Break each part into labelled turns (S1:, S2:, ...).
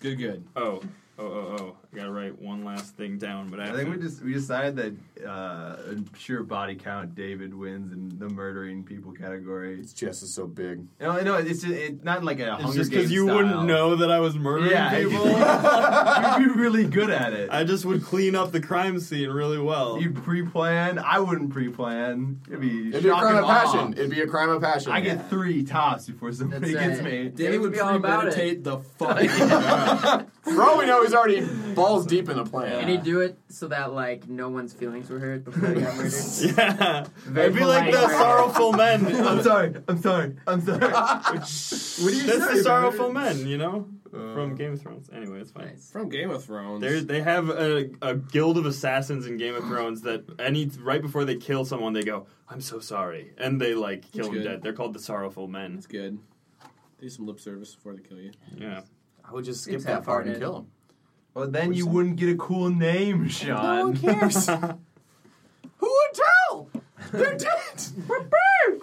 S1: Good, good.
S2: Oh, oh, oh, oh. I gotta write one last thing down, but I,
S3: I
S2: have
S3: think we
S2: to-
S3: just we decided that uh, in pure body count, David wins in the murdering people category.
S4: His chest is so big.
S3: No, no, it's just, it's not like a
S2: It's
S3: Hunger
S2: just
S3: Games
S2: because you
S3: style.
S2: wouldn't know that I was murdering
S3: Yeah,
S2: people.
S3: you'd be really good at it.
S2: I just would clean up the crime scene really well.
S3: you pre-plan. I wouldn't pre-plan. It'd be,
S4: It'd be a
S3: shock
S4: crime
S3: and
S4: of
S3: awe.
S4: passion. It'd be a crime of passion.
S3: I get three tops before somebody
S5: That's
S3: gets
S5: it.
S3: me.
S1: Danny
S5: It would
S1: would
S5: be all about
S1: premeditate the fuck. out of it.
S4: For all we know, he's already balls deep in the plan.
S5: And he'd do it so that like no one's feelings were hurt before he got murdered.
S2: Yeah,
S5: Very
S2: I'd be like the
S5: polite.
S2: sorrowful men.
S3: I'm sorry. I'm sorry. I'm sorry.
S2: What do you That's
S3: say,
S2: the sorrowful men, you know, from Game of Thrones. Anyway, it's fine.
S5: Nice.
S1: From Game of Thrones.
S2: They're, they have a, a guild of assassins in Game of Thrones that any right before they kill someone they go I'm so sorry and they like kill
S1: That's
S2: them
S1: good.
S2: dead. They're called the sorrowful men.
S1: It's good. Do some lip service before they kill you.
S2: Yeah,
S4: I would just
S5: Seems
S4: skip that part and
S5: half-hearted.
S4: kill him.
S3: Well, then
S4: What'd you
S3: you
S4: say?
S3: wouldn't get a cool name, Sean.
S4: cares? Who would tell? They're dead.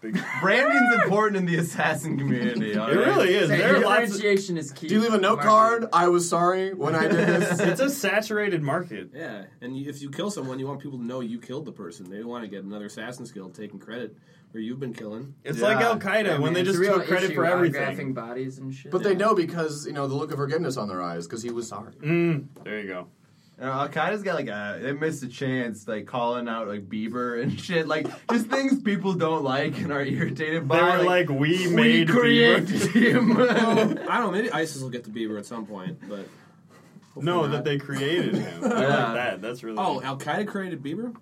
S2: Big,
S3: Brandon's important in the assassin community. all
S2: it
S3: right?
S2: really is.
S5: Say,
S2: There are lots. Of,
S5: differentiation is key.
S4: Do you leave a note card? I was sorry when I did this.
S2: it's a saturated market.
S1: Yeah, and you, if you kill someone, you want people to know you killed the person. They want to get another assassin's guild taking credit where you've been killing.
S2: It's
S3: Yeah.
S2: like Al Qaeda
S5: I
S2: when
S5: mean,
S2: they
S5: it's a
S2: just
S5: real
S2: took credit
S5: issue,
S2: for
S5: autographing
S2: everything.
S5: bodies and shit.
S4: But they know because you know the look of forgiveness on their eyes because he was sorry.
S2: Mm, there you go.
S3: And Al Qaeda's got like a they missed a chance, like calling out like Bieber and shit, like just things people don't like and are irritated by.
S2: They were like, we, made
S3: created
S2: Bieber.
S5: Oh.
S2: Oh.
S3: him.
S1: I don't know, maybe ISIS will get to Bieber at some point, but.
S2: No,
S1: hopefully not.
S2: that they created him. I
S3: Yeah.
S2: like that. That's really.
S1: Oh, Al Qaeda created Bieber?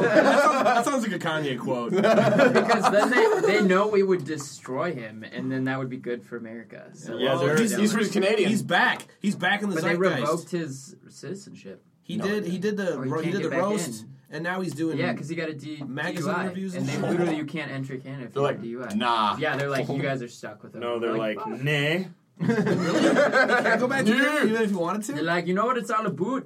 S1: that, sounds, that sounds like a Kanye quote.
S5: because then they, they know we would destroy him, and then that would be good for America. So
S2: Yeah,
S5: well,
S2: they're-
S5: you
S4: He's,
S5: know,
S4: he's really Canadian.
S1: He's back. He's back in the
S5: but they
S1: zeitgeist.
S5: revoked his citizenship.
S1: he
S4: No,
S1: did.
S4: they
S1: He did the.
S5: Oh, he
S1: ro-
S5: can't
S1: he did the
S5: get back
S1: roast,
S5: in.
S1: and now he's doing.
S5: Yeah, because he got a D-
S1: Magazine
S5: DUI,
S1: reviews
S5: and
S1: and
S5: they
S1: shit.
S5: literally you can't enter Canada if
S4: they're
S5: you
S4: like,
S5: have DUI.
S4: nah.
S5: Yeah, they're like you guys are stuck with him.
S2: no, they're like,
S5: "Fuck."
S2: nah.
S1: can't go back to Europe
S4: Dude.
S1: even if you wanted
S5: they're
S1: to.
S5: like, you know what? It's all about.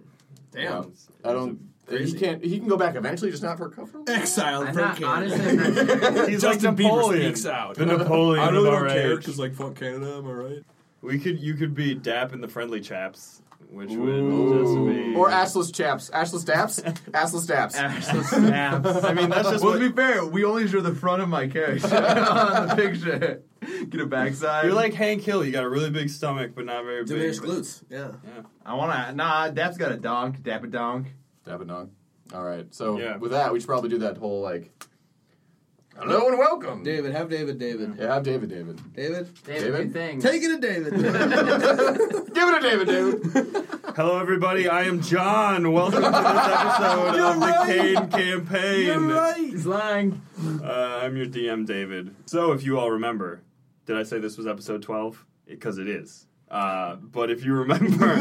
S1: Damn.
S4: I don't.
S1: Crazy.
S4: He can't. He can go back eventually, just not for cover.
S1: Exile
S5: I'm
S1: from
S5: not-
S1: Canada.
S5: honestly, I'm not sure.
S2: He's
S1: Justin
S2: like Napoleon.
S1: Bieber speaks out.
S2: The Napoleon
S1: I really
S2: of
S1: don't
S2: our
S1: care
S2: age.
S1: because like fuck Canada, am I right?
S2: We could. You could be Dap and the Friendly Chaps, which would just
S4: Ooh.
S2: be.
S4: Or assless chaps, assless daps, assless daps.
S2: I mean, that's just
S3: Well,
S2: what-
S3: to be fair, we only drew the front of my character on the picture. Get a backside.
S2: You're like Hank Hill. You got a really big stomach, but not very big.
S1: Diminished glutes. Yeah.
S3: I wanna nah. Dap's got a donk. Dap a donk.
S4: Dapadong. All right. So
S2: Yeah.
S4: with that, we should probably do that whole like, hello and welcome.
S1: Mm. David, have David, David.
S4: Yeah, have David. David.
S1: David,
S5: David,
S4: David?
S5: good thing.
S1: take it to David.
S4: Give it a David. David.
S2: Hello, everybody. I am John. Welcome to this episode of
S1: right.
S2: the Kane Campaign.
S5: He's lying.
S2: Uh, I'm your DM, David. So, if you all remember, did I say this was episode 12? Because it is. Uh, but if you remember,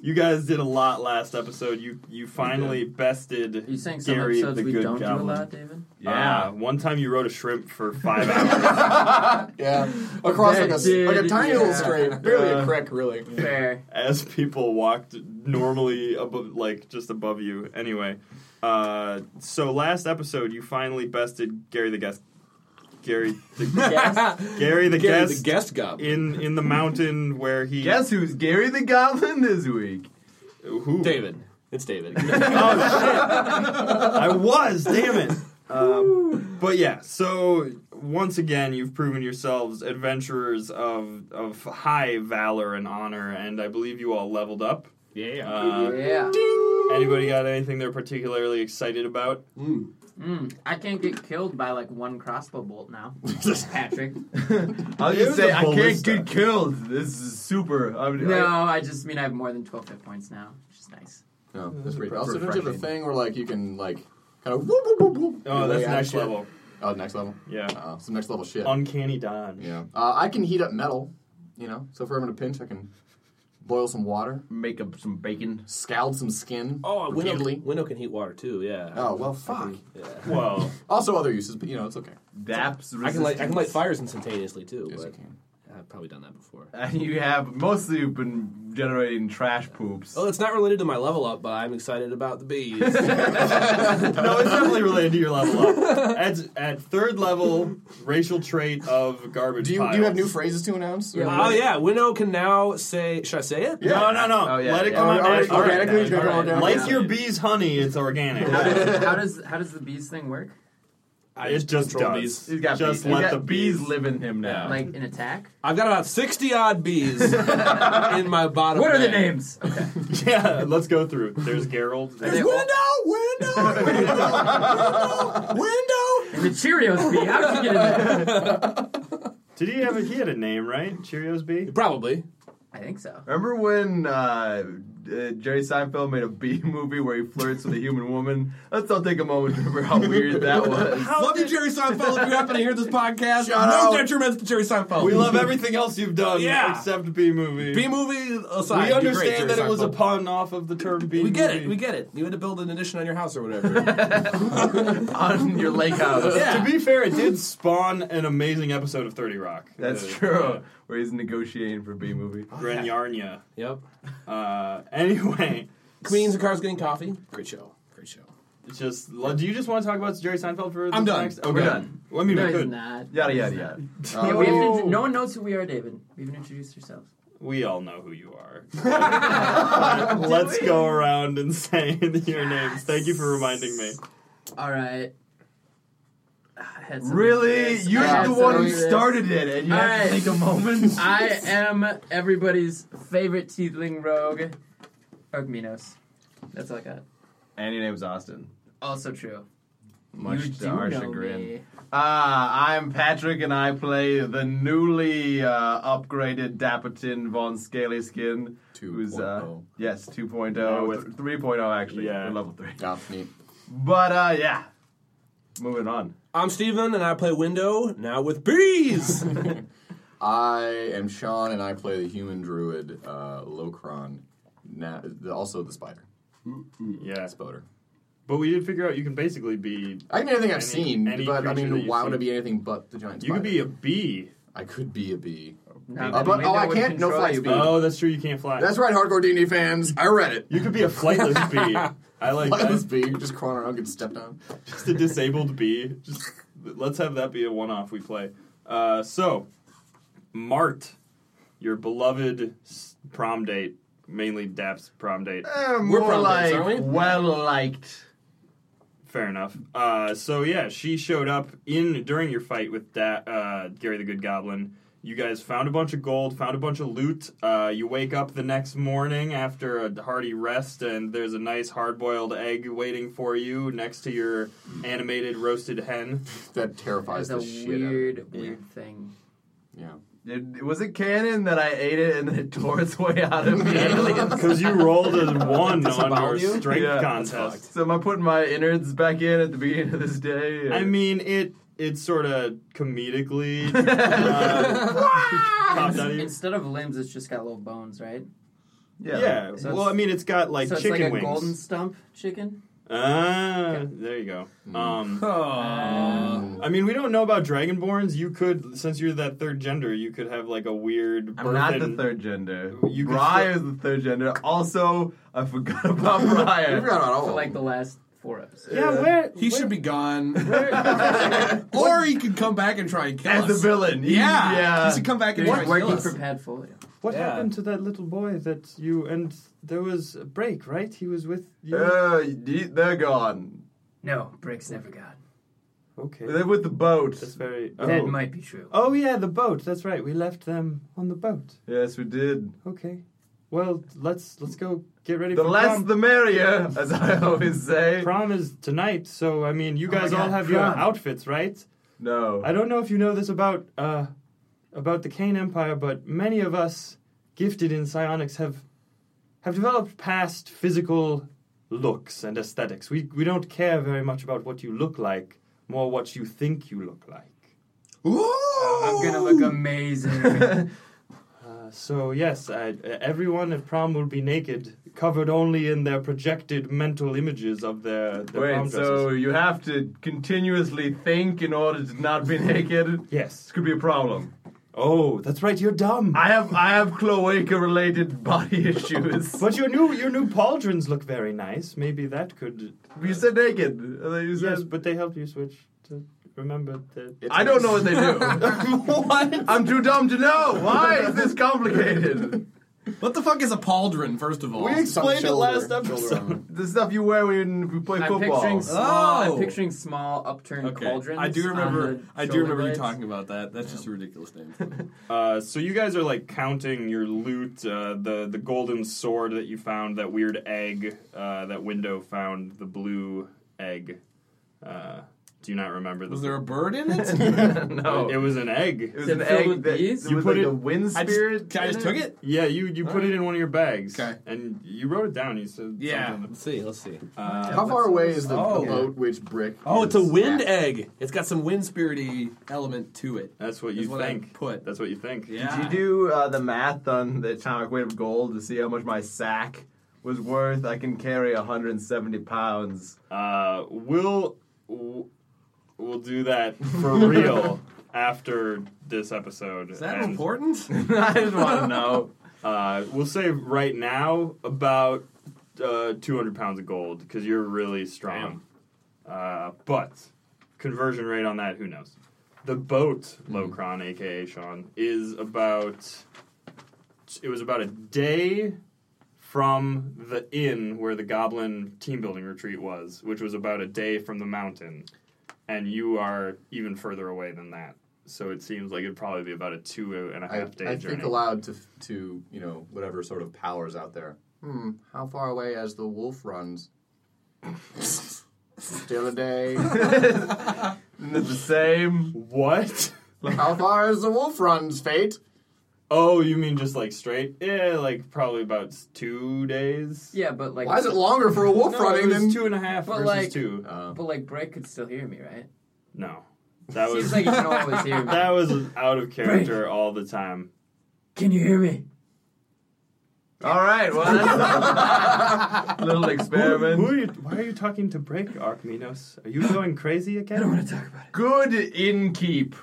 S2: you guys did a lot last episode. You you finally bested
S5: Are you saying some
S2: Gary
S5: episodes
S2: the
S5: we
S2: Good
S5: don't
S2: Goblin.
S5: do a lot, David?
S2: Uh, one time you rode a shrimp for five hours.
S4: Yeah. Across
S5: That
S4: like a
S5: dude,
S4: like a tiny little
S5: yeah.
S4: strait, barely
S3: Yeah.
S4: a crick, really.
S5: Fair.
S2: as people walked normally above, like just above you. Anyway, uh, so last episode you finally bested Gary the guest, Gary the, Gary the
S1: Gary,
S2: guest
S1: the guest gob.
S2: in in the mountain where he
S3: Guess who's Gary the Goblin this week? Oh,
S2: who
S1: David. It's David.
S2: I was damn it. Um, but yeah, so once again, you've proven yourselves adventurers of of high valor and honor, and I believe you all leveled up.
S1: yeah.
S2: Uh,
S5: yeah.
S2: Anybody got anything they're particularly excited about?
S1: Mm.
S5: Mm, I can't get killed by like one crossbow bolt now. Patrick.
S3: I'll
S2: It
S3: just
S2: was
S3: say
S2: a
S3: I can't
S2: ballista.
S3: get killed. This is super. I'm,
S5: No, I just mean I have more than 12 hit points now, which is nice.
S4: No,
S3: is
S4: that's pretty.
S3: pretty
S4: Also, don't you have a
S3: refreshing.
S4: thing where like you can like kind of whoop whoop whoop whoop.
S2: Oh,
S4: your way
S2: that's
S4: out of
S2: next
S4: shit?
S2: level.
S4: Oh, next level.
S2: Yeah.
S4: Uh, some next level shit.
S2: Uncanny Don.
S4: yeah. Uh, I can heat up metal. You know, so if we're having a pinch, I can boil some water,
S3: make up some bacon.
S4: scald some skin.
S1: Oh, window,
S4: repeatedly.
S1: window can heat water too. Yeah.
S4: Oh well, fuck.
S1: Yeah.
S2: Well,
S4: Also, other uses, but you know, it's okay.
S3: Daps.
S1: I can light I can light
S3: resistance.
S1: fires instantaneously too.
S4: Yes, you
S1: But
S4: can.
S1: I've probably done that before.
S3: And you have mostly been generating trash poops.
S1: Well, Oh, it's not related to my level up, but I'm excited about the bees.
S2: no, it's definitely related to your level up. At, at third level, racial trait of garbage.
S4: Do you,
S2: piles.
S4: do you have new phrases to announce? Or-
S1: oh yeah, Winnow can now say. Should I say it?
S4: Yeah.
S2: No, no, no.
S3: Oh, yeah,
S2: Let it
S3: yeah.
S2: come out
S4: Or- or
S2: naturally.
S4: organically,
S2: Alright.
S4: you gotta go down.
S2: Like
S4: Yeah.
S2: your bee's honey, it's organic.
S5: How does, how does how does the bees thing work?
S1: I
S2: It just
S1: control
S2: does.
S1: bees.
S3: He's got
S2: Just
S3: bees.
S2: let
S3: He's got
S2: the
S3: bees,
S2: bees-
S3: live in him now.
S5: Like an attack?
S1: I've got about sixty odd bees in my bottom.
S5: What are the
S1: bag.
S5: names? Okay.
S2: yeah, let's go through. There's Gerald.
S5: they
S1: There's window, window, window, window.
S5: The Cheerios bee. How did you get in there?
S2: Did he have a? He had a name, right? Cheerios bee.
S1: Probably.
S5: I think so.
S3: Remember when uh, uh, Jerry Seinfeld made a bee movie where he flirts with a human woman? Let's all take a moment to remember how weird that was.
S1: Love you, Jerry Seinfeld. If you happen to hear this podcast,
S4: Shout
S1: no
S4: out.
S1: detriments to Jerry Seinfeld.
S2: We love everything else you've done,
S1: Yeah.
S2: except bee movie.
S1: B movie aside.
S2: we
S1: you're great,
S2: understand
S1: Jerry
S2: that it was a
S1: Seinfeld.
S2: pun off of the term bee.
S1: We get
S2: movie.
S1: it. We get it. You had to build an addition on your house or whatever.
S3: On your lake house.
S1: Yeah.
S2: To be fair, it did spawn an amazing episode of Thirty Rock.
S3: That's
S2: Uh,
S3: true. Where he's negotiating for bee movie.
S2: yeah. Gren Yarnia.
S1: yep.
S2: Uh, anyway,
S1: Queens and cars getting coffee. Great show. Great show.
S2: it's just do you just want to talk about Jerry Seinfeld for?
S1: I'm
S2: the
S1: done.
S2: Next?
S1: We're
S3: done.
S2: Well, I mean,
S5: No,
S2: we
S5: he's
S2: could.
S5: not.
S3: Yada yada yada.
S5: Yeah, we haven't
S2: Oh.
S5: int- no one knows who we are, David. We haven't introduced ourselves.
S2: We all know who you are. Let's go around and say your names. Thank you for reminding me.
S5: All right. I had something for
S3: Really?
S5: this. I
S3: You're
S5: had
S3: the
S5: something
S3: one who
S5: for this.
S3: started it, and you have to
S5: Alright.
S3: take a moment.
S5: I am everybody's favorite teethling rogue, Ogminos. That's all I got.
S3: And your name's Austin.
S5: Also true.
S3: Much
S5: you
S3: to
S5: do
S3: our
S5: know
S3: chagrin.
S5: me.
S3: Ah, I'm Patrick, and I play the newly uh, upgraded Dapperton von Scalyskin. Who's, uh,
S4: 2.0.
S3: yes, oh. 2.0,
S2: Yeah, with-
S3: 3.0 oh, actually,
S2: Yeah.
S3: we're level 3.
S4: Yeah, neat.
S3: But, uh, yeah, moving on.
S1: I'm Steven and I play Window now with bees.
S4: I am Sean, and I play the human druid, uh, Locron, na- also the spider,
S2: Yeah,
S4: Spoder.
S2: but we did figure out you can basically be.
S4: I can be anything I've
S2: Any-
S4: seen,
S2: any
S4: but I
S2: creature that
S4: mean,
S2: you've
S4: why would I
S2: seen.
S4: be anything but the giant
S2: You
S4: spider?
S2: could be a bee.
S4: I could be a bee.
S5: Not
S4: Uh,
S5: that
S4: but-
S5: we
S4: oh,
S5: know
S4: I
S5: would
S4: can't- no
S5: control
S4: flights,
S5: you,
S4: but-
S2: Oh, that's true. You can't fly.
S4: That's right, hardcore D&D fans. I read it.
S2: you could be a flightless bee. I like
S4: Like this
S2: that.
S4: bee, just crawling around, getting stepped on.
S2: Just a disabled bee. Just let's have that be a one-off we play. Uh, so, Mart, your beloved s- prom date, mainly Dap's prom date.
S3: Eh,
S1: We're
S3: more
S1: prominents,
S3: like
S1: aren't we?
S3: well-liked.
S2: Fair enough. Uh, so yeah, she showed up in during your fight with that uh, Gary the Good Goblin. You guys found a bunch of gold, found a bunch of loot. Uh, you wake up the next morning after a hearty rest, and there's a nice hard-boiled egg waiting for you next to your animated roasted hen.
S4: That terrifies
S5: That's
S4: the
S5: a
S4: shit out of
S5: weird,
S4: me.
S5: weird thing.
S4: Yeah. yeah.
S3: It, was it canon that I ate it and then it tore its way out of me?
S2: Because you rolled a one on
S1: Disavow
S2: your
S1: you?
S2: strength
S3: Yeah.
S2: contest.
S3: so am I putting my innards back in at the beginning of this day?
S2: I mean, it it sort of comedically uh,
S3: Ah,
S2: popped out of you.
S5: Instead of limbs, it's just got little bones, right?
S2: Yeah.
S5: So
S2: well,
S5: it's-
S2: I mean, it's got like
S5: so it's
S2: chicken
S5: like a
S2: wings.
S5: golden stump chicken.
S2: Ah, there you go. Um,
S1: Aw.
S2: I mean, we don't know about dragonborns. You could, since you're that third gender, you could have like a weird.
S3: I'm
S2: birth
S3: not the
S2: and-
S3: third gender.
S2: You could
S3: Briar
S2: still-
S3: is the third gender. Also, I forgot about
S4: We
S3: Briar.
S4: forgot about all
S5: Uh, For
S4: of
S5: like
S4: them.
S5: the last four episodes.
S2: Yeah, where
S1: he
S2: where-
S1: should be gone,
S2: where-
S1: or he could come back and try and kill
S3: As
S1: us.
S3: the villain. He-
S1: yeah.
S3: yeah.
S1: he should come back and
S5: He's
S1: try and kill
S5: working
S1: us.
S5: for Padfolio.
S2: what
S1: Yeah.
S2: happened to that little boy that you and there was a break, right? He was with you.
S3: Uh, y- they're gone.
S5: No, Briggs never got.
S2: okay,
S3: They're with the boat.
S2: that's very.
S5: That
S2: Oh.
S5: might be true.
S2: oh yeah, the boat. That's right. We left them on the boat.
S3: Yes, we did.
S2: Okay. Well, let's let's go get ready
S3: The
S2: for
S3: less
S2: prom.
S3: the merrier, as I always say.
S2: Prom is tonight, so I mean, you
S5: Oh my
S2: guys all
S5: God,
S2: have your
S5: prom.
S2: outfits, right?
S3: No.
S2: I don't know if you know this about uh, about the Kane Empire, but many of us gifted in psionics have have developed past physical looks and aesthetics. We we don't care very much about what you look like, more what you think you look like.
S5: I'm gonna look
S1: Oh.
S5: amazing.
S2: Uh, so yes, I, everyone at prom will be naked, covered only in their projected mental images of their, their prom
S3: Wait,
S2: dresses.
S3: so you have to continuously think in order to not be naked?
S2: yes.
S3: This could be a problem.
S2: Oh, that's right. You're dumb.
S3: I have I have cloaca related body issues.
S2: but your new your new pauldrons look very nice. Maybe that could.
S3: You said naked. I thought you
S2: Yes,
S3: said-
S2: but they help you switch to remember that.
S4: It's
S3: I don't know what they do.
S2: what?
S3: I'm too dumb to know. Why is this complicated?
S1: What the fuck is a pauldron, first of all?
S2: We explained it
S4: Shoulder-
S2: last
S4: shoulder
S2: episode.
S4: armor.
S3: The stuff you wear when you play
S5: I'm
S3: football.
S5: picturing small.
S1: Oh.
S5: I'm picturing small upturned cauldrons.
S1: I do
S5: on
S1: remember.
S5: the
S1: I do
S5: shoulder
S1: remember
S5: blades.
S1: you talking about that. That's just a ridiculous name. for it.
S2: Uh, so you guys are like counting your loot, uh, the the golden sword that you found, that weird egg uh, that window found, the blue egg. Uh, do you not remember the?
S1: Was there a bird in it?
S3: no.
S2: It was an egg.
S3: It was
S5: Is it
S3: an
S5: filled
S3: egg
S5: with
S3: that
S5: bees?
S3: it
S2: You
S3: was
S2: put
S3: like
S2: it-
S3: a wind
S1: I just,
S3: spirit.
S1: I just
S3: in
S1: took it.
S2: Yeah, you you put it in one of your bags,
S1: Okay.
S2: and you wrote it down. You said something.
S1: Let's see. Let's see.
S2: Uh,
S4: How far away is the,
S1: Oh.
S4: the boat which brick?
S1: Oh, it's a
S4: is
S1: wind
S4: at?
S1: egg. It's got some wind spirity element to it.
S2: that's what you
S1: Is what I
S2: think.
S1: put.
S2: That's what you think.
S1: Yeah.
S3: Did you do uh, the math on the atomic weight of gold to see how much my sack was worth? I can carry 170 pounds.
S2: Uh, we'll w- we'll do that for real after this episode.
S1: Is that
S2: and,
S1: important?
S3: I just want to know.
S2: Uh, we'll say right now about uh, 200 pounds of gold because you're really strong. Uh, but conversion rate on that, who knows? The boat, Locron, aka Sean, is about. It was about a day from the inn where the goblin team building retreat was, which was about a day from the mountain. And you are even further away than that. So it seems like it'd probably be about a two and a
S4: I,
S2: half day
S4: I
S2: journey.
S4: think allowed to to you know whatever sort of powers out there. Hmm. How far away as the wolf runs? Still a day.
S3: Isn't it the same?
S2: What?
S4: How far as the wolf runs? Fate.
S2: Oh, you mean just like straight? Yeah, like probably about s- two days.
S5: Yeah, but like.
S4: Why is it longer for a wolf
S2: No, it
S4: running
S2: was
S4: than?
S2: two and a half
S5: But,
S2: versus
S5: like-
S2: two.
S4: Uh,
S5: But like, Brett could still hear me, right?
S2: No, that was
S5: Seems like you can always hear me.
S2: that was out of character all the time.
S5: Can you hear me?
S3: All right, well, that's a little
S2: Who
S3: experiment.
S2: are you, why are you talking to Break, Archminos? Are you going crazy
S5: I don't
S2: again?
S5: want to talk about it.
S3: Good innkeep.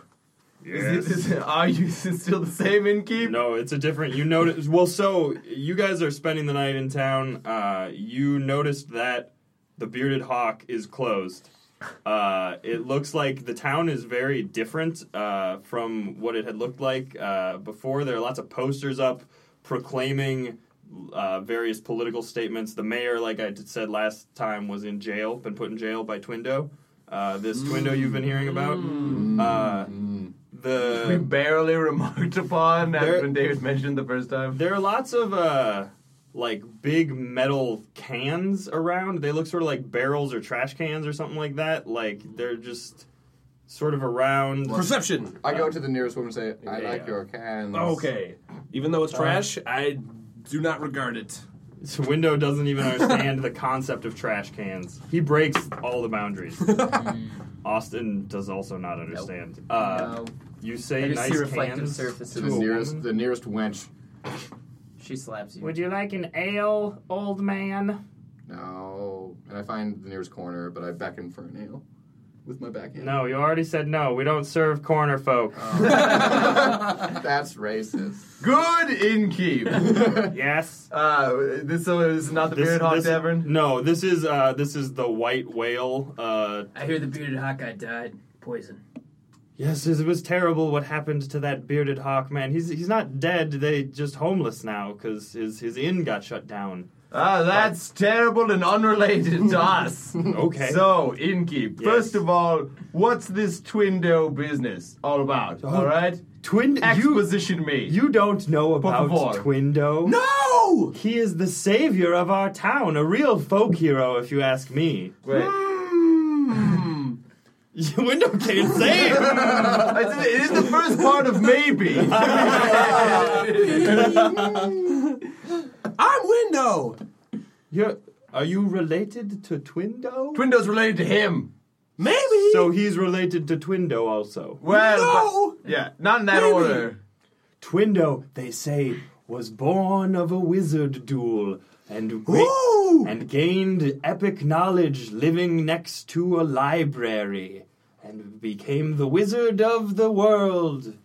S3: Is it, is it, are you is it still the same innkeep?
S2: No, it's a different. You notice. Well, so you guys are spending the night in town. Uh, you noticed that the bearded hawk is closed. Uh, it looks like the town is very different uh, from what it had looked like uh, before. There are lots of posters up proclaiming uh, various political statements. The mayor, like I did- said last time, was in jail, been put in jail by Twindo. Uh, this Twindo you've been hearing about. Uh, the
S3: We barely remarked upon
S2: There-
S3: that when David mentioned the first time.
S2: There are lots of uh like big metal cans around. They look sort of like barrels or trash cans or something like that. Like they're just sort of around.
S1: Perception.
S4: I go to the nearest woman and say, "I
S2: Yeah.
S4: like your cans."
S1: Oh, Okay. Even though it's trash, I do not regard it.
S2: So Window doesn't even understand the concept of trash cans. He breaks all the boundaries. Austin does also not understand. Uh,
S5: No.
S2: You say
S5: I just
S2: nice
S5: see reflective
S2: cans
S5: surfaces.
S4: To
S2: to
S4: the
S2: a
S4: nearest,
S2: woman?
S4: the nearest wench.
S5: She slaps you.
S2: Would you like an ale, old man?
S4: No, and I find the nearest corner, but I beckon for a nail with my backhand.
S2: No, you already said no. We don't serve corner folk.
S4: That's racist.
S3: Good innkeep.
S2: yes.
S3: uh, this, so this is not the Beard Hawk Tavern.
S2: No, this is uh, this is the White Whale. Uh,
S5: I hear the bearded hot guy died. Poison.
S2: yes, it was terrible what happened to that bearded hawk man. He's he's not dead. They just homeless now because his his inn got shut down.
S3: Ah, that's terrible and unrelated to us.
S2: Okay.
S3: So, innkeep.
S2: Yes.
S3: First of all, what's this Twindo business all about? All right,
S2: Twin, you
S3: exposition me.
S2: you don't know about
S3: favor.
S2: Twindo.
S1: No.
S2: He is the savior of our town, a real folk hero, if you ask me.
S3: Wait,
S1: Hmm.
S2: Window can't save.
S3: It's- it is the first part of maybe.
S1: I'm window.
S2: You're, are you related to Twindo?
S3: Twindo's related to him.
S1: Maybe.
S2: So he's related to Twindo also.
S3: Well,
S1: No!
S3: but- yeah, not in that
S1: Maybe.
S3: order.
S2: Twindo, they say, was born of a wizard duel and great,
S1: Woo!
S2: and gained epic knowledge living next to a library and became the wizard of the world.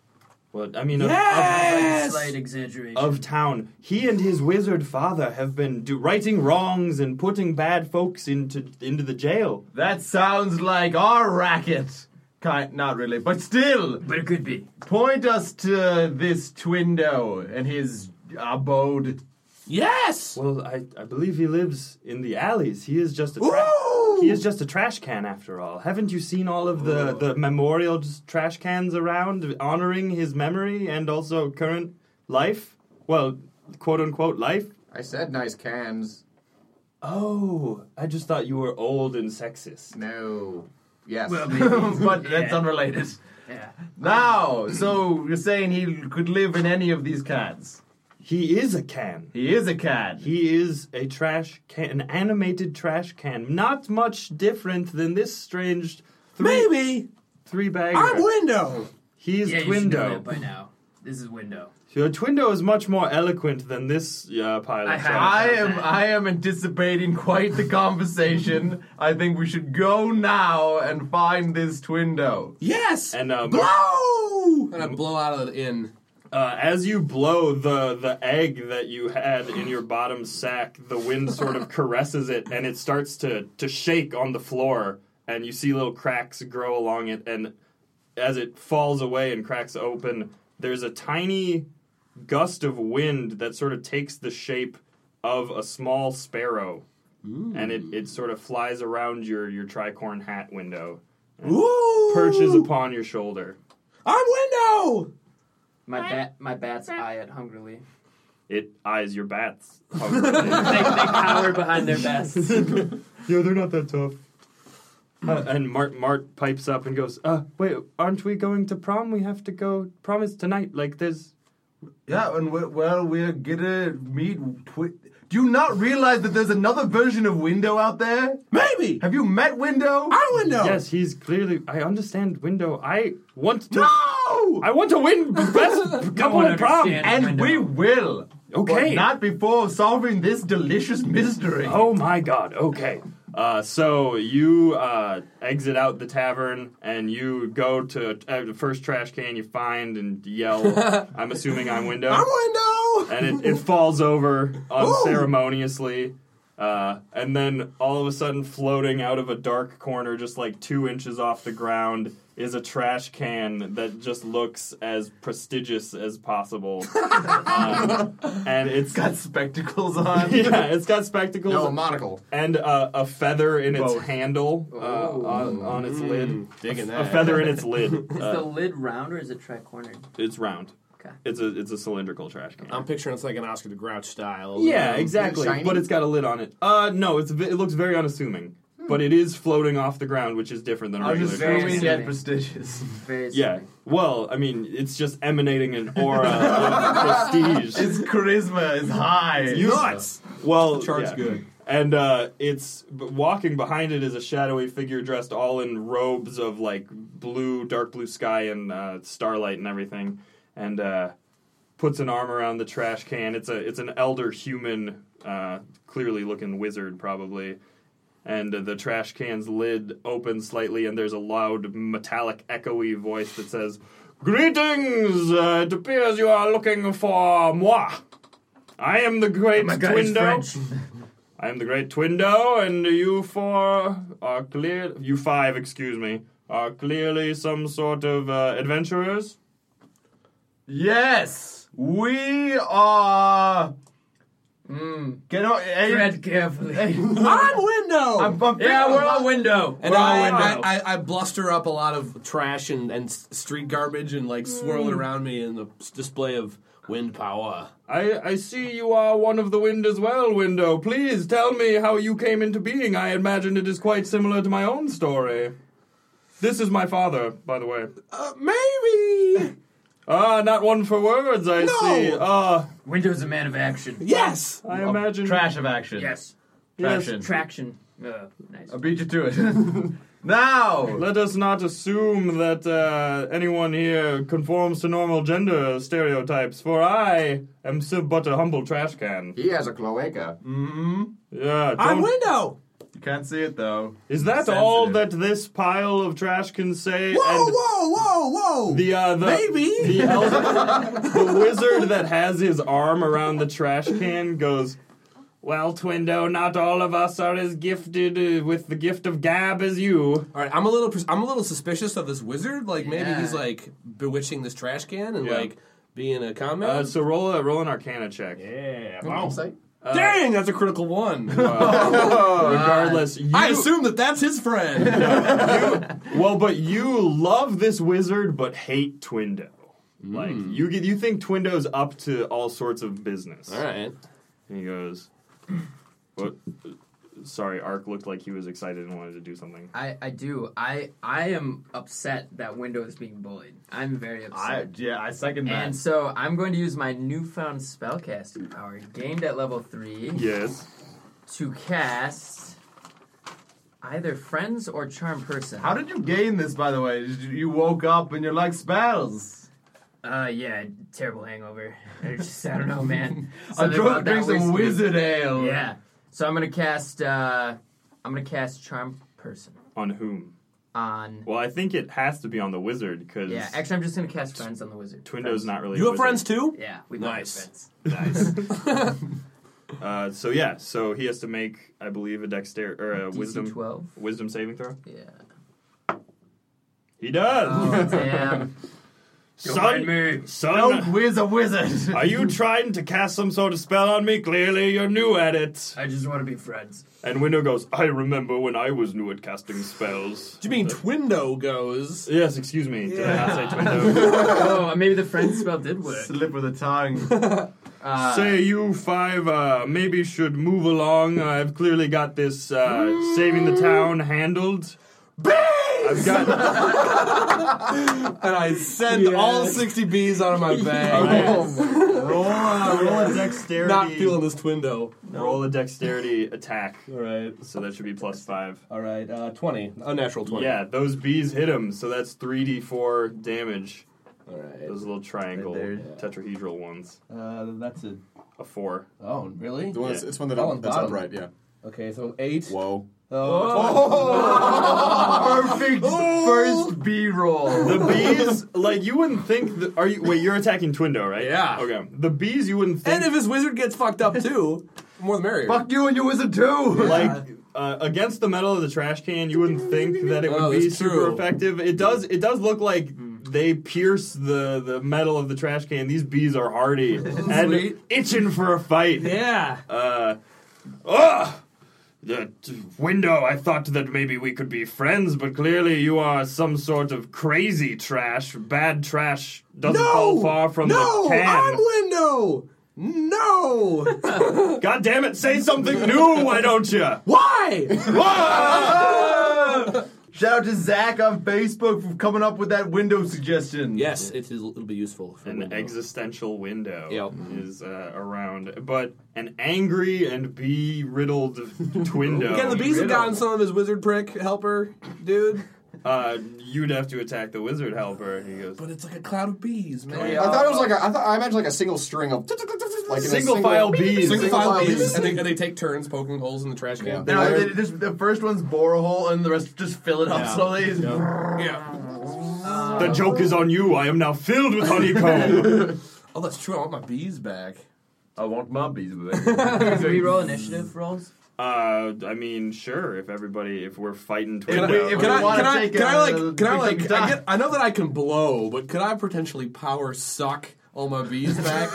S2: But I mean, of-
S5: Slight-
S2: of,
S5: Slight exaggeration.
S2: of town. He and his wizard father have been do- righting wrongs and putting bad folks into into the jail.
S3: That sounds like our racket. Kind, not really, but still,
S5: but it could be.
S3: point us to this Twindo and his abode.
S1: Yes.
S2: Well, I, I believe he lives in the alleys. He is just a tra-
S3: Ooh!
S2: he is just a trash can after all. Haven't you seen all of the the memorial just trash cans around honoring his memory and also current life? Well, quote unquote life.
S4: I said nice cans.
S2: Oh, I just thought you were old and sexist.
S4: No. Yes.
S5: Well, maybe.
S3: but that's
S5: Yeah.
S3: unrelated.
S5: Yeah.
S3: Now, so you're saying he could live in any of these cats?
S2: He is a can.
S3: He is a cat.
S2: He is a trash can, an animated trash can, not much different than this strange three
S1: Maybe
S2: three bagger.
S1: I'm window.
S2: he is
S5: yeah, you should know that by
S2: Twindo.
S5: now. This is window.
S2: So Twindo is much more eloquent than this uh, pilot.
S5: I
S2: so-
S5: have-
S3: I am I am anticipating quite the conversation. I think we should go now and find this Twindo.
S1: Yes.
S2: And, um,
S1: blow. And I blow out of the inn.
S2: Uh, as you blow the the egg that you had in your bottom sack, the wind sort of caresses it, and it starts to to shake on the floor, and you see little cracks grow along it, and as it falls away and cracks open, there's a tiny gust of wind that sort of takes the shape of a small sparrow, and it, it sort of flies around your your tricorn hat window,
S1: Ooh.
S2: perches upon your shoulder.
S1: I'm window.
S5: My bat, my bat's eye at hungrily.
S2: It eyes your bats.
S5: They, they cower behind their vests.
S2: Yeah, they're not that tough. Uh, and Mart Mart pipes up and goes, "Uh, wait, aren't we going to prom? We have to go. Prom is tonight. Like there's
S3: Yeah, and we well, we're gonna meet. Twi- Do you not realize that there's another version of Window out there?
S1: Maybe.
S3: Have you met Window?
S1: I'm window.
S2: yes, he's clearly. I understand. Window. I want to.
S3: No!
S2: I want to win best couple
S5: one
S2: of prom.
S5: understands.
S3: And
S5: Window.
S3: we will. But
S2: Okay.
S3: not before solving this delicious mystery.
S2: Oh my God. Okay. Uh, so you uh, exit out the tavern and you go to uh, the first trash can you find and yell. I'm assuming I'm window.
S1: I'm window.
S2: and it, it falls over unceremoniously. Uh, and then all of a sudden, floating out of a dark corner, just like two inches off the ground, is a trash can that just looks as prestigious as possible. um, and it's
S3: Got spectacles on.
S2: yeah, it's got spectacles
S4: no, a monocle.
S2: and uh, a feather in its
S3: Both.
S2: handle uh, on, on its lid.
S1: Mm, Digging
S2: A feather in its lid.
S5: Is
S2: Uh,
S5: the lid round or is it tri-cornered?
S2: it's round.
S5: Okay.
S2: It's a it's a cylindrical trash can.
S1: I'm picturing it's like an Oscar the Grouch style.
S2: Yeah,
S1: Um,
S2: exactly.
S4: shiny?
S2: But it's got a lid on it. Uh, no, it's ve- it looks very unassuming, but it is floating off the ground, which is different than a
S3: I'm just
S2: regular.
S5: very
S2: trash
S3: assuming
S2: can.
S3: yet
S5: assuming.
S3: prestigious.
S5: Very
S2: yeah.
S5: similar.
S2: Well, I mean, it's just emanating an aura of prestige.
S3: Its charisma is high.
S1: Nuts.
S2: well,
S1: Chart's
S2: yeah.
S1: good.
S2: And uh, it's b- walking behind it is a shadowy figure dressed all in robes of like blue, dark blue sky and uh, starlight and everything, and uh, puts an arm around the trash can. It's a it's an elder human, uh, clearly looking wizard probably, and uh, the trash can's lid opens slightly, and there's a loud, metallic, echoey voice that says, "Greetings! Uh, it appears you are looking for moi. I am the great
S5: Oh my God, he's
S2: Twindo.
S5: French.
S2: I am the great Twindo, and you four are clear. You five, excuse me, are clearly some sort of uh, adventurers.
S3: Yes, we are.
S5: Mm.
S3: Get on. hey-
S5: Tread carefully.
S1: I'm window.
S3: I'm, I'm
S5: yeah, we're all window.
S1: And
S5: we're all
S1: I,
S5: window.
S1: I, I, I bluster up a lot of trash and, and s- street garbage and like swirl
S2: Mm.
S1: it around me in the s- display of wind power.
S2: I, I see you are one of the wind as well, Window. Please tell me how you came into being. I imagine it is quite similar to my own story. This is my father, by the way.
S1: Uh, maybe.
S2: Ah, not one for words, I
S1: No!
S2: see. Ah,
S5: Window's a man of action.
S1: yes.
S2: I imagine.
S3: Trash of action.
S5: Yes.
S3: Traction.
S5: Traction. Uh, nice.
S3: I beat you to it. now,
S2: Let us not assume that uh, anyone here conforms to normal gender stereotypes, for I am sim- but a humble trash can.
S4: He has a cloaca.
S2: Yeah,
S1: I'm
S2: don't-
S1: window.
S3: You can't see it though.
S2: Is that all that
S3: Sensitive.
S2: this pile of trash can say?
S1: Whoa,
S2: And
S1: whoa, whoa, whoa!
S2: The uh, the
S1: Maybe.
S2: the, elf- the wizard that has his arm around the trash can goes. Well, Twindo, not all of us are as gifted uh, with the gift of gab as you.
S1: All right, I'm a little pres- I'm a little suspicious of this wizard. Like maybe
S5: Yeah.
S1: he's like bewitching this trash can and
S2: Yeah.
S1: like being a con man.
S2: Uh, so roll a roll an Arcana check.
S1: yeah.
S4: Wow.
S1: Wow.
S2: Uh,
S1: Dang, that's a critical one.
S2: Regardless, you,
S1: I assume that that's his friend.
S2: well, but you love this wizard but hate Twindo. Like
S1: Hmm.
S2: you get, you think Twindo's up to all sorts of business.
S1: All right.
S2: And he goes, "What? Sorry, Ark looked like he was excited and wanted to do something."
S5: I, I do. I I am upset that Window is being bullied. I'm very
S3: I
S5: upset.
S3: yeah, I second that.
S5: and so I'm going to use my newfound spellcasting power, gained at level three,
S2: Yes.
S5: to cast either friends or charm person.
S3: How did you gain this, by the way? Did You you woke up and you're like spells.
S5: Uh, yeah, terrible hangover. I just I don't know, man.
S3: I
S5: Something
S3: drunk
S5: about that
S3: drink some
S5: whiskey.
S3: wizard ale.
S5: Yeah. So I'm gonna cast. uh I'm gonna cast charm person
S2: On whom?
S5: on.
S2: Well, I think it has to be on the wizard because
S5: Yeah, actually, I'm just gonna cast friends on the wizard.
S2: Twindo's not really.
S1: You
S2: a
S1: have friends
S2: wizard.
S1: too?
S5: Yeah, we both have
S1: Nice.
S5: friends.
S1: Nice.
S2: Uh, so yeah, so he has to make, I believe, a dexterity or a
S5: DC
S2: wisdom
S5: 12.
S2: wisdom saving throw.
S5: Yeah.
S2: He does.
S5: Oh,
S2: son,
S5: damn.
S3: Don't
S2: son,
S3: whiz a wizard.
S2: are you trying to cast some sort of spell on me? Clearly, you're new at it.
S5: I just want to be friends.
S2: And Window goes, I remember when I was new at casting spells.
S1: Do you mean Twindo goes?
S2: Yes, excuse me. Did I not say Twindo?
S5: oh, maybe the friend spell did work.
S3: Slip of the tongue.
S5: Uh,
S2: Say you five uh, maybe should move along. I've clearly got this uh, saving the town handled. I've got.
S1: And I send
S5: Yes.
S1: all 60 bees out of my bag.
S4: Oh,
S2: roll, a, roll a dexterity.
S1: Not feeling this Twindo.
S2: Roll a dexterity attack.
S1: All right.
S2: So that should be plus five.
S1: All right. Uh, 20. Unnatural 20.
S2: Yeah, those bees hit him, so that's 3d4 damage.
S1: All right.
S2: Those little triangle
S3: Right there.
S2: tetrahedral ones.
S1: Uh, that's a.
S2: A four.
S1: Oh, really?
S4: the one that's, it's one that
S1: Oh,
S4: up,
S1: on
S4: that's
S1: bottom.
S4: upright. Yeah.
S1: Okay, so 8.
S4: Whoa.
S1: Oh.
S3: Perfect first B roll.
S2: The bees, like, you wouldn't think. That, are you. Wait, you're attacking Twindo, right?
S1: Yeah.
S2: Okay. The bees, you wouldn't think.
S1: And if his wizard gets fucked up too, more the merrier.
S3: Fuck you and your wizard too.
S2: like uh, against the metal of the trash can, you wouldn't think that it would
S1: Oh,
S2: be
S1: that's
S2: super
S1: true.
S2: effective. It does. It does look like they pierce the the metal of the trash can. These bees are hardy and
S1: Sweet.
S2: itching for a fight.
S1: Yeah.
S2: Uh, ah! The t- window. I thought that maybe we could be friends, but clearly you are some sort of crazy trash. Bad trash doesn't fall far from
S1: no,
S2: the can.
S1: I'm window. No.
S2: God damn it! Say something new, why don't you?
S1: Why?
S3: Shout out to Zach on Facebook for coming up with that window suggestion.
S1: yes, it is, it'll be useful. For
S2: an
S1: window.
S2: existential window
S1: Yep.
S2: is uh, around, but an angry and bee riddled
S3: uh,
S2: Twindo.
S1: Again, the bees have gotten some of his wizard prick helper, dude.
S2: Uh, you'd have to attack the wizard helper. He goes.
S1: But it's like a cloud of bees,
S3: Oh,
S1: man.
S4: I thought it was like a, I thought I imagined like a single string of like in a
S2: Single file bees.
S1: Single
S2: Single
S1: file bees, and they, and they take turns poking holes in the trash can.
S4: Yeah.
S3: Now, they just, the first one's bore a hole, and the rest just fill it up
S1: Yeah.
S3: slowly.
S1: Yeah.
S5: Uh,
S2: The joke is on you. I am now filled with honeycomb.
S1: Oh, that's true. I want my bees back.
S3: I want my bees
S5: Can we roll initiative rolls?
S2: uh, I mean, sure. If everybody, if we're fighting
S3: If
S2: Twindo,
S3: we- if we
S1: Can I,
S3: wanna
S1: can I,
S3: take
S1: can I
S3: a-
S1: like, can I
S3: take
S1: like,
S3: some
S1: I,
S3: time.
S1: get, I know that I can blow, but could I potentially power suck all my bees back?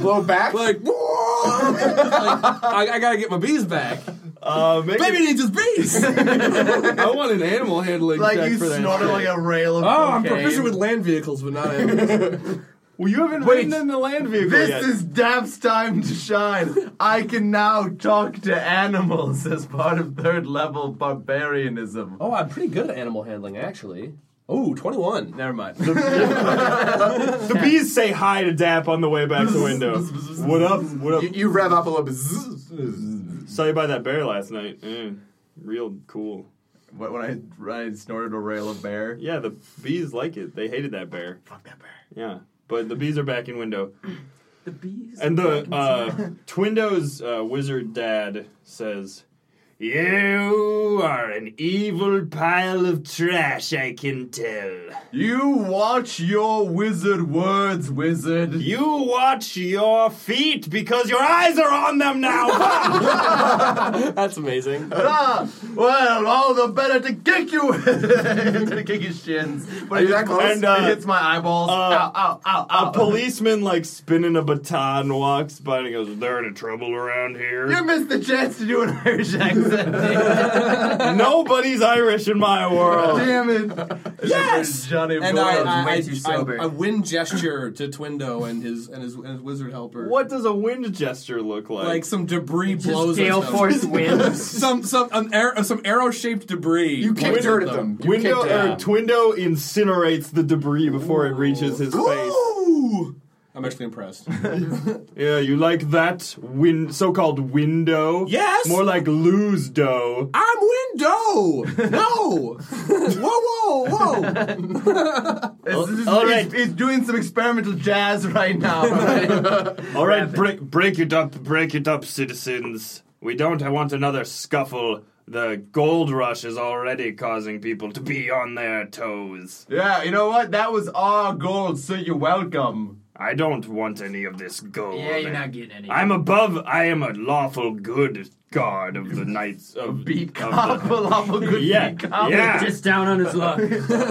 S4: blow back.
S1: like, like I, I gotta get my bees back.
S2: uh, make
S1: Baby needs his bees.
S2: I want an animal handling
S3: Like
S2: check
S3: you
S2: for that.
S3: snorted
S2: shit.
S3: like a rail of
S1: Oh, I'm
S3: cocaine.
S1: proficient with land vehicles, but not animals.
S2: well, you haven't
S3: Wait.
S2: ridden in the land vehicle
S3: This
S2: yet.
S3: is Dab's time to shine. I can now talk to animals as part of third level barbarianism.
S1: oh, I'm pretty good at animal handling, actually. Oh, 21.
S3: Never mind.
S2: the bees say hi to Dap on the way back to window. what up? What up?
S4: you, you rev up a little bit. Zzz, zzz.
S2: Saw you by that bear last night. Mm, real cool.
S3: When when I, I snorted a rail of bear.
S2: Yeah, the bees like it. They hated that bear.
S3: Fuck that bear.
S2: Yeah. But the bees are back in window.
S5: The bees.
S2: And the uh, Twindo's uh, wizard dad says, You are an evil pile of trash, I can tell.
S3: You watch your wizard words, wizard.
S2: You watch your feet because your eyes are on them now.
S1: That's amazing.
S3: Ah, well, all the better to kick you. to kick his shins. But
S4: Are you
S3: it-
S4: that close?
S3: and, uh, it hits my eyeballs. ow, ow, ow, ow.
S2: a policeman, like spinning a baton, walks by and he goes, "They're in trouble around
S3: You
S2: here."
S3: missed the chance to do an Irish accent.
S2: Nobody's Irish in my world.
S3: Damn it.
S1: Yes!
S3: Johnny
S1: And
S3: Boy.
S1: I,
S5: was
S1: I,
S5: way
S1: I,
S5: too
S1: I-
S5: sober.
S1: I, win gesture to Twindo and his and his, and his wizard helper.
S2: What does a wind gesture look like?
S1: Like some debris blows.
S5: Just
S1: at
S5: gale
S1: them.
S5: force winds.
S1: Some some an arrow, some arrow shaped debris.
S4: You kicked
S1: blows
S4: dirt at them. You
S2: Window
S4: kicked
S2: or
S4: dirt.
S2: Twindo er, incinerates the debris before it reaches his face.
S1: Ooh! I'm actually impressed.
S2: Yeah, you like that win so-called window?
S1: Yes!
S2: More like lose dough.
S1: I'm window. No. whoa, whoa, whoa.
S3: It's- it's-
S2: Oh, all
S3: it's-
S2: right.
S3: it's doing some experimental jazz right now.
S2: All right, break break it up, break it up, citizens. We don't want another scuffle. The gold rush is already causing people to be on their toes.
S3: yeah, you know what? That was our gold, so you're welcome.
S2: I don't want any of this gold.
S5: yeah, you're not getting any.
S2: I'm above. I am a lawful good guard of the knights of
S3: Beat
S2: of
S3: cop, a
S2: the-
S3: lawful good
S2: Yeah,
S3: beat cop.
S2: yeah.
S5: just down on his luck.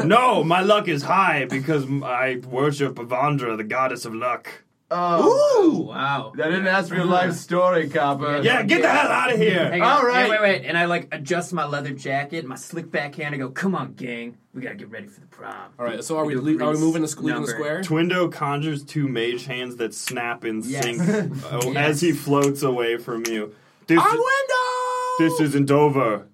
S2: no, my luck is high because m- I worship Avandra, the goddess of luck.
S3: Oh,
S5: wow.
S3: I didn't ask for your life story, copper.
S2: Yeah, get the hell out of
S5: Hang
S2: here.
S5: on.
S3: All right.
S5: Hey, wait, wait. And I like adjust my leather jacket, my slick back hand. I go, come on, gang. We gotta get ready for the prom.
S1: All right. So are we le- are we moving the squ- leaving the
S5: Number.
S1: square?
S2: Twindo conjures two mage hands that snap in
S5: Yes.
S2: sync uh,
S5: Yes.
S2: as he floats away from you. This,
S1: window.
S2: this isn't over.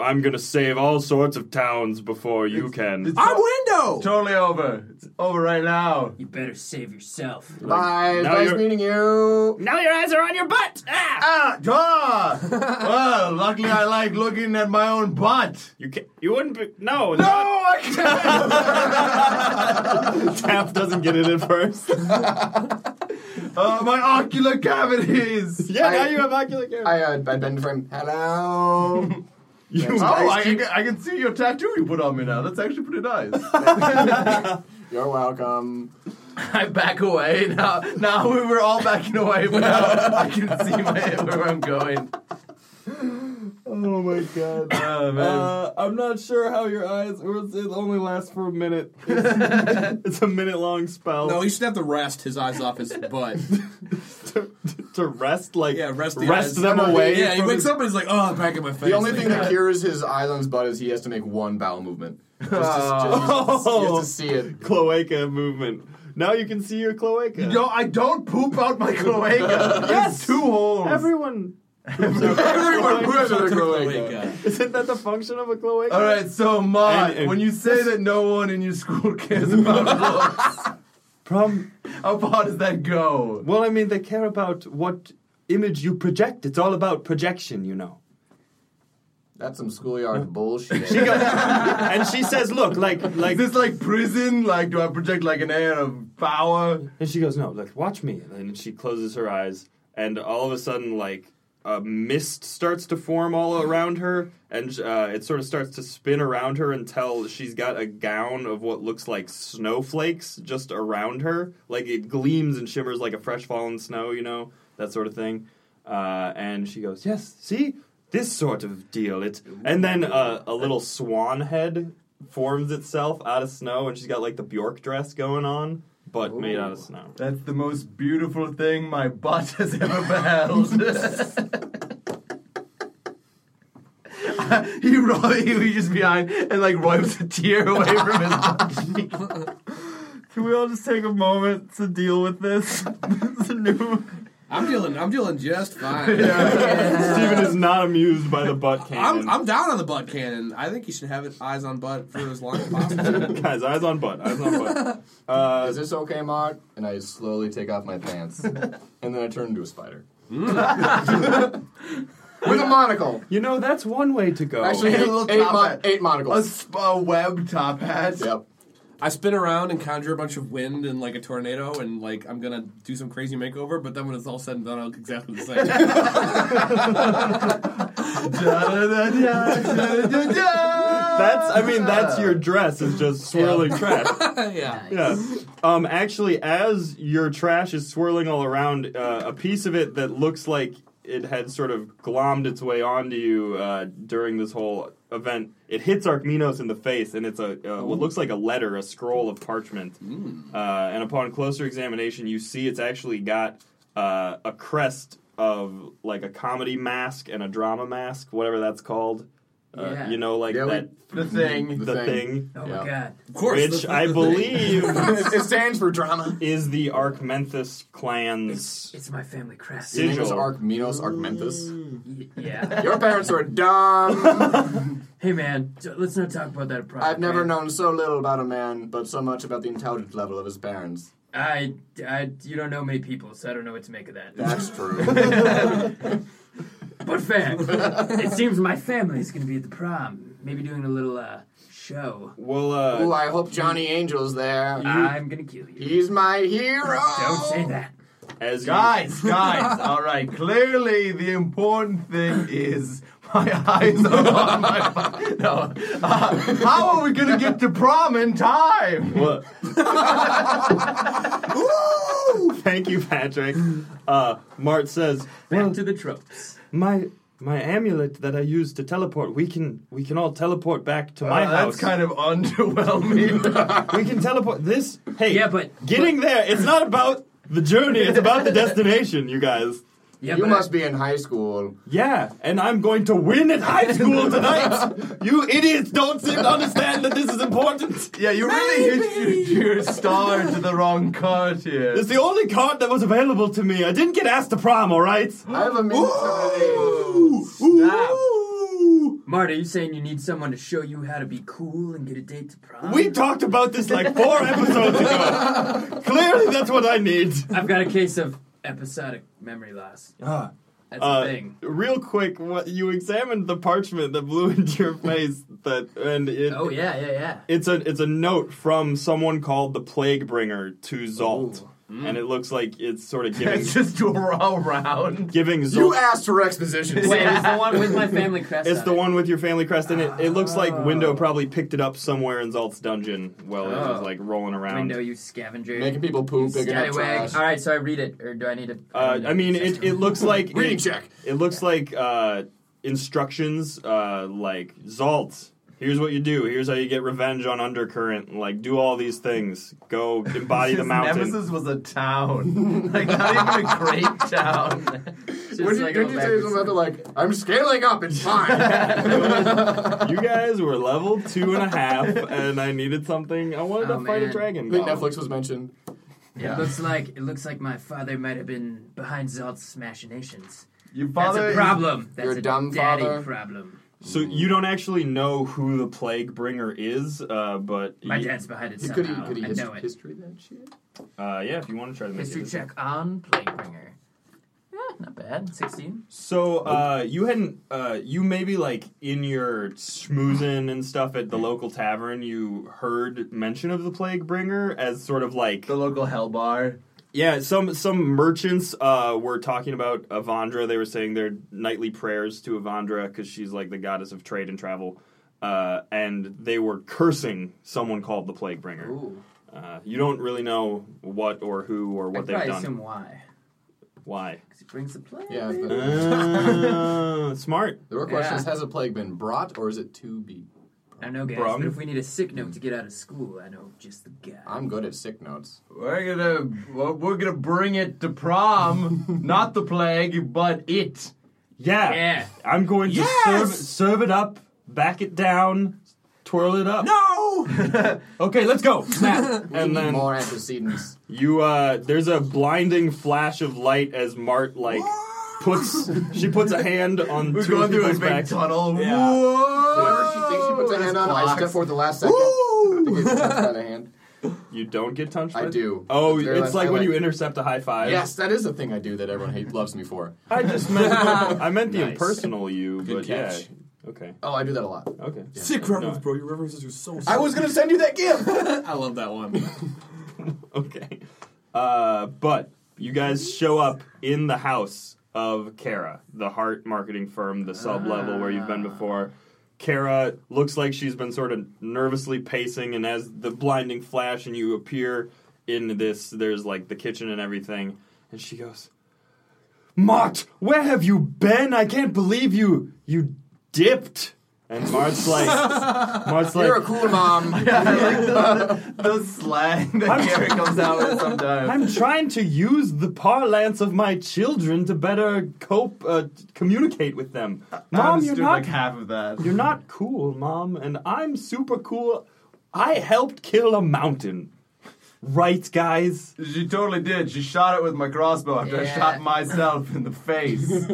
S2: I'm gonna save all sorts of towns before you can.
S3: it's-
S1: window.
S3: Totally over. It's over right now.
S5: You better save yourself.
S4: Bye.
S2: Now
S4: Nice
S2: you're-
S4: meeting you.
S5: Now your eyes are on your butt. Ah!
S3: Ah, ah. well, luckily I like looking at my own butt.
S2: You can You wouldn't be. No.
S3: No, I can't.
S2: Taff doesn't get it at first.
S3: Uh, my ocular cavities.
S2: yeah. now
S4: I-
S2: you have ocular care.
S4: I uh, I bend for him. Hello.
S2: you,
S3: Oh, I can, I can see your tattoo you put on me now. That's actually pretty nice.
S4: You're welcome.
S3: I back away now. Now we were all backing away, but now I can see my, where I'm going.
S2: oh my god.
S3: Oh man.
S2: Uh, I'm not sure how your eyes. or it's- It only lasts for a minute. It's, it's a minute long spell.
S1: No, he should have to rest his eyes off his butt.
S2: to, to rest like
S1: Yeah, rest the eyes.
S2: them away.
S1: Yeah, he
S2: from
S1: wakes
S2: the-
S1: up and he's like, oh, back in my face.
S4: The only
S1: Like, "Oh,
S4: thing that cures his eyes on his butt is he has to make one bowel movement. Just to, just,
S2: Oh.
S4: just to see it.
S2: Cloaca movement. Now you can see your cloaca.
S3: No, I don't poop out my cloaca.
S2: Yes.
S3: There's two holes.
S2: Everyone.
S4: Everyone moves
S1: "Oh,
S4: with a
S1: wake
S4: cloaca.
S1: up."
S2: Isn't that the function of a cloaca?
S3: all right, so Ma,
S2: And- and-
S3: when you say that no one in your school cares about looks,
S2: Prom.
S3: how far does that go?
S2: Well, I mean, they care about what image you project. It's all about projection, you know.
S4: That's some schoolyard bullshit.
S2: She goes, and she says, "Look, like, like."
S3: Is this like prison? Like, do I project like an air of power?
S2: And she goes, "No, like, watch me." And she closes her eyes, and all of a sudden, like a mist starts to form all around her, and uh, it sort of starts to spin around her until she's got a gown of what looks like snowflakes just around her. Like it gleams and shimmers like a fresh fallen snow, you know that sort of thing. Uh, and she goes, "Yes, see." This sort of deal. It and then uh, a little swan head forms itself out of snow, and she's got like the Bjork dress going on, but made out of snow.
S3: That's the most beautiful thing my butt has ever beheld. he, ro- he reaches behind and like wipes a tear away from his butt cheek.
S2: Can we all just take a moment to deal with this? this new.
S1: I'm dealing. I'm dealing just fine.
S2: Steven is not amused by the butt cannon.
S1: I'm, I'm down on the butt cannon. I think you should have it eyes on butt for as long as possible.
S2: Guys, eyes on butt. Eyes on butt. Uh,
S4: Is this okay, Mark? And I slowly take off my pants, and then I turn into a spider with a monocle.
S2: you know, that's one way to go.
S4: Actually,
S3: A
S4: eight,
S3: little
S4: eight,
S3: top
S4: mon-
S3: hat.
S4: eight
S3: A,
S4: monocles.
S3: sp- a web top hat.
S4: Yep.
S1: I spin around and conjure a bunch of wind and like a tornado, and like I'm gonna do some crazy makeover. But then when it's all said and done, I look exactly the same.
S2: That's
S3: That's
S2: I mean that's your dress is just swirling trash.
S6: yeah.
S2: Yeah. Um, actually, as your trash is swirling all around, uh, a piece of it that looks like it had sort of glommed its way onto you uh, during this whole event, it hits Archminos in the face, and it's a uh, what looks like a letter, a scroll of parchment. Uh, and upon closer examination, you see it's actually got uh, a crest of like a comedy mask and a drama mask, whatever that's called. Uh,
S5: Yeah.
S2: You know, like
S4: Yeah, we-
S2: that
S3: the thing.
S4: The
S2: the
S4: thing.
S2: thing,
S5: Oh
S4: Yeah.
S5: my god.
S1: Of course.
S2: which I believe
S6: it stands for drama.
S2: is the Archmenthus clan's.
S5: It's my family crest.
S4: His name is
S2: Sigil.
S4: Archminos Archmentus.
S5: Y- Yeah.
S6: Your parents are dumb.
S5: hey man, so let's not talk about that product.
S4: I've never
S5: man.
S4: known so little about a man, but so much about the intelligence level of his parents.
S5: I, I, you don't know many people, so I don't know what to make of that.
S4: That's true.
S5: But fair. it seems my family's gonna be at the prom. Maybe doing a little uh, show.
S2: Well, uh,
S4: Ooh, I hope Johnny Angel's there.
S5: I'm gonna kill you.
S4: He's my hero.
S5: Don't say that.
S2: as you,
S3: Guys, guys, all right. Clearly, the important thing is my eyes are on my. phone. No, Uh, how are we gonna get to prom in time?
S2: Well- Thank you, Patrick. Uh, Mart says,
S5: Back to the tropes.
S2: "My my amulet that I use to teleport. We can we can all teleport back to my
S3: Uh,
S2: house.
S3: That's kind of underwhelming.
S2: we can teleport. This hey,
S5: Yeah, but-
S2: getting there. It's not about the journey. It's about the destination, you guys.
S5: Yeah,
S4: You
S5: but
S4: must be in high school.
S2: Yeah, and I'm going to win at high school tonight. you idiots don't seem to understand that this is important."
S3: yeah, you really hitched your, your star to the wrong cart here.
S2: It's the only card that was available to me. I didn't get asked to prom, all right?
S4: I have a mentality.
S2: Ooh.
S5: Marta, you saying you need someone to show you how to be cool and get a date to prom?
S2: We talked about this like four episodes ago. Clearly, that's what I need.
S5: I've got a case of episodic memory loss.
S2: Ah.
S5: That's
S2: Uh,
S5: the thing.
S2: real quick, what you examined the parchment that blew into your face, that and it,
S5: Oh yeah, yeah, yeah.
S2: it's a it's a note from someone called the Plague Bringer to Zolt,
S5: Mm.
S2: and it looks like it's sort of giving
S3: It's just a raw round.
S2: giving Zolt.
S4: You asked for exposition.
S5: Wait, it's the one with my family crest.
S2: It's
S5: on
S2: the
S5: it.
S2: one with your family crest, and it, it looks like Window probably picked it up somewhere in Zalt's dungeon while it was
S5: Ah. Oh.
S2: like rolling around.
S5: Window, you scavenger.
S4: Making people poop, picking up
S5: Scallywag.
S4: trash.
S5: All right, so I read it, or do I need to? um,
S2: Uh, I mean, it, it looks like
S4: Reading
S2: it,
S4: check.
S2: It looks like uh, instructions uh, like Zalt. Here's what you do. Here's how you get revenge on Undercurrent. Like do all these things. Go embody the
S3: His
S2: mountain.
S3: Nemesis was a town, like not even a great town.
S5: Just
S4: Wouldn't you,
S5: like
S4: didn't
S5: a
S4: you
S5: backwards-
S4: say something about like, I'm scaling up, it's fine.
S2: you guys were level two and a half, and I needed something. I wanted
S5: Oh,
S2: to fight a
S5: man.
S2: dragon.
S4: I think
S2: golem.
S4: Netflix was mentioned.
S5: It looks like it looks like my father might have been behind Zalt's machinations.
S3: Your
S5: That's
S3: father
S5: a
S3: is-
S5: problem. That's
S4: your
S5: a
S4: dumb
S5: daddy
S4: father?
S5: problem.
S2: So you don't actually know who the plague bringer is, uh, but
S5: My
S2: you-
S5: dad's behind it
S4: You could
S5: somehow.
S4: could
S5: I
S4: hist-
S5: know it.
S4: history that shit.
S2: Uh, yeah, if you want to try to make
S5: History
S2: it.
S5: check on Plaguebringer. Yeah, not bad. Sixteen.
S2: So uh, you hadn't, uh, you maybe like in your schmoozing and stuff at the local tavern, you heard mention of the plague bringer as sort of like
S3: the local hell bar.
S2: yeah, some some merchants uh, were talking about Avandra. They were saying their nightly prayers to Avandra because she's like the goddess of trade and travel. Uh, and they were cursing someone called the Plague Bringer.
S5: Ooh.
S2: Uh, you don't really know what or who or what
S5: I
S2: they've
S5: probably
S2: done.
S5: assume why.
S2: Why?
S5: Because it brings the plague.
S4: Yeah.
S5: baby.
S4: but-
S2: Uh, smart.
S4: the real question
S5: Yeah.
S4: is, has a plague been brought or is it to be?
S5: I know, guys.
S2: Brung.
S5: But if we need a sick note
S4: Hmm.
S5: to get out of school, I know just the guy.
S4: I'm good at sick notes.
S3: We're gonna we're- we're gonna bring it to prom, not the plague, but it.
S2: Yeah.
S5: Yeah.
S2: I'm going to
S6: Yes!
S2: serve, serve it up, back it down, twirl it up.
S6: No!
S2: Okay, let's go. Snap. and
S4: Need
S2: then
S4: more antecedents.
S2: you uh there's a blinding flash of light as Mart like puts she puts a hand on
S3: We're
S2: two
S3: going
S2: of
S3: through a
S2: people's
S3: big
S2: backs.
S3: tunnel.
S6: Yeah.
S4: Whoever
S3: Whoa!
S4: she thinks she puts a hand on, I step forward the last second. I
S2: Woo!
S4: get touched by the hand.
S2: You don't get touched by
S4: I do.
S2: Oh,
S4: The very
S2: it's
S4: last-
S2: like
S4: I
S2: when you intercept a high five.
S4: Yes, that is a thing I do that everyone hates, loves me for.
S2: I just meant I meant the
S4: Nice.
S2: impersonal you,
S4: Good
S2: but
S4: catch.
S2: yeah. Okay.
S4: Oh, I do that a lot.
S2: Okay.
S6: Sick reference, bro. Your references are so sick.
S4: I was gonna send you that gift.
S1: I love that one.
S2: Okay. Uh, but you guys show up in the house of Kara, the heart marketing firm, the sub level where you've been before. Kara looks like she's been sort of nervously pacing, and as the blinding flash and you appear in this, there's like the kitchen and everything, and she goes, Mart, where have you been? I can't believe you you dipped. And Mart's like, Mart's like,
S6: You're a cool mom.
S3: the slang that Gary comes out with sometimes.
S2: I'm trying to use the parlance of my children to better cope, uh, t- communicate with them.
S3: I
S2: Mom, you're
S3: understood
S2: not,
S3: like half of that.
S2: you're not cool, Mom, and I'm super cool. I helped kill a mountain. Right, guys?
S3: She totally did. She shot it with my crossbow after I
S5: Yeah.
S3: shot myself in the face.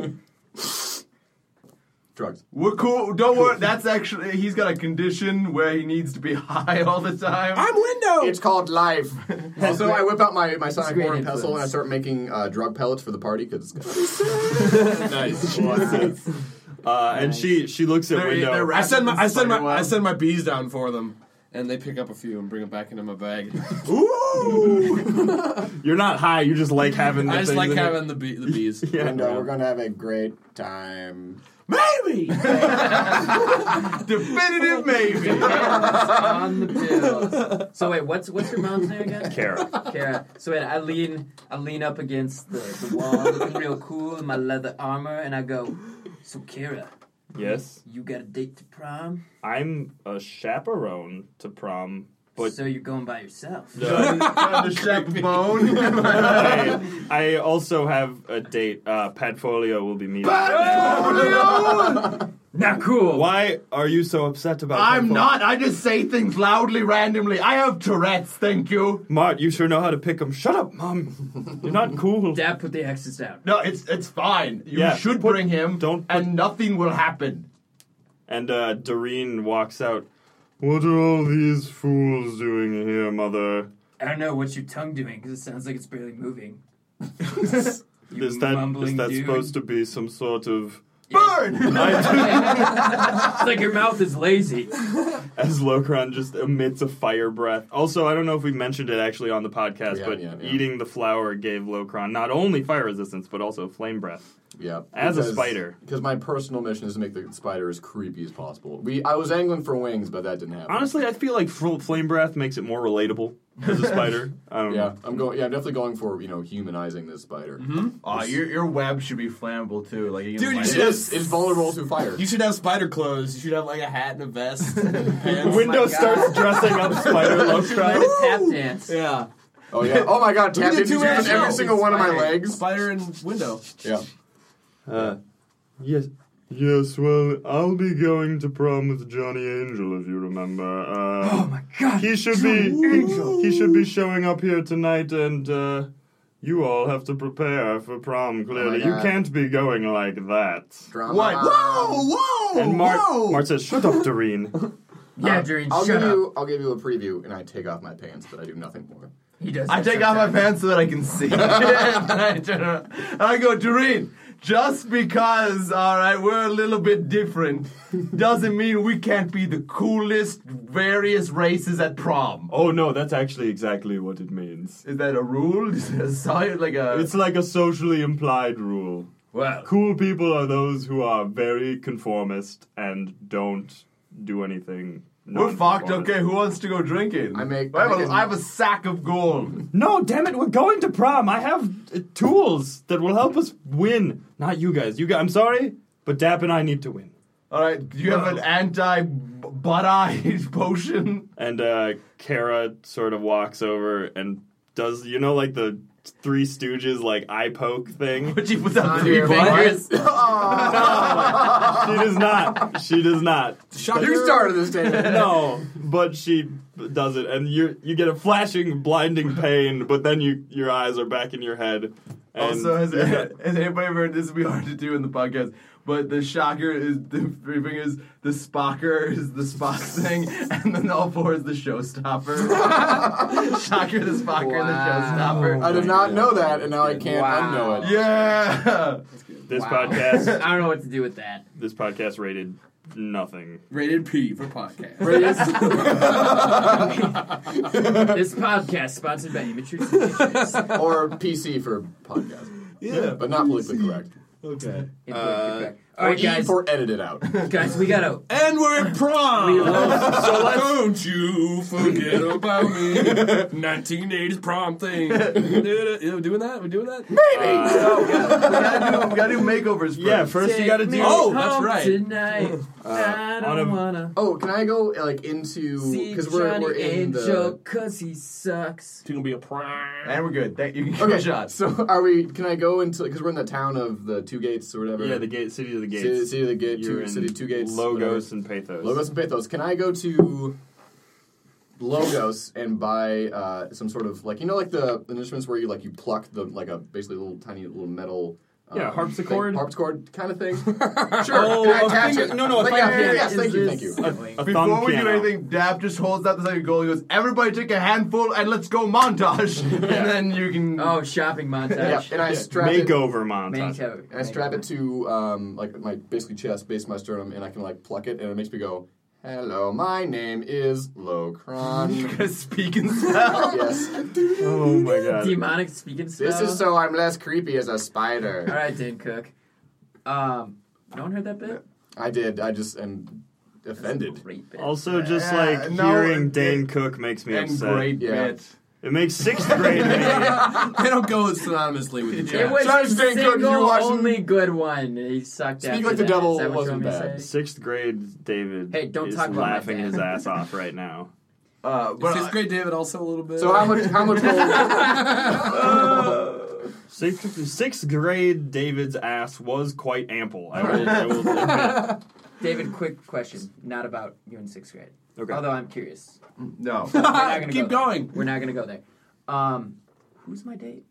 S4: Drugs.
S3: We're cool. Don't worry. That's actually he's got a condition where he needs to be high all the time.
S6: I'm Lindo.
S4: It's called life. also, I whip out my, my sonic
S5: great
S4: board and
S5: influence.
S4: pestle and I start making uh, drug pellets for the party because
S1: nice.
S2: Uh, and she she looks at
S3: They're-
S2: window.
S3: they're
S1: I send my I send my I
S3: Spider-Web.
S1: send my bees down for them, and they pick up a few and bring them back into my bag.
S2: you're not high. You just like having. The
S1: I just
S2: things
S1: like
S2: in it.
S1: having the, bee, the bees.
S2: Yeah.
S4: and uh, we're gonna have a great time.
S1: Maybe.
S3: Definitive maybe.
S5: on the pills. So wait, what's what's your mom's name again?
S2: Kara.
S5: Kara. So wait, I lean I lean up against the, the wall, looking real cool in my leather armor, and I go, So Kara,
S2: Yes,
S5: you got a date to prom?
S2: I'm a chaperone to prom, but uh,
S5: so you're going by yourself.
S2: the-
S3: Trying to chaperone.
S2: I, I also have a date. Uh, Padfolio will be meeting.
S5: Not cool.
S2: Why are you so upset about?
S3: I'm
S2: Padfolio?
S3: not. I just say things loudly, randomly. I have Tourette's. Thank you.
S2: Mart, you sure know how to pick 'em. Shut up, mom. You're not cool.
S5: Dad put the axes down.
S3: No, it's it's fine. You
S2: Yeah,
S3: should
S2: put-
S3: bring him.
S2: don't put-
S3: and nothing will happen.
S2: And uh, Doreen walks out. What are all these fools doing here, mother?
S5: I don't know what's your tongue doing because it sounds like it's barely moving. You
S2: Is that is
S5: mumbling
S2: that
S5: dude.
S2: supposed to be some sort of?
S3: Burn.
S5: It's like your mouth is lazy.
S2: As Locron just emits a fire breath. Also, I don't know if we mentioned it actually on the podcast,
S4: We haven't
S2: but
S4: yet, yeah.
S2: eating the flower gave Locron not only fire resistance but also flame breath.
S4: Yeah.
S2: As a spider.
S4: Because my personal mission is to make the spider as creepy as possible. We I was angling for wings, but that didn't happen.
S2: Honestly, I feel like fl- flame breath makes it more relatable as a spider. Um, I don't
S4: Yeah,
S2: know.
S4: I'm going. Yeah, I'm definitely going for you know humanizing this spider.
S3: Aw, your your web should be flammable too. Like you can
S6: Dude, you
S3: light
S6: should
S4: It
S3: it.
S4: is. It's vulnerable to fire.
S6: You should have spider clothes. You should have like a hat and a vest. and pants.
S2: Window
S5: Oh God.
S2: starts dressing up Spider
S5: Try
S2: Locron.
S5: to tap dance.
S6: Yeah,
S4: Oh yeah. Oh my god. Tap
S6: Look at
S4: did
S6: the
S4: you
S6: two-man
S4: on every
S6: show.
S4: single one of my
S5: Spider.
S4: legs?
S6: spider and window.
S4: Yeah.
S2: Uh, yes. Yes, well, I'll be going to prom with Johnny Angel, if you remember. Uh, oh my God! He should be he should be showing up here tonight, and uh, you all have to prepare for prom. Clearly, you
S4: God.
S2: can't be going like that.
S4: Drama.
S3: What?
S6: Whoa, whoa,
S2: and Mart,
S6: whoa!
S2: Mart says, "Shut up, Doreen."
S5: Yeah, Doreen,
S4: Um, I'll
S5: shut
S4: give
S5: up.
S4: you. I'll give you a preview, and I take off my pants, but I do nothing more.
S5: He does.
S3: I
S5: that
S3: take off my
S5: sometimes.
S3: pants so that I can see. and I turn around. And I go, Doreen, just because, all right, we're a little bit different doesn't mean we can't be the coolest various races at prom.
S2: oh no, that's actually exactly what it means.
S3: Is that a rule? Is that a sign? Like a.
S2: It's like a socially implied rule.
S3: well,
S2: Cool people are those who are very conformist and don't do anything.
S3: we're fucked,
S2: non-conformist.
S3: okay? Who wants to go drinking?
S4: I make-
S3: I have,
S4: I make
S3: a,
S4: a-
S3: I have a sack of gold.
S2: No, damn it, we're going to prom. I have uh, tools that will help us win. Not you guys. You guys, I'm sorry, but Dap and I need to win.
S3: All right, do you have an anti butt eye potion?
S2: And uh Kara sort of walks over and does you know like the Three Stooges like eye poke thing.
S3: But she puts out
S5: Three
S3: three
S5: fingers.
S2: she does not. She does not.
S6: Shut
S4: You
S6: your-
S4: started this day.
S2: No, but she does it, and you you get a flashing, blinding pain, but then you your eyes are back in your head. And
S3: Also, has, has anybody ever? This would be hard to do in the podcast, but the shocker is the three fingers, the spocker is the spock thing, and then all four is the showstopper. shocker, the spocker,
S5: Wow.
S3: and the
S4: I
S3: showstopper.
S4: did not know that, and now I can't
S5: Wow.
S4: unknow it.
S3: Yeah.
S2: this
S5: Wow.
S2: podcast
S5: I don't know what to do with that.
S2: this podcast rated nothing.
S1: Rated P for podcast.
S5: This podcast sponsored by Immature Solutions.
S4: Or PC for podcast,
S6: Yeah.
S4: but not politically correct.
S1: Okay.
S5: Get back, get back.
S4: Uh,
S5: All right,
S4: or
S5: guys.
S4: Eat or edit it out.
S5: Guys, we gotta.
S1: And we're in prom.
S5: We will.
S1: so don't you forget about me. 1980s prom thing. We're doing that? We're doing that? Maybe.
S3: we, gotta do, we gotta do makeovers first.
S2: Uh, Yeah, first you
S5: Take
S2: gotta
S5: me
S2: do.
S1: Oh,
S5: home
S1: that's right.
S5: Tonight, I
S2: on a-
S5: don't wanna
S4: Oh, can I go like into
S5: see
S4: because we're,
S5: Johnny
S4: we're in
S5: Angel
S4: the
S5: 'cause he sucks.
S1: It's gonna be a prom.
S3: And we're good. Thank you. Can get
S4: okay
S3: a shot.
S4: So are we? Can I go into because we're in the town of the two gates or whatever?
S2: Yeah, the gate, city of the gates.
S4: City, city of the gate,
S2: You're
S4: two,
S2: in
S4: city two gates,
S2: Logos
S4: whatever.
S2: and Pathos.
S4: Logos and Pathos. Can I go to Logos and buy uh, some sort of like you know like the, the instruments where you like you pluck the like a basically little tiny little metal. um,
S2: Yeah, harpsichord.
S4: thing- harpsichord kind of thing. sure.
S1: Oh,
S4: Can I
S1: a
S4: attach
S1: finger-
S4: it?
S1: no, no, a
S4: Like, yeah,
S1: finger-
S4: yes,
S5: Is
S4: thank you,
S5: this
S4: thank you.
S5: something?
S2: A thumb
S3: Before we do
S2: piano.
S3: anything, Dab just holds out the second goal. He goes, "Everybody take a handful and let's go montage." And then you can.
S5: Oh, shopping
S4: Yeah,
S5: montage.
S4: and I strap it.
S2: makeover montage.
S5: Makeover.
S4: And I strap it to um, like my basically chest, base of my sternum, and I can like pluck it, and it makes me go, "Hello, my name is Locron."
S3: Gonna speak and spell.
S4: yes,
S2: Oh my god.
S5: Demonic speaking spell.
S4: this is so I'm less creepy as a spider.
S5: All right, Dan Cook. Um, no one heard that bit.
S4: I did. I just am offended.
S5: Great bit.
S2: Also, just
S3: Yeah,
S2: like
S3: no,
S2: hearing
S3: it-
S2: Dane Cook makes me
S3: and
S2: upset.
S3: great
S4: Yeah.
S3: bit.
S2: It makes sixth grade me.
S1: They don't go synonymously with each
S5: It
S1: other.
S5: was
S4: Sorry,
S5: the
S4: Dan Cook, you're
S5: single
S4: watching-
S5: only good one. He sucked
S4: Speak
S5: after
S4: like the
S5: that.
S4: devil
S5: Is that what you
S4: wasn't
S5: want me to
S4: bad.
S5: say?
S2: Sixth grade David
S5: Hey, don't
S2: is
S5: talk about my
S2: laughing
S5: dad.
S2: his ass off right now.
S3: Uh, but
S1: Fifth
S3: I,
S1: grade David also a little bit.
S4: So how much? How much gold?
S2: Sixth, sixth grade David's ass was quite ample. I will, I will admit.
S5: David, quick question. Not about you in sixth grade.
S2: Okay.
S5: Although I'm curious.
S4: Mm,
S3: no.
S5: We're not gonna
S1: Keep
S5: go there.
S1: going.
S5: We're not gonna go there. Um, who's my date?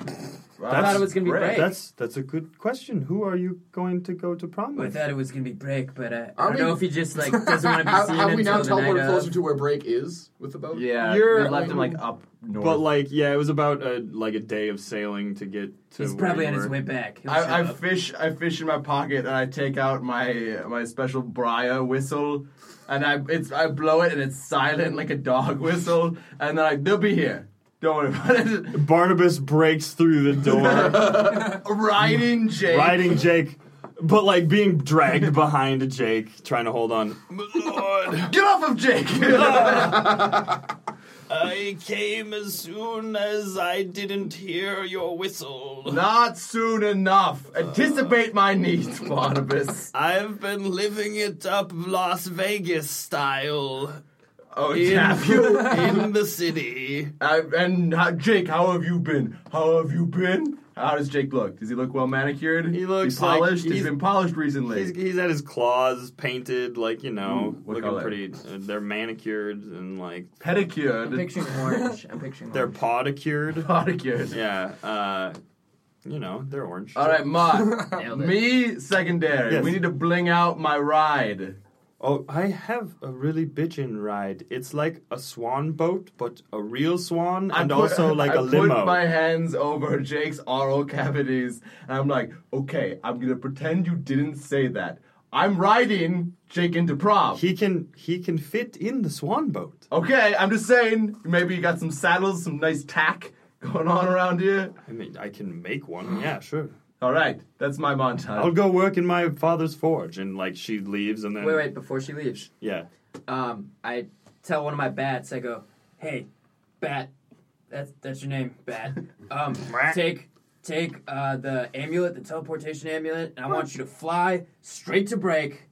S5: I
S2: That's
S5: thought it was gonna be
S3: great.
S5: break.
S2: That's that's a good question. Who are you going to go to prom
S5: I
S2: with?
S5: thought it was gonna be break, but uh, I
S4: Are
S5: don't
S4: we-
S5: know if he just like doesn't want to be
S4: Have,
S5: seen
S4: have
S5: until
S4: we now
S5: the night
S4: teleported closer
S5: of.
S4: to where break is with the boat?
S3: Yeah,
S2: You're-
S3: we left him like up north.
S2: But like, yeah, it was about a like a day of sailing to get to.
S5: He's
S2: where
S5: probably
S2: you
S5: on his
S2: were.
S5: way back. He'll show
S3: I, I
S5: up.
S3: fish. I fish in my pocket, and I take out my my special briar whistle, and I it's I blow it, and it's silent like a dog whistle, and then I they'll be here. Don't worry about it.
S2: Barnabas breaks through the door,
S3: Riding Jake.
S2: riding Jake, but like being dragged behind Jake, trying to hold on. Lord,
S3: Get off of Jake.
S2: I came as soon as I didn't hear your whistle.
S3: Not soon enough. Anticipate my needs, Barnabas.
S2: I've been living it up Las Vegas style
S3: Oh, yeah. You,
S2: in the city.
S3: I, and how, Jake, how have you been? How have you been? How does Jake look? Does he look well manicured?
S2: He looks
S3: Is
S2: like
S3: polished.
S2: he's-
S3: he's been polished recently.
S2: He's, he's had his claws painted, like, you know,
S3: Mm, what
S2: looking
S3: color?
S2: pretty. Uh, they're manicured and, like,
S3: pedicured.
S5: I'm picturing orange. I'm picturing
S2: they're
S5: orange.
S2: podicured.
S3: Pedicured.
S2: yeah, uh, you know, they're orange.
S3: All right, Ma.
S5: Nailed it.
S3: me secondary.
S2: Yes.
S3: We need to bling out my ride.
S2: Oh, I have a really bitchin' ride. It's like a swan boat, but a real swan and
S3: I put-
S2: also like
S3: I
S2: a limo.
S3: put my hands over Jake's oral cavities, and I'm like, okay, I'm gonna pretend you didn't say that. I'm riding Jake into prom.
S2: He can he can fit in the swan boat.
S3: okay, I'm just saying. Maybe you got some saddles, some nice tack going on around here.
S2: I mean, I can make one. Yeah, sure.
S3: All right, that's my montage.
S2: I'll go work in my father's forge, and like she leaves, and then
S5: Wait, wait. Before she leaves,
S2: yeah,
S5: um, I tell one of my bats. I go, "Hey, bat. That's that's your name, bat. Um, take." Take uh, the amulet, the teleportation amulet, and I want you to fly straight to break,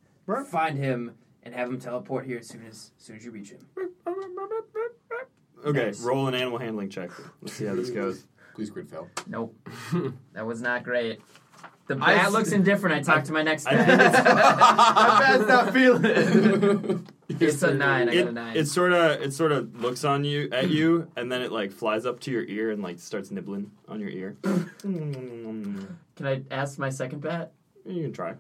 S5: find him, and have him teleport here as soon as, as soon as you reach him.
S2: okay.
S5: Nice.
S2: Roll an animal handling check. Let's see how this goes.
S4: Please grid fail.
S5: Nope. that was not great. The
S3: I
S5: bat
S3: s-
S5: looks indifferent. I talked to my next
S2: I
S5: bat.
S2: think
S5: it's,
S3: My bad's not feeling it.
S5: a nine. I got a
S2: It,
S5: nine.
S2: it sort of it sort of looks on you at you, and then it like flies up to your ear and like starts nibbling on your ear. you
S5: Can I ask my second bat?
S2: can try.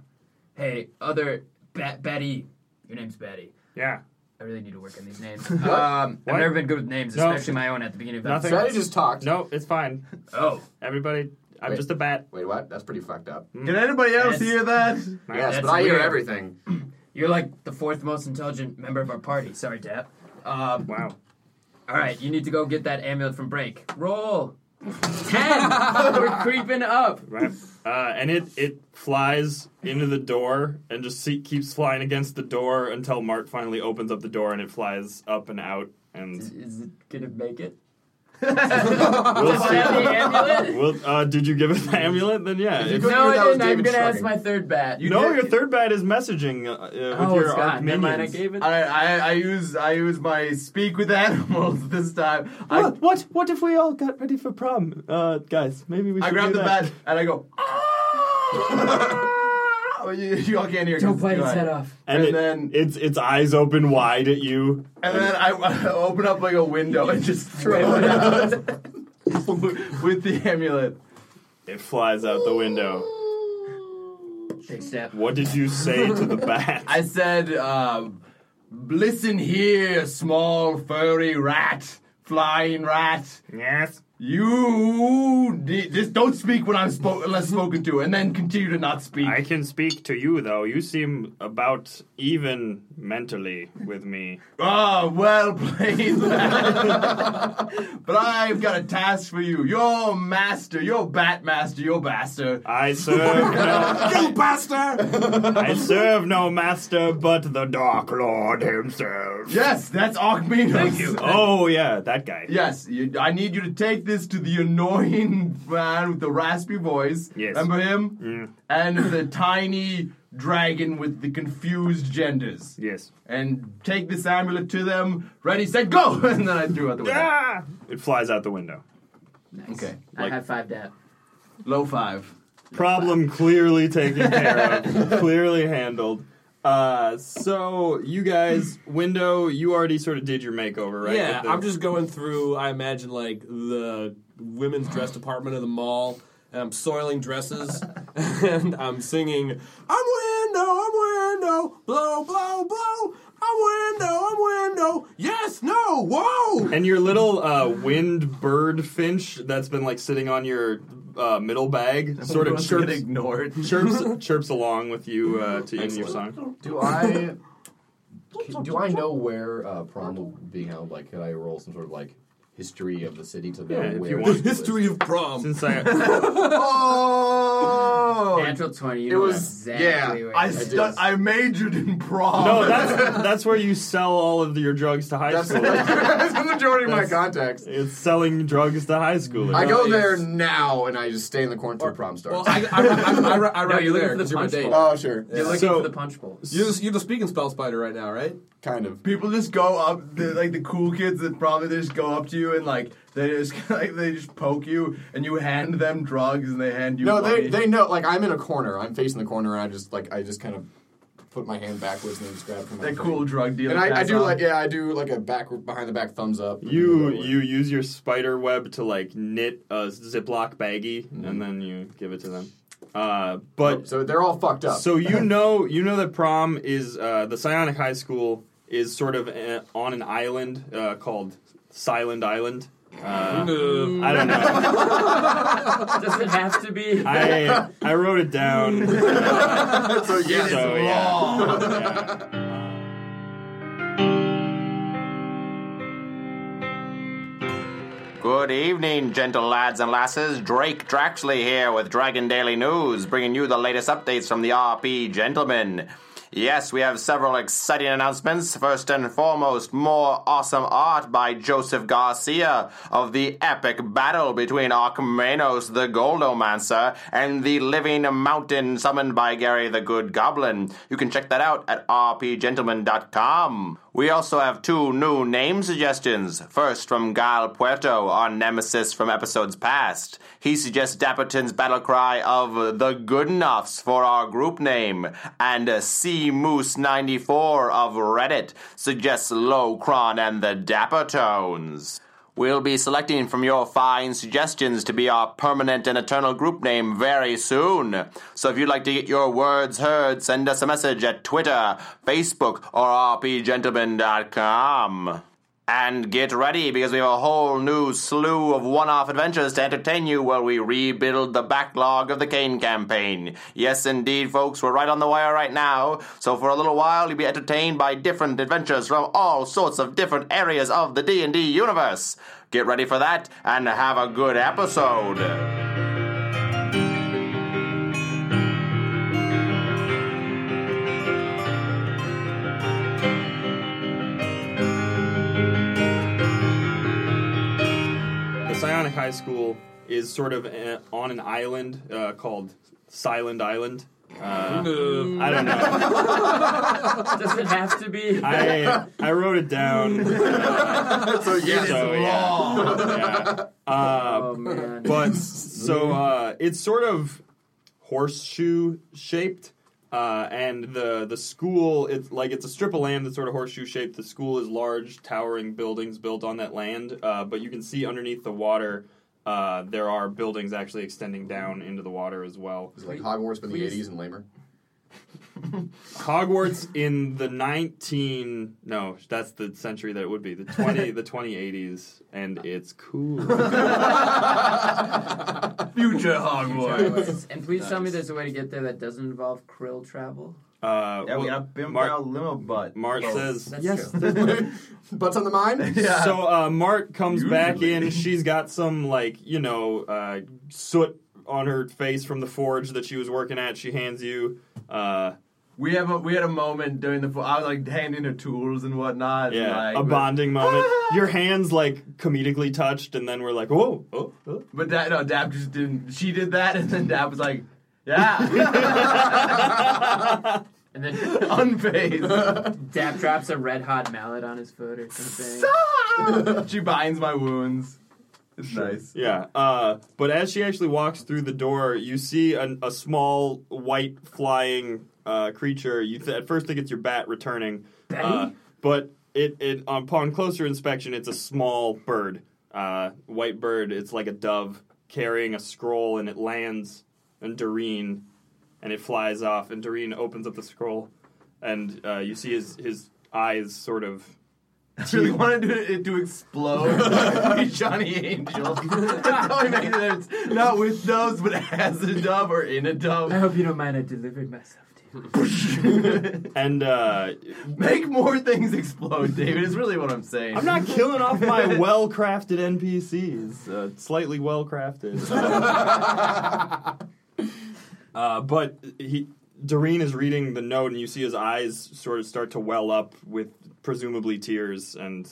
S5: Hey, other bat, Batty. Your name's Batty.
S2: Yeah.
S5: I really need to work on these names. um, I've
S2: What?
S5: never been good with names,
S2: No.
S5: especially my own at the beginning of
S2: Nothing.
S4: So I
S5: episodes.
S4: just talked.
S2: No, it's fine.
S5: Oh,
S2: Everybody, I'm
S4: Wait.
S2: just a bat.
S4: Wait, what? That's pretty fucked up.
S3: Can anybody else
S5: Yes.
S3: hear that?
S4: Yes,
S5: That's
S4: but I hear
S5: weird.
S4: everything.
S5: you're like the fourth most intelligent member of our party. Sorry, Dap. Um,
S2: Wow.
S5: all right, you need to go get that amulet from Break. Roll. Ten. We're creeping up.
S2: Right. Uh, and it it flies into the door and just see, keeps flying against the door until Mart finally opens up the door and it flies up and out.
S5: Is,
S2: And
S5: is it gonna make it?
S2: we'll
S5: Does it have the
S2: see.
S5: amulet?
S2: We'll, uh, did you give it the amulet? Then yeah.
S4: If you
S2: If-
S4: go-
S5: No, I
S4: That was
S5: didn't. I'm
S4: David
S5: gonna ask
S4: Shrugging.
S5: my third bat.
S3: You
S2: no,
S3: did-
S2: your third bat is messaging uh, uh, with
S5: oh,
S2: your
S5: it's
S2: arch
S5: gone. Never mind. I
S2: minions.
S5: gave it.
S3: I, I I use I use my speak with animals this time. I,
S2: What, what what if we all got ready for prom, uh, guys? Maybe we should
S3: I grab
S2: do
S3: the
S2: that.
S3: bat and I go. "Ah!" you, you all can't hear. 'cause
S5: Don't
S3: it's
S5: bite its
S3: quiet.
S5: head off.
S2: and,
S3: and
S2: it-
S3: then-
S2: its its eyes open wide at you.
S3: And then I, I open up like a window and just throw it out with the amulet.
S2: it flies out the window.
S5: Big step.
S2: What did you say to the bat?
S3: I said, um, "Listen here, small furry rat, flying rat.
S2: yes.
S3: You di- just don't speak when I'm spo- unless spoken to, and then continue to not speak."
S2: I can speak to you though. You seem about even mentally with me.
S3: Ah, well played, lad. but I've got a task for you. Your master, your bat master, your bastard.
S2: I serve no,
S6: You bastard!
S2: I serve no master but the Dark Lord himself.
S3: Yes, that's Archmenos. Thank
S2: Oh yeah, that guy.
S3: Yes, you, I need you to take this to the annoying man with the raspy voice.
S2: Yes.
S3: Remember him?
S2: Mm,
S3: And the tiny dragon with the confused genders.
S2: yes.
S3: And take this amulet to them. Ready, set, go! And then I threw out the window.
S2: Ah! It flies out the window.
S3: Okay.
S5: I
S2: Like-
S5: high five that.
S3: Low five.
S2: Problem clearly taken care of, clearly handled. Uh, so you guys, window, you already sort of did your makeover, right?
S1: Yeah,
S2: With the-
S1: I'm just going through. I imagine like the women's dress department of the mall, and I'm soiling dresses, and I'm singing, "I'm window, I'm window, blow, blow, blow. I'm window, I'm window. Yes, no, whoa."
S2: And your little uh, wind bird finch that's been like sitting on your uh, middle bag sort of
S3: Everyone's
S2: chirps,
S3: getting ignored.
S2: chirps chirps along with you uh, to in your song.
S4: Do I do I know where uh, prom will be held? Like, could I roll some sort of like history of the city to know
S2: Yeah, if you
S4: where
S2: want.
S4: it
S1: The
S4: is?
S1: history of prom.
S2: Since I
S3: Oh!
S5: Natural twenty. You
S4: It
S5: know
S4: was-
S5: exactly
S4: yeah,
S5: Where
S3: I,
S5: it is.
S4: did.
S3: stu- I majored in prom.
S2: no, that's that's where you sell all of your drugs to high
S4: That's,
S2: schoolers.
S4: that's the majority of my
S2: That's-
S4: contacts.
S2: It's selling drugs to high schoolers.
S4: I go
S1: it's-
S4: there now and I just stay in the corner until
S1: Or-
S4: prom starts.
S1: Well, I, I, I, I, I, I
S5: No, you're
S1: write you
S5: looking
S1: there
S5: for the
S1: 'cause you're my
S5: punch
S1: date.
S5: bowl.
S4: oh sure,
S1: Yeah.
S5: You're looking
S2: So-
S5: for the punch bowl.
S1: You're the, you're the speaking spell spider right now, right?
S4: kind of.
S3: People just go up, the, like the cool kids that probably they just go up to you and like they just like they just poke you and you hand them drugs and they hand you.
S4: No,
S3: money.
S4: they they know. Like, I'm in a corner. I'm facing the corner, and I just like I just kind of put my hand backwards and then just grab it from my.
S3: that
S4: thing.
S3: cool drug dealer.
S4: And I, I
S3: pass
S4: do
S3: on.
S4: like yeah, I do like a back behind the back thumbs up.
S2: You you use your spider web to like knit a Ziploc baggie and then you give it to them. Uh, but
S4: So they're all fucked up.
S2: So you know, you know that prom is uh, the Psionic High School is sort of uh on an island uh, called Silent Island. Uh,
S3: Mm,
S2: I don't know.
S5: Does it have to be?
S2: I I wrote it down.
S4: so yes,
S2: So,
S3: law.
S2: yeah.
S6: Good evening, gentle lads and lasses. Drake Draxley here with Dragon Daily News, bringing you the latest updates from the RP Gentlemen. Yes, we have several exciting announcements. First and foremost, more awesome art by Joseph Garcia of the epic battle between Archmanos the Goldomancer and the Living Mountain summoned by Gary the Good Goblin. You can check that out at rpgentleman.com. We also have two new name suggestions. First, from Gal Puerto on Nemesis from episodes past. He suggests Dapperton's battle cry of the Good Enoughs for our group name, and C Moose94 of Reddit suggests Lowcron and the Dappertones. We'll be selecting from your fine suggestions to be our permanent and eternal group name very soon. So if you'd like to get your words heard, send us a message at Twitter, Facebook, or rpgentleman.com. And get ready because we have a whole new slew of one off adventures to entertain you while we rebuild the backlog of the Kane campaign. Yes, indeed, folks, we're right on the wire right now. So for a little while, you'll be entertained by different adventures from all sorts of different areas of the D&D universe. Get ready for that and have a good episode.
S2: The Psionic High School is sort of a, on an island uh, called Silent Island. Uh,
S1: Uh,
S2: I don't know.
S5: Does it have to be?
S2: I uh, I wrote it down.
S4: so yes,
S2: so yeah. yeah. Uh,
S5: oh man.
S2: but so uh, it's sort of horseshoe shaped, uh, and the the school it's like it's a strip of land that's sort of horseshoe shaped. The school is large, towering buildings built on that land, uh, but you can see underneath the water. Uh, there are buildings actually extending down into the water as well.
S4: It's like Hogwarts in the
S5: Please.
S4: '80s and lamer.
S2: Hogwarts in the nineteen no, that's the century that it would be the twenty the twenty eighties, and it's cool. Uh,
S3: Future Hogwarts.
S5: and please tell me there's a way to get there that doesn't involve krill travel.
S2: Uh,
S3: yeah, we
S2: well,
S3: got Bim
S2: Mark-
S3: Brow Limo Butt. Oh.
S2: Mark says
S5: That's
S3: Yes.
S5: true.
S4: Butts on the mind.
S3: Yeah.
S2: So uh, Mart comes back
S3: Usually.
S2: in. She's got some like you know uh, soot on her face from the forge that she was working at. She hands you. Uh,
S3: We have a, we had a moment during the. I was like handing her tools and whatnot. and,
S2: yeah,
S3: like,
S2: a
S3: but-
S2: bonding moment. Your hands like comedically touched, and then we're like, oh, oh, oh.
S3: But that no, Dab just didn't. She did that, and then Dab was like, "Yeah,
S5: And then
S3: unfazed."
S5: Dap drops a red hot mallet on his foot or something.
S3: she binds my wounds. It's nice.
S2: Yeah, uh, but as she actually walks through the door, you see an, a small white flying uh, creature. You th- at first think it's your bat returning, uh,
S5: Betty?
S2: but it, it upon closer inspection, it's a small bird, uh, white bird. It's like a dove carrying a scroll, and it lands on Doreen, and it flies off. And Doreen opens up the scroll, and uh, you see his his eyes sort of
S3: I really wanted to, it to explode. like Johnny Angel. That's how he makes it. Not with doves, but as a dove or in a
S5: I
S3: dove.
S5: hope you don't mind I delivered myself to you.
S2: and uh,
S3: Make more things explode, David. Is really what I'm saying.
S2: I'm not killing off my well crafted NPCs. Uh, slightly well crafted. uh, but he, Doreen is reading the note, and you see his eyes sort of start to well up with presumably tears. And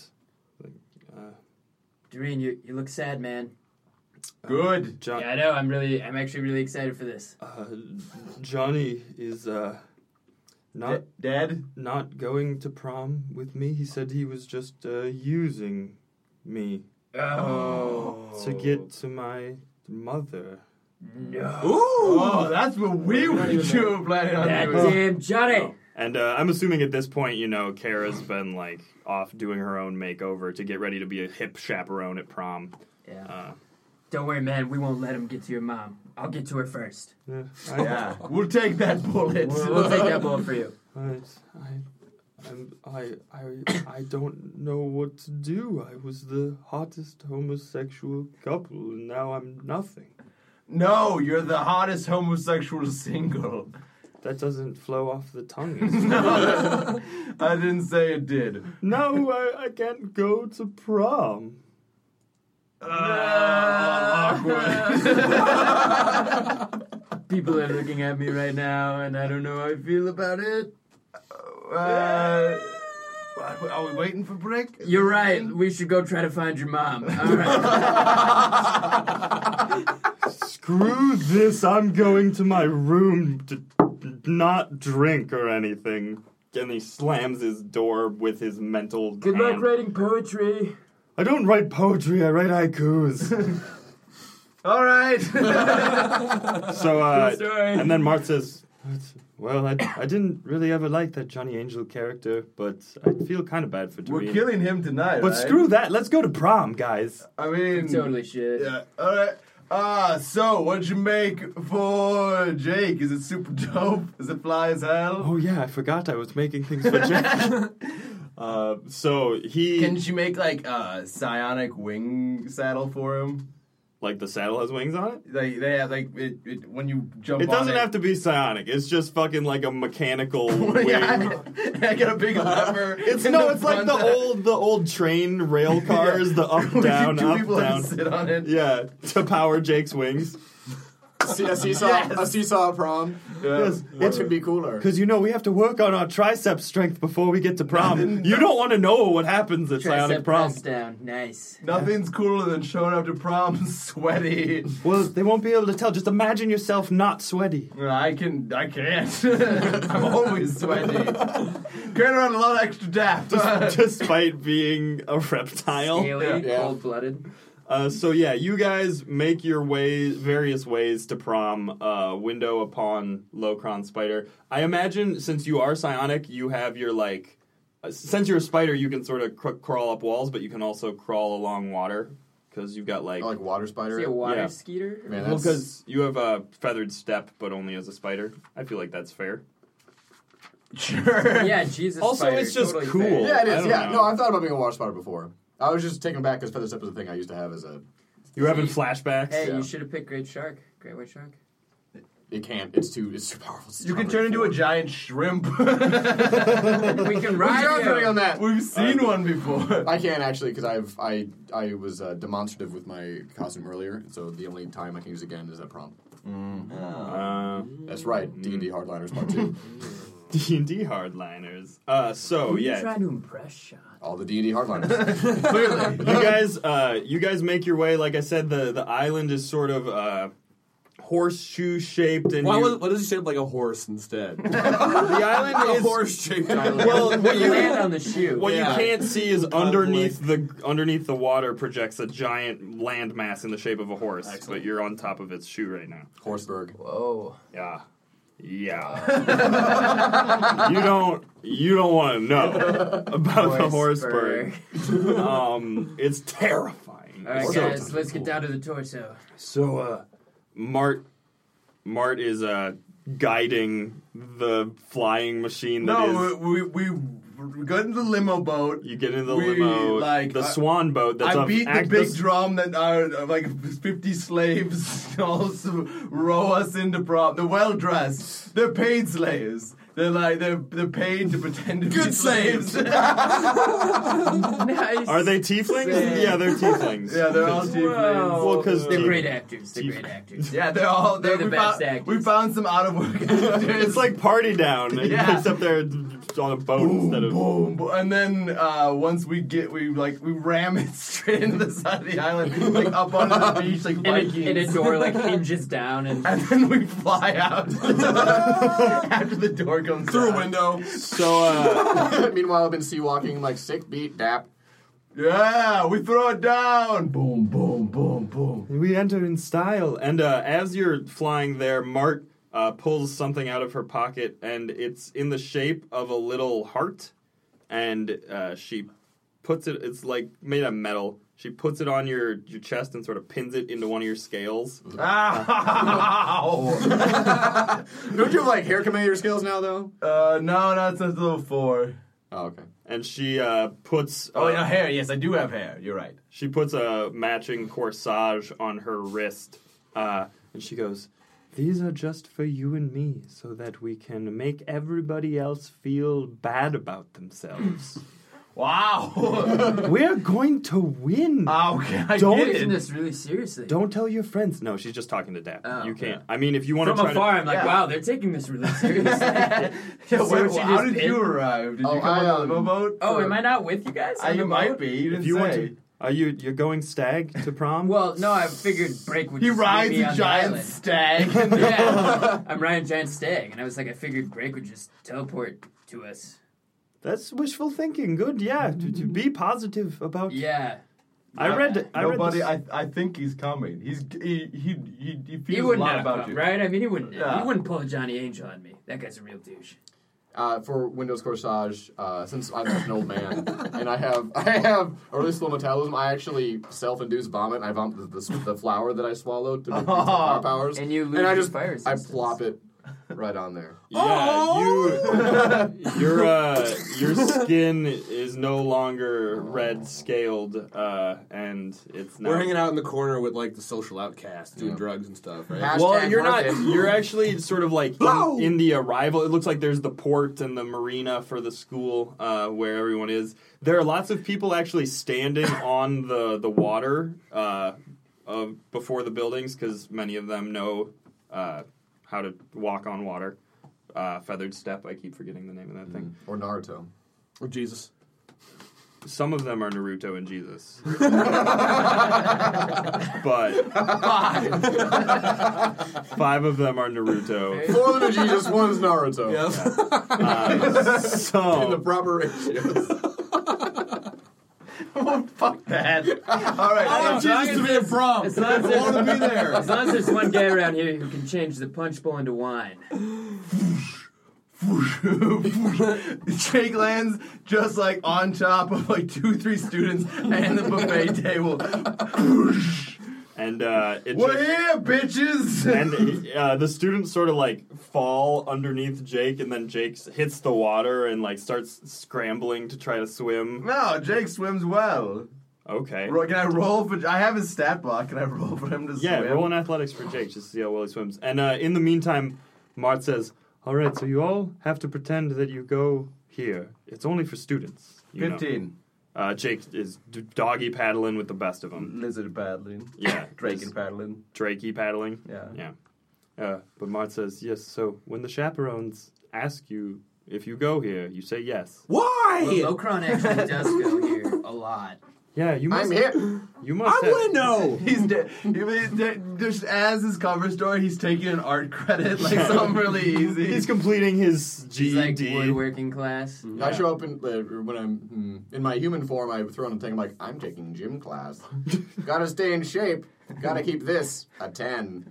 S5: Doreen, you, you look sad, man.
S3: good.
S2: Jo-
S5: Yeah, I know. I'm really, I'm actually really excited for this.
S2: uh, Johnny is uh, not
S3: D- dead.
S2: not going to prom with me. He said he was just uh, using me
S5: Oh,
S2: to get to my mother.
S5: no.
S1: Ooh.
S3: Oh, that's what we were you were planning on
S5: That
S3: doing.
S5: damn Johnny.
S2: And uh, I'm assuming at this point, you know, Kara's been like off doing her own makeover to get ready to be a hip chaperone at prom.
S5: Yeah.
S2: Uh,
S5: Don't worry, man. We won't let him get to your mom. I'll get to her first.
S2: yeah, I,
S3: Oh, Yeah, we'll take that bullet.
S5: We'll, we'll take that ball for you.
S2: I, I, I'm- I, I, I don't know what to do. I was the hottest homosexual couple, and now I'm nothing.
S3: No, you're the hottest homosexual single.
S2: That doesn't flow off the tongue.
S3: I didn't say it did.
S2: no, I, I can't go to prom.
S3: Uh,
S5: People are looking at me right now, and I don't know how I feel about it.
S3: Uh, are we waiting for break?
S5: You're right. We should go try to find your mom. All right.
S2: Screw this, I'm going to my room to not drink or anything. And he slams his door with his mental.
S5: Good luck
S2: hand.
S5: writing poetry.
S2: I don't write poetry, I write haikus.
S3: All right.
S2: so, uh.
S5: Sorry.
S2: And then Mart says, Well, I, I didn't really ever like that Johnny Angel character, but I feel kind of bad for Doreen.
S3: we're killing him tonight.
S2: But
S3: right?
S2: screw that, let's go to prom, guys.
S3: I mean,
S5: totally should.
S3: Yeah. All right. Ah, so what'd you make for Jake? Is it super dope? Is it fly as hell?
S2: Oh, yeah, I forgot I was making things for Jack. Uh, so he
S3: Can you make like a psionic wing saddle for him?
S2: like the saddle has wings on it.
S3: Like they have like it, it when you jump.
S2: It
S3: on
S2: doesn't have to be psionic. It's just fucking like a mechanical wing.
S3: I got a big lever.
S2: It's
S3: in
S2: no, it's like
S3: front
S2: the
S3: that-
S2: old the old train rail cars, the up
S3: We
S2: down
S3: two
S2: up
S3: people have to
S2: down.
S3: Sit on it.
S2: Yeah, to power Jake's wings.
S4: See, a seesaw, a seesaw prom.
S2: Yes,
S4: What should be cooler?
S2: Because you know we have to work on our tricep strength before we get to prom. you don't want to know what happens at psionic
S5: Tricep
S2: prom.
S5: press down. Nice.
S3: Nothing's cooler than showing up to prom sweaty.
S2: Well, they won't be able to tell. Just imagine yourself not sweaty.
S3: I can, I can't. I'm always sweaty. Carrying around a lot of extra daft.
S2: Despite being a reptile.
S5: Scaly,
S4: Yeah.
S5: cold blooded.
S2: Uh, so yeah, you guys make your way various ways to prom. Uh, window upon Locron spider. I imagine since you are psionic, you have your like. uh, since you're a spider, you can sort of cr- crawl up walls, but you can also crawl along water because you've got
S1: Oh,
S4: I like water spider.
S5: Is he a water
S2: Yeah.
S5: skeeter?
S4: Man,
S2: Well,
S4: that's-
S2: because you have a feathered step, but only as a spider. I feel like that's fair.
S3: sure.
S5: Yeah, Jesus.
S2: Also,
S5: spider,
S2: it's just
S5: totally
S2: cool.
S5: fair.
S4: yeah, it
S2: I
S4: is.
S2: don't
S4: Yeah,
S2: know.
S4: no, I've thought about being a water spider before. I was just taken back because feather step was a thing I used to have as a.
S2: You're having flashbacks.
S5: Hey,
S4: Yeah.
S5: you should have picked Great Shark. Great White Shark.
S4: It can't. It's too. It's too powerful. It's
S3: You
S4: too
S3: can turn into a
S4: powerful.
S3: giant shrimp.
S5: We can
S4: We're
S5: ride
S4: joking
S5: you.
S4: on that.
S3: We've seen one before.
S4: I can't actually because I've I I was uh, demonstrative with my costume earlier, so the only time I can use it again is at prom.
S2: Uh,
S4: That's right,
S5: Mm.
S4: D and D hardliners part two.
S2: D and D hardliners. Uh, so
S5: You
S2: yeah,
S5: Trying to impress Sean.
S4: All the D and D hardliners.
S3: Clearly.
S2: you guys, uh, you guys make your way. Like I said, the the island is sort of uh, horseshoe shaped, and
S1: Why,
S2: you-
S1: was, why does he shape like a horse instead?
S2: the island
S1: a
S2: is
S1: horse shaped island.
S2: Well, what
S5: You land
S2: you
S5: on the shoe.
S2: what
S1: Yeah.
S2: you can't see is underneath the underneath the water projects a giant landmass in the shape of a horse, but you're on top of its shoe right now.
S4: Horseburg.
S5: Whoa.
S2: Yeah. Yeah. you don't you don't want to know about the
S5: Horseburg.
S2: horseburg. Um it's terrifying.
S5: All right,
S2: so,
S5: guys, let's get down to the torso.
S2: so uh Mart Mart is uh guiding the flying machine that is.
S3: No, we, we we got into the limo boat.
S2: you get in the
S3: we,
S2: limo,
S3: like,
S2: the
S3: I-
S2: swan boat. That's
S3: I
S2: up-
S3: beat the
S2: act-
S3: big
S2: s-
S3: drum that our uh, like fifty slaves also row us into prom. They're well dressed. They're paid slaves. They're like they're they're paid to pretend to be
S1: Good
S3: slaves.
S1: slaves.
S3: yeah,
S5: Nice.
S2: Are they tieflings?
S5: Sick.
S2: yeah, they're tieflings.
S3: they're all cheap
S5: Wow.
S2: Well, 'cause
S5: they're
S2: team-
S5: great actors. They're
S2: team-
S5: great actors.
S3: Yeah, they're all
S5: They're the
S3: we
S5: best
S3: found,
S5: actors.
S3: We found some out of work.
S2: It's like party down,
S3: Yeah.
S2: except they're on a boat instead
S3: boom,
S2: of
S3: boom, boom. And then uh, once we get, we like we ram it straight into the side of the island, like up onto the beach, like
S5: And a, and a
S3: Vikings.
S5: door like hinges down and
S3: And then we fly out after the door comes
S1: Through a
S3: down.
S1: window.
S2: So uh,
S4: Meanwhile, I've been sea walking like sick beat dap.
S3: Yeah, we throw it down. Boom, boom, boom, boom.
S2: we enter in style, and uh, as you're flying there, Mart uh, pulls something out of her pocket, and it's in the shape of a little heart, and uh, she puts it. It's like made of metal. She puts it on your your chest and sort of pins it into one of your scales.
S3: Ow!
S4: Don't you have like hair commander skills now though?
S3: uh, no, not since level four.
S4: Oh, okay.
S2: And she uh, puts.
S3: Oh,
S2: uh,
S3: yeah, hair. Yes, I do have hair. You're right.
S2: She puts a matching corsage on her wrist, uh, and she goes, "These are just for you and me, so that we can make everybody else feel bad about themselves.
S3: Wow.
S2: We're going to win."
S5: Uh,
S3: Ah, okay, I
S2: Don't-
S3: get
S5: taking
S3: it.
S5: this really seriously.
S2: don't tell your friends. No, she's just talking to Dap.
S5: Oh.
S2: you can't. I mean, if you want
S5: From
S2: to try
S5: afar,
S2: to,
S5: I'm like,
S3: Yeah.
S5: wow, they're taking this really seriously.
S3: Yeah,
S5: So
S3: wait,
S5: she
S3: how
S5: just
S3: did you
S5: in-
S3: arrive? Did
S4: Oh,
S3: you come
S4: I,
S3: on
S4: um,
S3: the limo boat?
S5: oh,
S3: or-
S5: am I not with you guys?
S3: Uh,
S5: on
S3: you
S5: the
S3: might
S5: boat?
S3: be. You didn't
S2: if you
S3: say.
S2: want to, are you you're going stag to prom?
S5: Well, no, I figured break would
S3: He
S5: just leave
S3: rides
S5: me
S3: a
S5: on
S3: giant
S5: the island.
S3: stag.
S5: yeah, I'm riding a giant stag, and I was like, I figured break would just teleport to us.
S2: that's wishful thinking. Good, yeah. To, to be positive about.
S5: Yeah,
S2: I read. I read
S3: Nobody.
S2: this-
S3: I, I think he's coming. He's he he he, he feels
S5: he
S3: a
S5: wouldn't
S3: lot
S5: have
S3: about
S5: come,
S3: you.
S5: right? I mean, he wouldn't.
S3: Yeah.
S5: He wouldn't pull a Johnny Angel on me. That guy's a real douche.
S4: Uh, for Windows Corsage, uh, since I'm an old man and I have I have a really slow metabolism, I actually self-induce vomit. And I vomit the, the, the flour that I swallowed to make these power powers,
S5: And you lose
S4: I
S5: your
S4: just
S5: fire
S4: I
S5: resistance.
S4: plop it right on there.
S2: Yeah, you, your uh, your skin is no longer red scaled, uh, and it's now
S1: We're hanging out in the corner with like the social outcasts doing drugs and stuff, right?
S4: Hashtag
S2: Well, you're not.
S4: market.
S2: You're actually sort of like
S1: Blow!
S2: in, in the arrival. It looks like there's the port and the marina for the school uh, where everyone is. There are lots of people actually standing on the the water uh, of before the buildings because many of them know uh, how to walk on water. Uh, feathered step. I keep forgetting the name of that thing.
S4: Or Naruto.
S1: Or Oh, Jesus.
S2: Some of them are Naruto and Jesus, but five of them are Naruto.
S4: Four of them are Jesus, one is Naruto.
S2: Uh,
S4: In the
S2: so
S4: proper ratios.
S3: Well, Oh, fuck that. All right.
S1: Oh,
S5: I want Jesus to be a
S3: prom.
S5: As long as there's-
S3: want to be there.
S5: As long as there's one guy around here who can change the punch bowl into wine.
S3: Jake lands just like on top of like two, three students and the buffet table.
S2: and uh, it
S3: We're
S2: just,
S3: here, bitches.
S2: and uh, the students sort of like fall underneath Jake, and then Jake s- hits the water and like starts scrambling to try to swim.
S3: no, Jake swims well.
S2: Okay,
S3: Ro- Can I roll for? I have his stat block. Can I roll for him to
S2: yeah,
S3: swim?
S2: roll an athletics for Jake just to see how well he swims. And uh, in the meantime, Mart says, "All right, so you all have to pretend that you go here. It's only for students." you know."
S3: Fifteen.
S2: Uh, Jake is d- doggy paddling with the best of them.
S3: Lizard paddling.
S2: Yeah,
S3: Draken
S2: just
S3: paddling.
S2: Drakey paddling.
S3: Yeah.
S2: Yeah. Uh, but Mart says, yes, so when the chaperones ask you if you go here, you say yes.
S5: Well,
S1: Why?
S5: Locron actually does go here a lot.
S2: Yeah, you
S4: I'm
S2: must.
S4: here.
S2: You must.
S1: I
S2: have-
S1: want to know.
S3: He's de- he- he's de- just as his cover story, he's taking an art credit, like something really easy.
S2: He's completing his E
S5: He's like
S2: GED.
S5: woodworking class.
S4: I show up in uh, when I'm mm, in my human form. I throw on a thing. I'm like, I'm taking gym class. Gotta stay in shape. Gotta keep this a ten.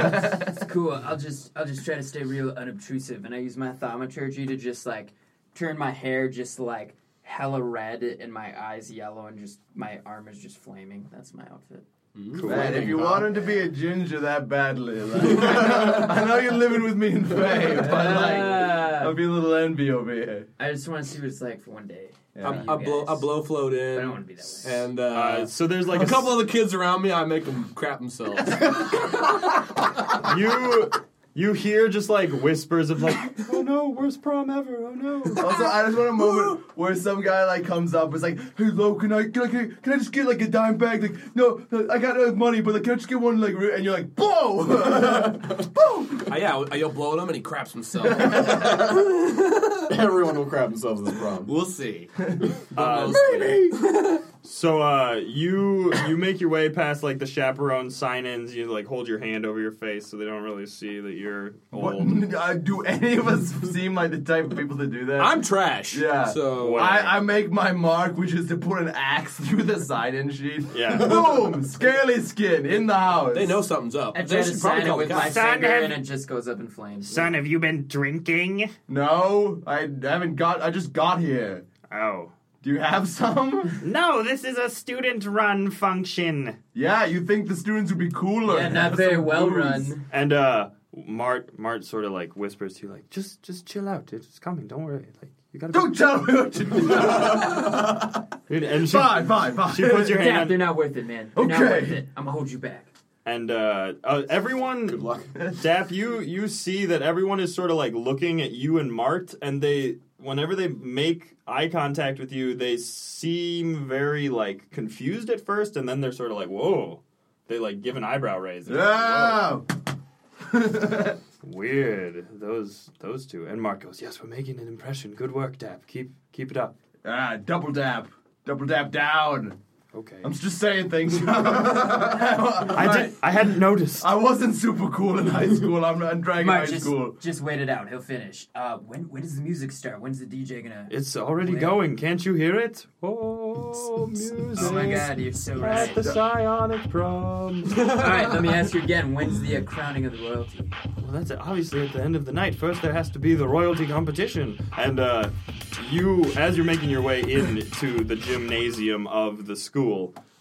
S5: It's cool. I'll just I'll just try to stay real unobtrusive, and I use my thaumaturgy to just like turn my hair just like hella red and my eyes yellow, and just my arm is just flaming. That's my outfit.
S3: Man, if you
S4: Huh?
S3: want him to be a ginger that badly, like, I know you're living with me in fame, but like, I'll
S5: Ah.
S3: be a little envy over here.
S5: I just want to see what it's like for one day.
S3: Yeah.
S5: For you
S1: I blow, I
S5: guys.
S1: blow float in.
S5: But I don't want to be that way.
S1: And uh,
S2: Uh, so there's like
S1: a couple of the kids around me, I make them crap themselves.
S2: of you. You hear just like whispers of like, oh no, worst prom ever. Oh no.
S3: Also, I just want a moment where some guy like comes up, is like, "Hey, Lo, can I can I, can I, can I just get like a dime bag? Like, no, no, I got uh, money, but like, can I just get one? Like, re-" and you're like, "Whoa, boom!"
S1: uh, yeah, I- you'll blow at him and he craps himself.
S4: Everyone will crap themselves in this prom.
S1: we'll see.
S2: Uh, So uh, you you make your way past like the chaperone sign-ins. You like hold your hand over your face so they don't really see that you're
S3: What,
S2: old.
S3: uh, do any of us seem like the type of people to do that?
S1: I'm trash.
S3: Yeah.
S1: So
S2: What?
S3: I, I make my mark, which is to put an axe through the sign-in sheet.
S2: Yeah.
S3: Boom! Scaly skin in the house.
S1: they know something's up.
S5: I
S1: They
S5: try to
S1: should
S5: sign
S1: probably
S5: it
S1: call the
S5: with my
S1: cops.
S2: Sign
S5: finger,
S2: him.
S5: and it just goes up in flames.
S2: have you been drinking?
S3: No, I haven't got. I just got here.
S2: Oh.
S3: Do you have some?
S2: No, this is a student run function.
S3: yeah, you think the students would be cooler?
S5: yeah, not
S3: Have
S5: very
S3: some
S5: well
S3: booze.
S5: run.
S2: And uh Mart Mart sort of like whispers to you like just just chill out. It's coming. Don't worry. Like you got to
S3: Don't tell me what to do.
S2: And she,
S3: fine, fine, fine.
S2: she puts your
S5: Yeah,
S2: hand
S5: they're
S2: on,
S5: not worth it, man. They're not
S3: Okay.
S5: worth it. I'm gonna hold you back.
S2: and uh, uh everyone
S4: Good luck.
S2: Daph, you you see that everyone is sort of like looking at you and Mart, and they whenever they make eye contact with you, they seem very like confused at first, and then they're sort of like, "Whoa!" They like give an eyebrow raise. They're like,
S3: Yeah.
S2: "Whoa, weird. Those those two. And Mart goes, "Yes, we're making an impression. Good work, Dap. Keep keep it up."
S3: ah, double dab, double dab down.
S2: Okay.
S3: I'm just saying things. I
S2: I did. I hadn't noticed.
S3: I wasn't super cool in high school. I'm, I'm dragging
S5: Mark,
S3: high
S5: just,
S3: school.
S5: just wait it out. He'll finish. Uh, when when does the music start? When's the DJ gonna?
S2: It's already going. Can't you hear it? Oh, music.
S5: Oh my god, you're so right.
S2: At the psionic prom.
S5: All right, let me ask you again. When's the uh, crowning of the royalty?
S2: Well, that's it. obviously at the end of the night. First, there has to be the royalty competition. And uh, you, as you're making your way into the gymnasium of the school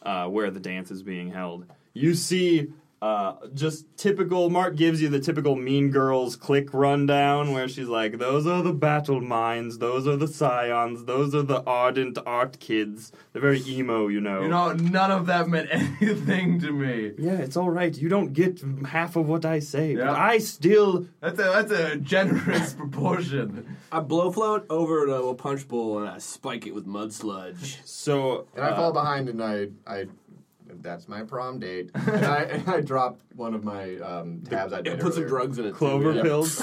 S2: uh, where the dance is being held, you see Uh, just typical. Mark gives you the typical Mean Girls click rundown where she's like, "Those are the battle minds. Those are the scions. Those are the ardent art kids. They're very emo, you know."
S3: You know, none of that meant anything to me.
S2: yeah, it's all right. You don't get half of what I say,
S3: Yeah.
S2: but I still
S3: That's a that's a generous proportion.
S1: I blow float over to a punch bowl and I spike it with mud sludge.
S2: so.
S4: And I
S2: uh,
S4: fall behind, and I, I, that's my prom date. And I, and I drop one of my um, tabs. I did
S1: It put some
S4: earlier.
S1: drugs in it. too,
S2: clover
S1: yeah.
S2: pills.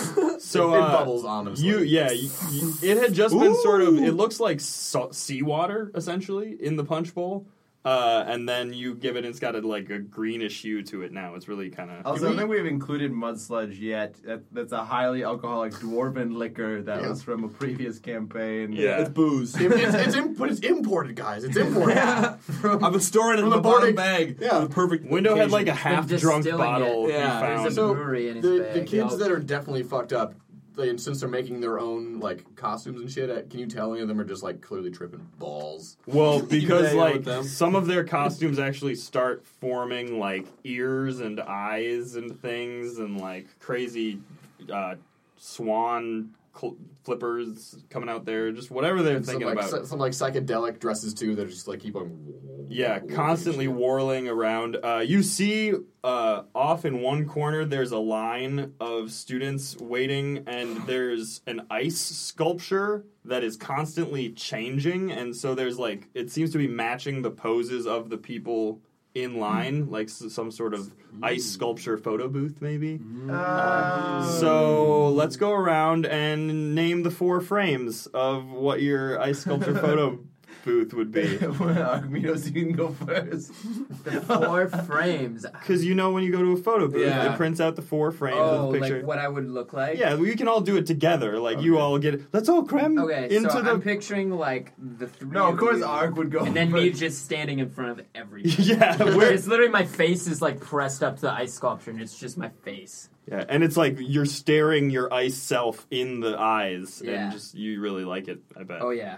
S2: So
S4: it
S2: uh,
S4: bubbles on them.
S2: You yeah, you, you- it had just been sort of. It looks like salt, seawater essentially in the punch bowl, uh, and then you give it. and It's got a, like a greenish hue to it now. It's really kind
S4: Oh,
S2: of.
S3: Also, I don't think we've included mud sludge yet. That, that's a highly alcoholic dwarven liquor that
S4: Yeah.
S3: was from a previous campaign.
S2: Yeah.
S1: It's booze.
S4: it's, it's, im- but it's imported, guys. It's imported.
S1: I've been storing it
S4: From
S1: in
S4: the
S1: the, bottom
S4: boarding-
S1: bag.
S4: yeah.
S1: for The perfect
S2: Window had like a
S1: occasion.
S2: half drunk
S5: distilling
S2: bottle.
S5: it.
S2: he
S1: Yeah,
S2: found.
S5: there's
S4: So
S5: brewery in his
S4: the,
S5: bag.
S4: the kids
S5: Y'all-
S4: that are definitely fucked up, they, and since they're making their own like costumes and shit, uh, can you tell any of them are just like clearly tripping balls?
S2: Well, because
S1: hang out with
S2: like
S1: them.
S2: some of their costumes actually start forming like ears and eyes and things and like crazy uh, swan cl- flippers coming out there, just whatever they're
S4: And some
S2: thinking
S4: like
S2: about.
S4: psy- some like psychedelic dresses too that are just like keep on.
S2: yeah, constantly whirling around. Uh, you see uh, off in one corner, there's a line of students waiting, and there's an ice sculpture that is constantly changing. And so there's like, it seems to be matching the poses of the people in line, like s- some sort of ice sculpture photo booth, maybe.
S3: Hmm. Ah, Uh,
S2: So let's go around and name the four frames of what your ice sculpture photo booth would be.
S3: Arminos, you can go first.
S5: four frames.
S2: Because you know when you go to a photo booth,
S1: Yeah.
S2: it prints out the four frames
S5: Oh,
S2: of the picture.
S5: like what I would look like.
S2: yeah, we can all do it together. Like you all get it. Let's all cram
S5: Okay,
S2: into
S5: so
S2: the.
S5: I'm picturing like the three.
S3: No, of course,
S5: you,
S3: Arg would go.
S5: And then me
S3: first.
S5: just standing in front of everything.
S2: yeah, where,
S5: it's literally my face is like pressed up to the ice sculpture, and it's just my face.
S2: yeah, and it's like you're staring your ice self in the eyes,
S5: Yeah.
S2: and just you really like it. I bet.
S5: Oh yeah,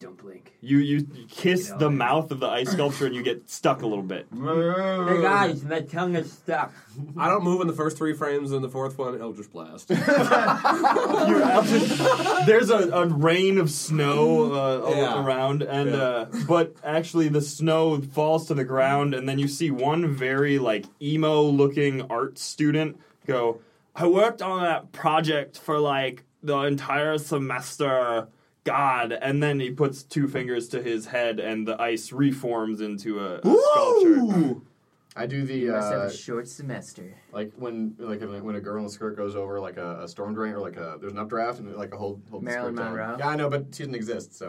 S5: don't blink.
S2: You you kiss
S5: You know,
S2: the
S5: I-
S2: mouth of the ice sculpture, and you get stuck a little bit.
S5: Hey guys, my tongue is stuck.
S1: I don't move in the first three frames, and the fourth one, Eldritch Blast.
S2: You're out to- there's a, a rain of snow uh, all
S1: Yeah.
S2: around, and
S1: Yeah.
S2: uh, but actually the snow falls to the ground, and then you see one very like emo looking art student go. I worked on that project for like the entire semester. God, and then he puts two fingers to his head, and the ice reforms into a, a sculpture.
S1: Ooh!
S4: I do the
S5: Must have
S4: uh,
S5: a short semester.
S4: like when like when a girl in a skirt goes over like a, a storm drain or like a there's an updraft and like a whole, whole
S5: Marilyn Monroe.
S4: Yeah, I know, but she doesn't exist. So,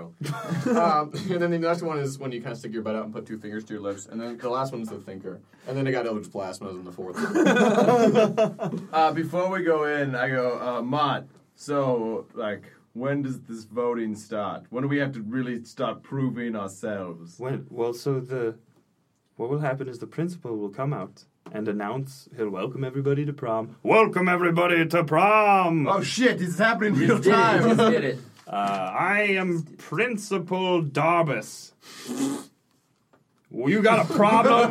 S4: um, and then the next one is when you kind of stick your butt out and put two fingers to your lips, and then the last one is the thinker, and then I got Eldritch Blast when I was in the fourth. one.
S3: Uh, before we go in, I go, uh, Mott, so, like, when does this voting start? When do we have to really start proving ourselves?
S2: When, well, so the what will happen is the principal will come out and announce he'll welcome everybody to prom. Welcome everybody to prom.
S3: Oh shit, this is happening in real
S5: Did it?
S3: time!
S5: Just did it.
S2: Uh, I am Principal Darbus. Well, you got a problem,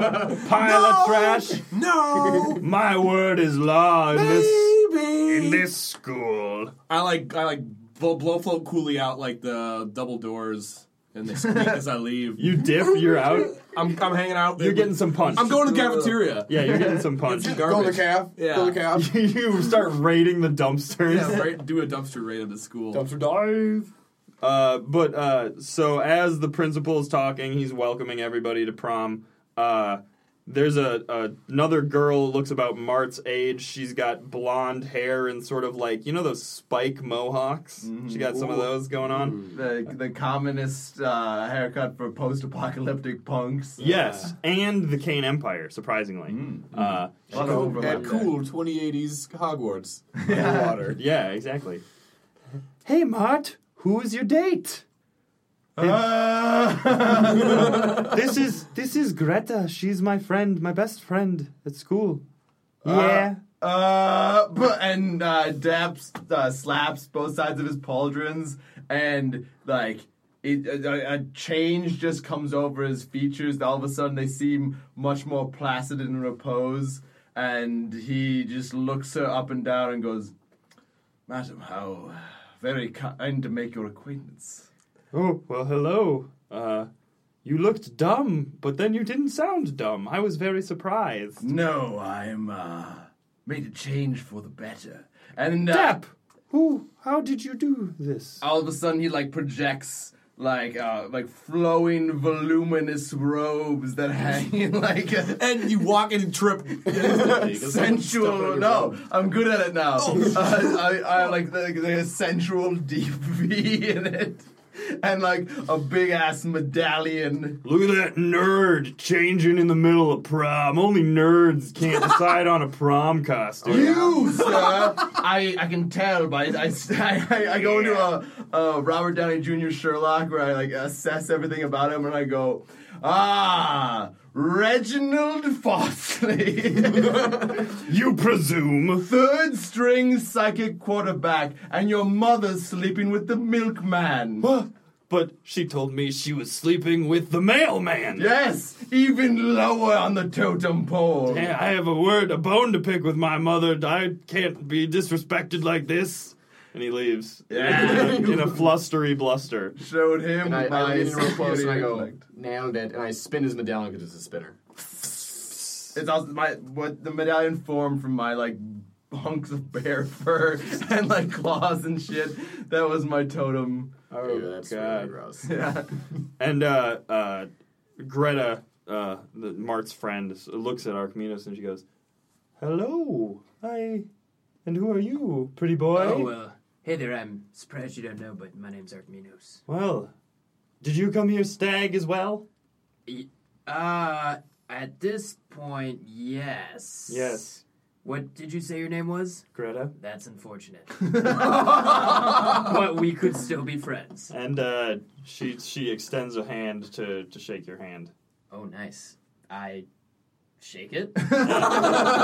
S2: pile of trash.
S1: No,
S2: My word is law in this
S1: baby.
S2: in this school.
S1: I like I like blow, blow float coolly out like the double doors, and they squeak as I leave.
S2: You dip, you're out.
S1: I'm I'm hanging out.
S2: You're getting some punch.
S1: I'm going to the cafeteria.
S2: Yeah, you're getting some punch.
S4: Go to the
S1: Garbage.
S4: calf.
S1: Yeah.
S4: Go to the calf.
S2: you start raiding the dumpsters.
S1: Yeah, right, do a dumpster raid at the school.
S4: Dumpster dive.
S2: Uh, but uh, so as the principal's talking, he's welcoming everybody to prom. Uh, there's a, a another girl looks about Mart's age. She's got blonde hair and sort of like you know those spike mohawks. She got some of those going on.
S3: The, the communist uh, haircut for post apocalyptic punks.
S2: Yes, and the Kane Empire, surprisingly. Uh,
S3: A lot of overlap
S4: And
S3: there.
S4: cool 2080s Hogwarts. yeah. Water.
S2: yeah, exactly. Hey, Mart, who's your date?
S3: Ah!
S2: this is this is Greta. She's my friend, my best friend at school. Yeah.
S3: Uh, but, and uh, Daps uh, slaps both sides of his pauldrons, and like it, a, a change just comes over his features. All of a sudden, they seem much more placid and repose. and he just looks her up and down and goes, "Madam, how very kind to make your acquaintance."
S2: Oh, well, hello. Uh, you looked dumb, but then you didn't sound dumb. I was very surprised.
S3: No, I'm uh, made a change for the better. And uh,
S2: Dap! Who? How did you do this?
S3: all of a sudden he like projects like uh like flowing voluminous robes that hang in, like a
S1: And you walk in and trip.
S3: sensual no i'm good at it now uh, I, I like the, the sensual deep v in it and like a big ass medallion
S2: Look at that nerd changing in the middle of prom. Only nerds can't decide on a prom costume.
S3: you sir i i can tell by i i, I, I go into a, a robert downey jr sherlock where i like assess everything about him and i go ah reginald fossley
S2: You presume.
S3: third string psychic quarterback, and your mother's sleeping with the milkman.
S2: But she told me she was sleeping with the mailman.
S3: Yes, even lower on the totem pole.
S2: Hey, I have a word, a bone to pick with my mother. I can't be disrespected like this. And he leaves in, a, in a flustery bluster.
S3: Showed him
S4: And I,
S3: my
S4: I lean in real close and I
S3: superior
S4: go,
S3: intellect.
S4: nailed it. And I spin his medallion because it's a spinner.
S3: It's also my what the medallion formed from my like hunks of bear fur and like claws and shit. That was my totem.
S2: Oh,
S4: Ew, that's really gross.
S3: Yeah.
S2: And uh, uh, Greta, uh, the, Mart's friend, s- looks at Archminos and she goes, Hello. Hi. And who are you, pretty boy?
S5: Oh, well. Hey there, I'm surprised you don't know, but my name's Archminos.
S2: well, did you come here stag as well?
S5: Y- Uh, at this point, yes.
S2: Yes,
S5: What did you say your name was?
S2: Greta.
S5: That's unfortunate. but we could still be friends.
S2: And uh, she she extends a hand to, to shake your hand.
S5: Oh, nice. I shake it.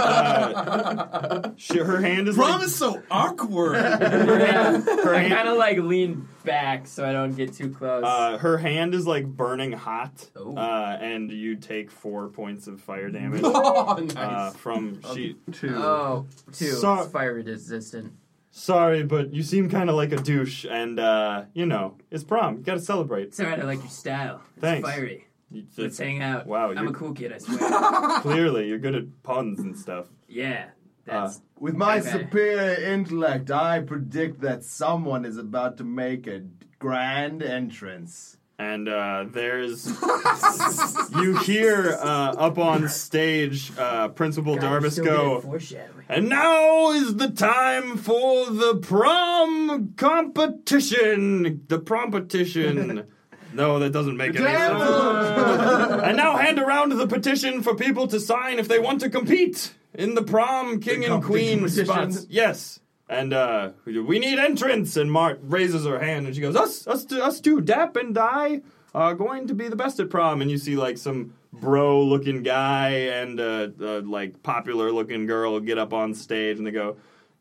S2: Uh, She, her hand is
S1: Prom
S2: like-
S1: is so awkward.
S5: I kind of like lean back so I don't get too close.
S2: Uh, her hand is like burning hot,
S5: Oh.
S2: uh, and you take four points of fire damage
S1: oh,
S2: uh,
S1: nice.
S2: from she.
S3: Two.
S5: oh, two.
S2: So-
S5: It's fire resistant.
S2: Sorry, but you seem kind of like a douche, and uh, you know it's prom. You gotta celebrate.
S5: It's alright, I like your style. It's
S2: Thanks.
S5: fiery.
S2: You-
S5: Let's hang out.
S2: Wow,
S5: I'm
S2: you're-
S5: a cool kid, I swear.
S2: Clearly, you're good at puns and stuff.
S5: yeah.
S2: Uh,
S5: That's.
S3: With my
S5: Okay.
S3: superior intellect, I predict that someone is about to make a grand entrance.
S2: And uh, there's you hear uh, up on stage, uh, Principal
S5: God, you're
S2: Darvis
S5: so
S2: go.
S5: good at foreshadowing.
S2: And now is the time for the prom competition. The prompetition. No, that doesn't make any sense. and now hand around the petition for people to sign if they want to compete in the prom king and
S3: competition
S2: queen
S3: petition.
S2: spots. Yes. And uh, we need entrance. And Mart raises her hand and she goes, "Us, us, t- us two, Dap and I are going to be the best at prom." And you see like some bro-looking guy and a, a like popular-looking girl get up on stage and they go,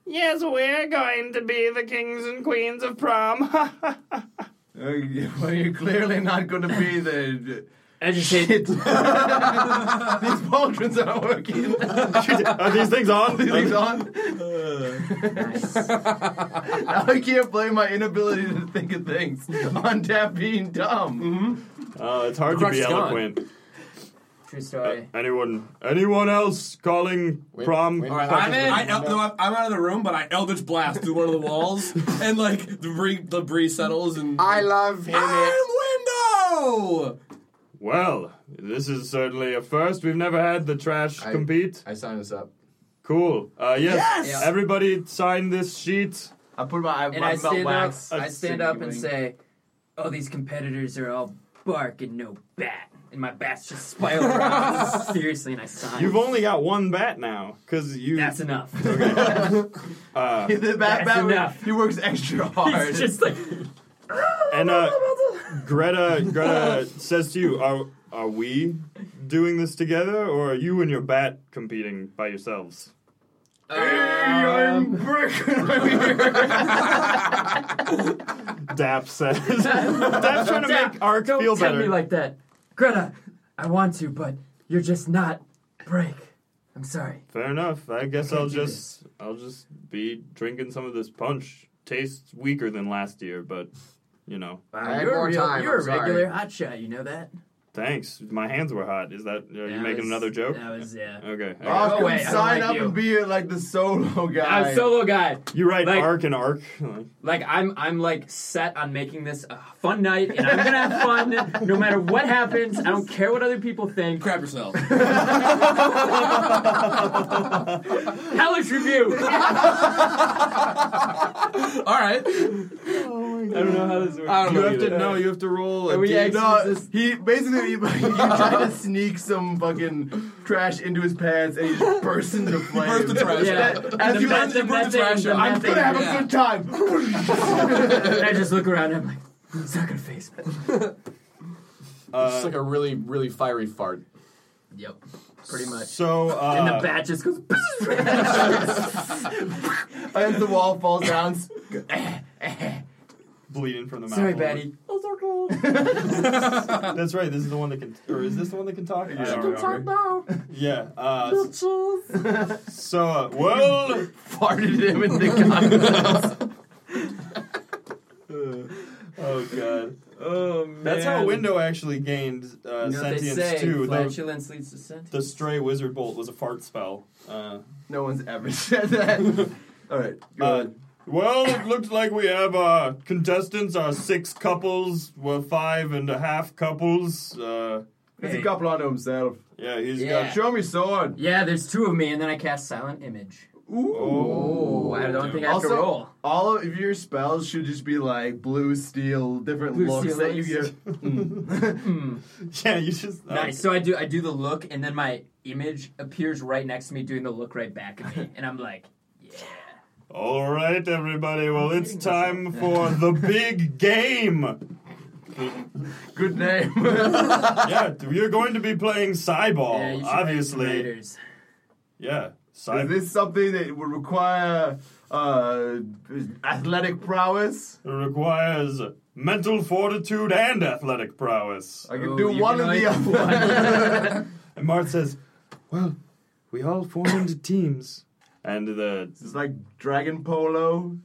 S2: "Yes, we're going to be the kings and queens of prom."
S3: Uh, well, you're clearly not going to be the.
S5: Educate.
S3: These pauldrons aren't working.
S2: are these things on?
S3: These things on. Now I can't blame my inability to think of things on tap being
S5: Mm-hmm.
S3: dumb.
S2: Oh, it's hard to
S1: Crux
S2: be
S1: is gone.
S2: eloquent.
S5: True story.
S2: Uh, Anyone? Anyone else calling prom?
S4: wait.
S1: All right,
S4: I'm
S1: I'm
S4: in.
S1: I, el- no, I'm- I'm out of the room, but I eldritch blast through one of the walls, and like the bree, the bree settles, and
S4: I love him.
S1: I'm window.
S2: Well, this is certainly a first. We've never had the trash
S4: I-
S2: compete.
S4: I sign this up.
S2: Cool. Uh, yes.
S1: Yes!
S2: Everybody sign this sheet.
S3: I put my,
S5: And
S3: my
S5: I
S3: melt
S5: stand up.
S3: wax.
S5: I stand up and
S3: Singling.
S5: say, "Oh, these competitors are all bark and no bat." And my bats just spiral around seriously, and I sign.
S2: You've only got one bat now, because you.
S5: That's enough.
S2: uh,
S3: The bat,
S5: That's
S3: bat,
S5: enough.
S3: He works extra hard.
S5: it's just like
S2: and uh, Greta, Greta says to you, "Are are we doing this together, or are you and your bat competing by yourselves?"
S3: I'm broken over here.
S2: Dap says. Dap's trying to
S5: Dap,
S2: make Ark
S5: don't
S2: feel
S5: tell
S2: better.
S5: me like that, Greta. I want to, but you're just not break. I'm sorry.
S2: Fair enough. I guess I'll
S5: can't do
S2: just I'll just be drinking some of this punch. Tastes weaker than last year, but you know.
S5: Wow,
S4: I had
S5: you're a
S4: more
S5: real,
S4: time,
S5: You're
S4: I'm
S5: a
S4: sorry.
S5: regular hotshot. You know that.
S2: Thanks. My hands were hot. Is that are you
S5: That
S2: making
S5: was-
S2: another joke?
S5: That was yeah.
S2: Okay. I
S5: Oh,
S2: guess.
S3: Ark
S5: wait, I
S3: can
S5: don't
S3: sign
S5: like
S3: up
S5: you.
S3: and be like the solo guy.
S5: I'm solo guy.
S2: You're right,
S5: Like-
S2: arc and arc.
S5: Like I'm, I'm like set on making this a fun night, and I'm gonna have fun no matter what happens. I don't care what other people think.
S1: Crap yourself.
S5: Hellish review.
S1: All right.
S5: I don't know how this works.
S1: I don't
S2: You
S1: know
S2: have to
S1: either.
S2: know, you have to roll a
S5: Are we
S2: D-
S5: actually
S3: No,
S5: just-
S3: he basically he, he tried to sneak some fucking trash into his pants and he just burst into flames.
S1: Burst the trash
S5: Yeah.
S1: out.
S5: And
S1: As
S5: the
S1: you
S5: method-
S1: learn to burn
S5: method-
S1: the trash
S5: the
S1: out.
S3: I'm gonna have
S1: Yeah.
S3: a good time.
S5: And I just look around and I'm like, it's not gonna face me.
S4: it's
S2: uh,
S4: like a really, really fiery fart.
S5: Yep, pretty much.
S2: So uh,
S5: and the bat just goes.
S3: and the wall falls down.
S2: bleeding from the mouth.
S5: Sorry, Batty.
S2: That's right. This is the one that can, or is this the one that can talk? I don't know. Yeah. Uh, s- so, uh, well,
S3: Farted him in the contest.
S2: oh god,
S5: Oh man.
S2: that's how Window actually gained uh,
S5: You know what they
S2: sentience
S5: say?
S2: too. The,
S5: Flatulence leads to sentience.
S2: the stray wizard bolt was a fart spell. Uh,
S3: No one's ever said that. All right, go
S2: uh,
S3: on.
S2: well, it looked like we have uh, contestants are six couples, well, five and a half couples. Uh,
S3: There's
S5: Hey.
S3: a couple onto himself.
S2: yeah, he's
S5: Yeah.
S2: got.
S3: Show me sword.
S5: Yeah, there's two of me, and then I cast silent image.
S3: Ooh.
S5: Oh, I don't think I have to
S3: Also,
S5: roll.
S3: all of your spells should just be like blue steel, different
S5: Blue
S3: looks
S5: steel
S3: that you
S5: looks.
S3: get. Mm.
S2: Yeah, you just uh,
S5: Nice. So I do I do the look, and then my image appears right next to me doing the look right back at me, and I'm like, yeah.
S2: All right, everybody. Well, it's time for the big game.
S3: Good name.
S2: yeah, you're going to be playing
S1: Oh,
S2: Cyball,
S5: yeah you should write
S2: obviously.
S5: some writers.
S2: Yeah,
S3: Is
S2: Cyball
S3: this something that would require uh, athletic prowess?
S2: requires mental fortitude and athletic prowess.
S3: I can
S5: Oh,
S3: do
S5: you
S3: one
S5: can
S3: of the
S5: only do
S3: other.
S2: And Mart says, "Well, we all form into teams." And the
S3: it's like dragon polo.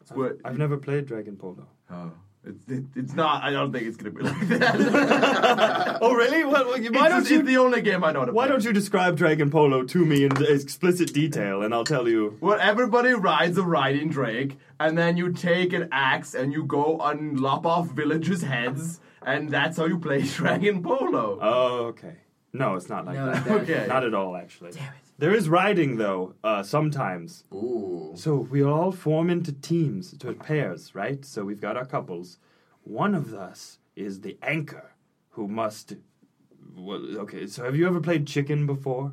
S3: It's what?
S2: I've never played Dragon Polo.
S3: Oh, it's, it, it's not. I don't think it's gonna be like that.
S2: oh, really? Well, well, you- why
S3: It's-
S2: don't
S3: it's
S2: you?
S3: the only game I know. how to
S2: why
S3: play.
S2: don't you describe Dragon Polo to me in explicit detail, and I'll tell you.
S3: Well, everybody rides a riding drake, and then you take an axe and you go and lop off villagers' heads, and that's how you play dragon polo.
S1: Uh,
S2: Oh, okay. No, it's not like
S5: No,
S2: that.
S5: that-
S3: Okay.
S2: Not at all, actually.
S5: Damn it.
S2: There is riding though, uh, sometimes.
S4: Ooh.
S2: So we all form into teams, to pairs, right? So we've got our couples. One of us is the anchor, who must. Well, okay. So have you ever played chicken before?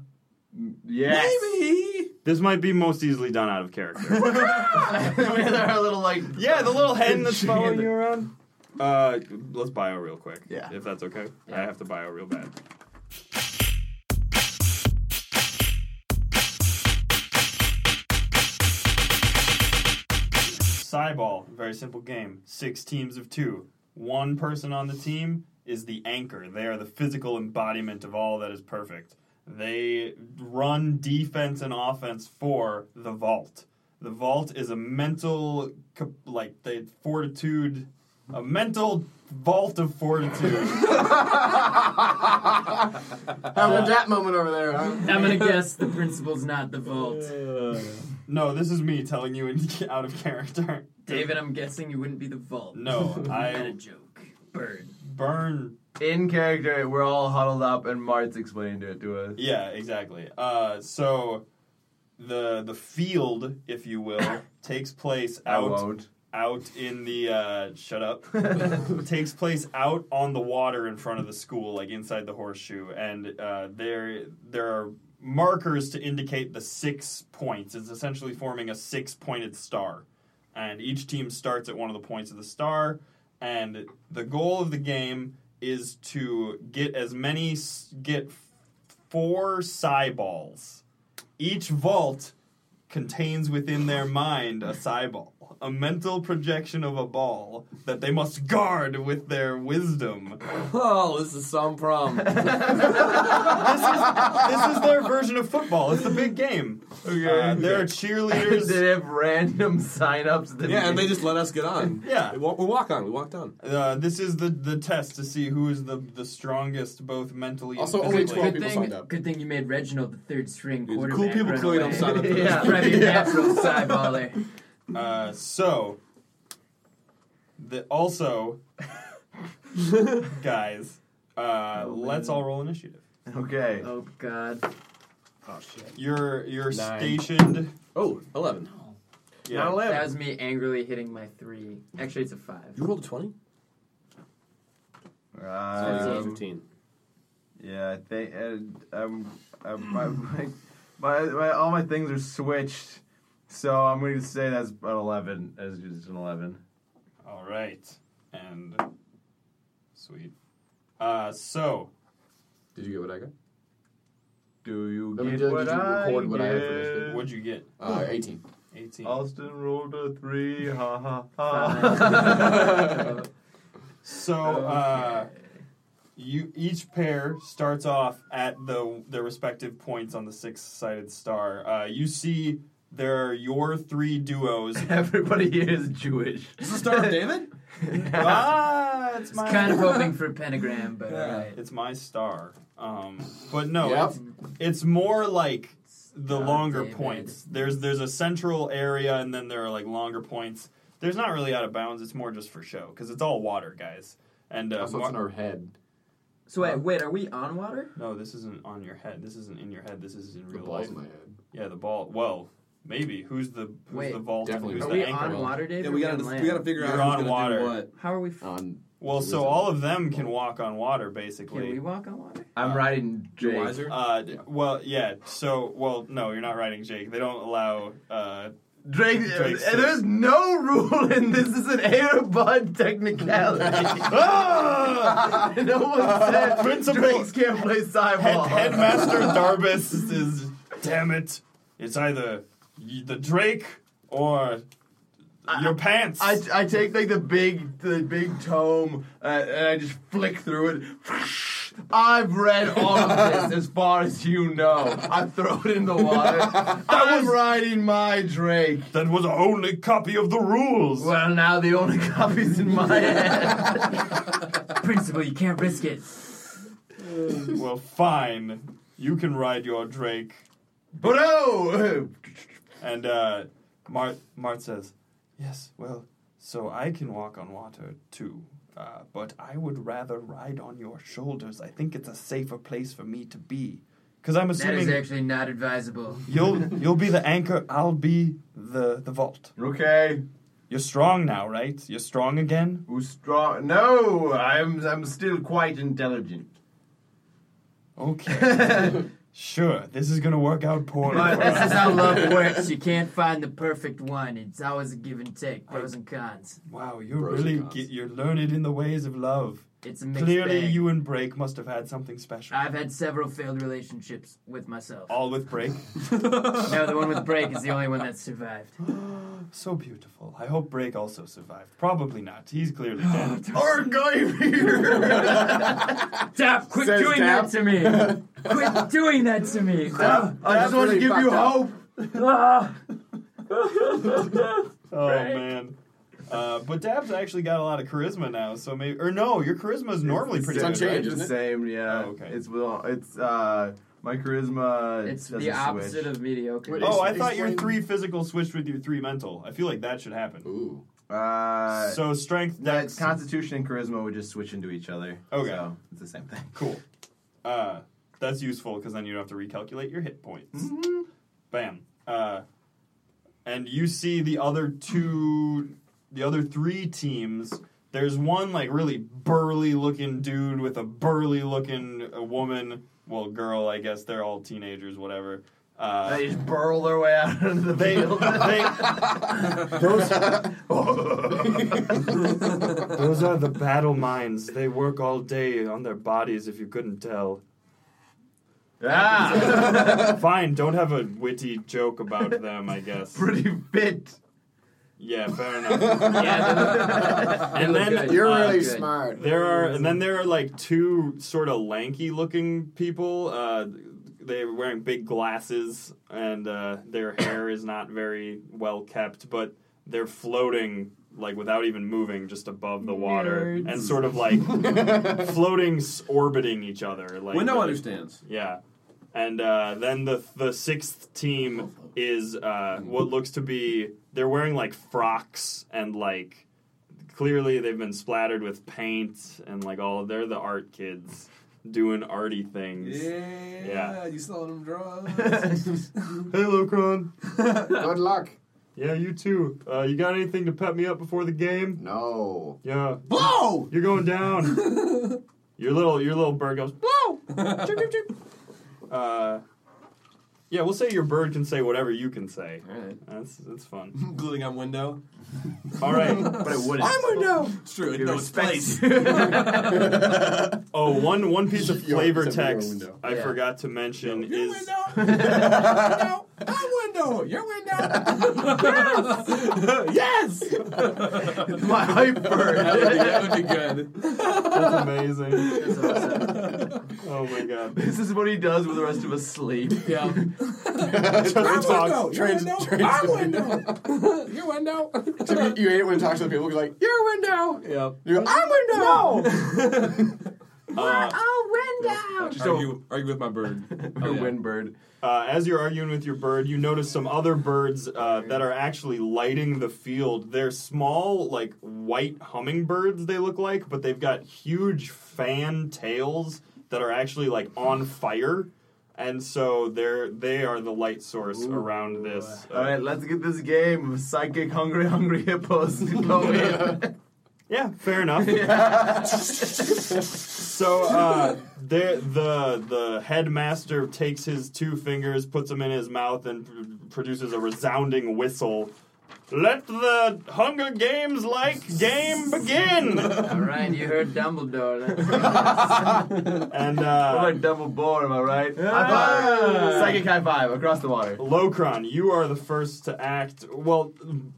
S3: yes.
S1: Maybe.
S2: This might be most easily done out of character.
S3: we had our little like
S2: yeah, the little hen that's
S3: Chicken.
S2: following you around. Uh, let's bio real quick.
S3: Yeah.
S2: If that's okay. I have to bio real bad. Cyball, very simple game. Six teams of two. One person on the team is the anchor. They are the physical embodiment of all that is perfect. They run defense and offense for the vault. The vault is a mental, cap- like, they fortitude, a mental vault of fortitude.
S4: Having that moment over there, huh?
S5: I'm gonna guess the principal's not the vault.
S2: no, this is me telling you in, out of character.
S5: David, I'm guessing you wouldn't be the vault.
S2: No,
S5: Not a
S2: I
S5: joke. Bird.
S2: burn
S3: in character. We're all huddled up, and Mart's explaining it to us.
S2: Yeah, exactly. Uh, so the the field, if you will, takes place
S3: I
S2: out
S3: won't.
S2: out in the uh, shut up. takes place out on the water in front of the school, like inside the horseshoe, and uh, there there are markers to indicate the six points. It's essentially forming a six pointed star, and each team starts at one of the points of the star. And the goal of the game is to get as many s- get four psi balls. Each vault contains within their mind a cyball, a mental projection of a ball that they must guard with their wisdom.
S1: Oh, this is some problem.
S2: This is their version of football. It's the big game. Uh, there are cheerleaders.
S3: they have random signups. that
S1: yeah, and
S3: we-
S1: they just let us get on.
S2: Yeah.
S1: we walk, we walk on. We walked on.
S2: Uh, this is the, the test to see who is the, the strongest, both mentally
S4: Also,
S2: and
S4: only
S2: physically.
S4: 12
S5: Good
S4: people
S5: thing,
S4: signed up.
S5: good thing you made Reginald the third string quarterback.
S1: cool people
S5: right
S1: clearly
S5: away.
S1: don't sign up for
S3: this.
S5: He's probably a natural sideballer.
S2: Uh, so, the, also, guys, uh, let's all roll initiative.
S3: Okay.
S5: Oh God.
S4: Oh, shit.
S2: You're you're
S1: Nine.
S2: stationed.
S1: Oh, 11.
S2: Yeah.
S1: Not 11.
S5: That was me angrily hitting my three. Actually, it's a five.
S1: you rolled a 20?
S3: Um,
S1: 15.
S3: yeah, I think uh, um, uh, my, my, my, my, all my things are switched, so I'm going to say that's an eleven. As just an eleven.
S2: All right, and sweet. Uh, so
S4: Did you get what I got?
S3: Do you
S4: I mean,
S3: get
S4: did-
S3: what
S4: did you
S3: I
S4: record what I had for this
S3: get?
S2: what'd you get?
S4: Uh, 18.
S2: Eighteen.
S3: Austin rolled a three. Ha ha ha.
S5: Five.
S2: So uh, you each pair starts off at the their respective points on the six-sided star. Uh, you see there are your three duos.
S3: Everybody here is Jewish.
S1: Is the Star of David?
S2: ah, it's my
S5: kind of hoping for a pentagram, but alright.
S2: It's my star. Um, but no,
S4: Yep.
S2: it's, it's more like the
S5: Star
S2: longer
S5: David.
S2: points. There's there's a central area, and then there are like longer points. There's not really out of bounds. It's more just for show because it's all water, guys. And uh,
S4: Also,
S2: Mar-
S4: it's in our head.
S5: So wait, wait, are we on water?
S2: no, this isn't on your head. This isn't in your head. This is in
S4: The
S2: real
S4: ball's
S2: life.
S4: in my head.
S2: Yeah, the ball. Well, maybe who's the who's
S5: Wait.
S2: the vault? and
S4: Definitely
S2: Who's
S5: Are
S4: not.
S2: the
S5: we
S2: anchor?
S5: on water, Dave?
S1: Yeah,
S5: or
S1: we
S5: are
S1: gotta,
S5: on land?
S1: we gotta figure
S2: You're
S1: out
S2: on
S1: who's gonna
S2: water.
S1: do what.
S5: How are we? F-
S4: On
S2: Well, so all of them can walk on water, basically.
S5: can we walk on water?
S3: I'm riding
S1: You're
S3: Jake.
S1: wiser?
S2: Uh, d- well, yeah. So, well, no, you're not riding Jake. They don't allow. Uh,
S3: Drake,
S2: Drake
S3: and there's no rule in this. This is an Airbud technicality. no one said
S2: Principal-
S3: Drakes can't play
S2: head,
S3: sideball.
S2: headmaster Darbus is. Damn it! It's either y- the Drake or your pants.
S3: I, I take like the big the big tome uh, and I just flick through it. I've read all of this as far as you know. I throw it in the water. I'm riding my Drake.
S2: that was the only copy of the rules.
S3: Well, now the only copy's in my head.
S5: Principal, you can't risk it.
S2: well, fine. You can ride your Drake.
S3: but oh,
S2: And uh, Mart Mart says, "Yes, well, so I can walk on water too, uh, but I would rather ride on your shoulders. I think it's a safer place for me to be, because I'm
S5: That is
S2: assuming
S5: actually not advisable.
S2: you'll you'll be the anchor, I'll be the the vault.
S3: okay.
S2: You're strong now, right? You're strong again.
S3: Who's strong? No, I'm I'm still quite intelligent.
S2: Okay, sure. This is gonna work out poorly.
S5: But
S2: for
S5: this
S2: us.
S5: is how love works. You can't find the perfect one. It's always a give and take, pros and cons.
S2: Wow, you're
S4: Pros and
S2: really
S4: cons.
S2: get, you're learned in the ways of love.
S5: It's a mixed
S2: Clearly,
S5: bag.
S2: you and Brake must have had something special.
S5: I've had several failed relationships with myself.
S2: All with Brake.
S5: No, the one with break is the only one that survived.
S2: So beautiful. I hope Brake also survived. Probably not. He's clearly dead.
S3: Or Guy
S5: Stop! Quit
S4: Says
S5: doing
S4: Dap.
S5: that to me! Quit doing that to me! Ah,
S3: I just want to
S4: really
S3: give you
S4: fucked up.
S3: hope.
S5: ah.
S2: Oh man. Uh, but Dab's actually got a lot of charisma now, so maybe or no, your charisma is normally pretty
S4: it's
S2: good.
S4: unchanged.
S2: right?
S4: isn't
S3: the
S4: it?
S3: same, yeah.
S2: Oh, okay.
S3: It's well, it's uh, my charisma.
S5: It's
S3: doesn't
S5: the opposite
S3: switch.
S5: of mediocre.
S4: Wait,
S2: Oh, I
S4: Ex-
S2: thought your
S4: explain-
S2: three physical switched with your three mental. I feel like that should happen.
S4: Ooh.
S3: Uh,
S2: So strength
S3: that
S2: dex.
S3: Constitution and charisma would just switch into each other.
S2: Okay.
S3: so it's the same thing.
S2: cool. Uh, that's useful because then you don't have to recalculate your hit points. Bam. Uh, and you see the other two, the other three teams. There's one like really burly looking dude with a burly looking uh, woman, well, girl, I guess. They're all teenagers, whatever. Uh,
S3: They just burl their way out into the
S2: they,
S3: field.
S2: they, Those are the battle mines. They work all day on their bodies, if you couldn't tell.
S3: Ah,
S2: Fine, don't have a witty joke about them, I guess.
S3: pretty fit.
S2: Yeah, fair enough.
S5: Yeah,
S2: And then
S4: You're
S2: uh,
S4: really
S5: good.
S4: smart.
S2: There are, and then there are like two sort of lanky looking people. Uh, they're wearing big glasses, and uh, their hair is not very well kept, but they're floating like without even moving, just above the water,
S5: Nerds.
S2: and sort of like floating, s- orbiting each other. Like
S1: Window
S2: really-
S1: understands.
S2: Yeah. And uh, then the the sixth team is uh, what looks to be they're wearing like frocks and like clearly they've been splattered with paint and like all they're the art kids doing arty things. Yeah.
S1: you selling them
S3: drugs.
S2: Hey, Locron.
S4: Good luck.
S2: Yeah, you too. Uh, you got anything to pep me up before the game?
S4: No.
S2: Yeah,
S1: Blow!
S2: you're going down. your little your little bird goes blow.
S1: Chirp, chirp, chirp.
S2: Uh, yeah, we'll say your bird can say whatever you can say.
S1: Alright.
S2: That's that's fun.
S1: Gluing on window.
S2: All right.
S3: But it wouldn't.
S1: I'm window! It's true. It
S3: It
S1: knows
S3: respects
S1: place.
S3: you.
S2: Oh, one one piece of
S4: Yo,
S2: flavor
S4: it's a mirror
S2: text
S4: window.
S2: I
S5: Yeah.
S2: forgot to mention
S1: Your
S2: is
S1: window. window. I'm window. Your window. yes. yes.
S3: My hype
S1: that, would be,
S3: bird.
S1: that would be good.
S2: that's amazing. Oh my god.
S3: This is what he does when the rest of us sleep.
S1: Yeah.
S2: Just talks-
S4: trans- trans-
S1: I'm window. Your window.
S4: So you, you hate when you talk to the people. You're like, you're window.
S1: Yeah.
S4: You go, I'm window.
S2: uh,
S1: Just argue, argue with my bird.
S3: Or
S1: Oh, yeah.
S3: wind bird.
S2: uh, as you're arguing with your bird, you notice some other birds uh, that are actually lighting the field. They're small, like white hummingbirds. They look like, but they've got huge fan tails that are actually like on fire, and so they're they are the light source around this. uh,
S3: All right, let's get this game of psychic hungry hungry hippos going.
S2: Yeah, fair enough. so uh, the the the headmaster takes his two fingers, puts them in his mouth, and pr- produces a resounding whistle. Let the Hunger Games like game begin.
S5: All right, you heard Dumbledore.
S2: and
S3: I'm
S2: uh,
S3: like double bore, am I right? High
S2: Yeah.
S3: five! Psychic high five across the water.
S2: Locron, you are the first to act. Well,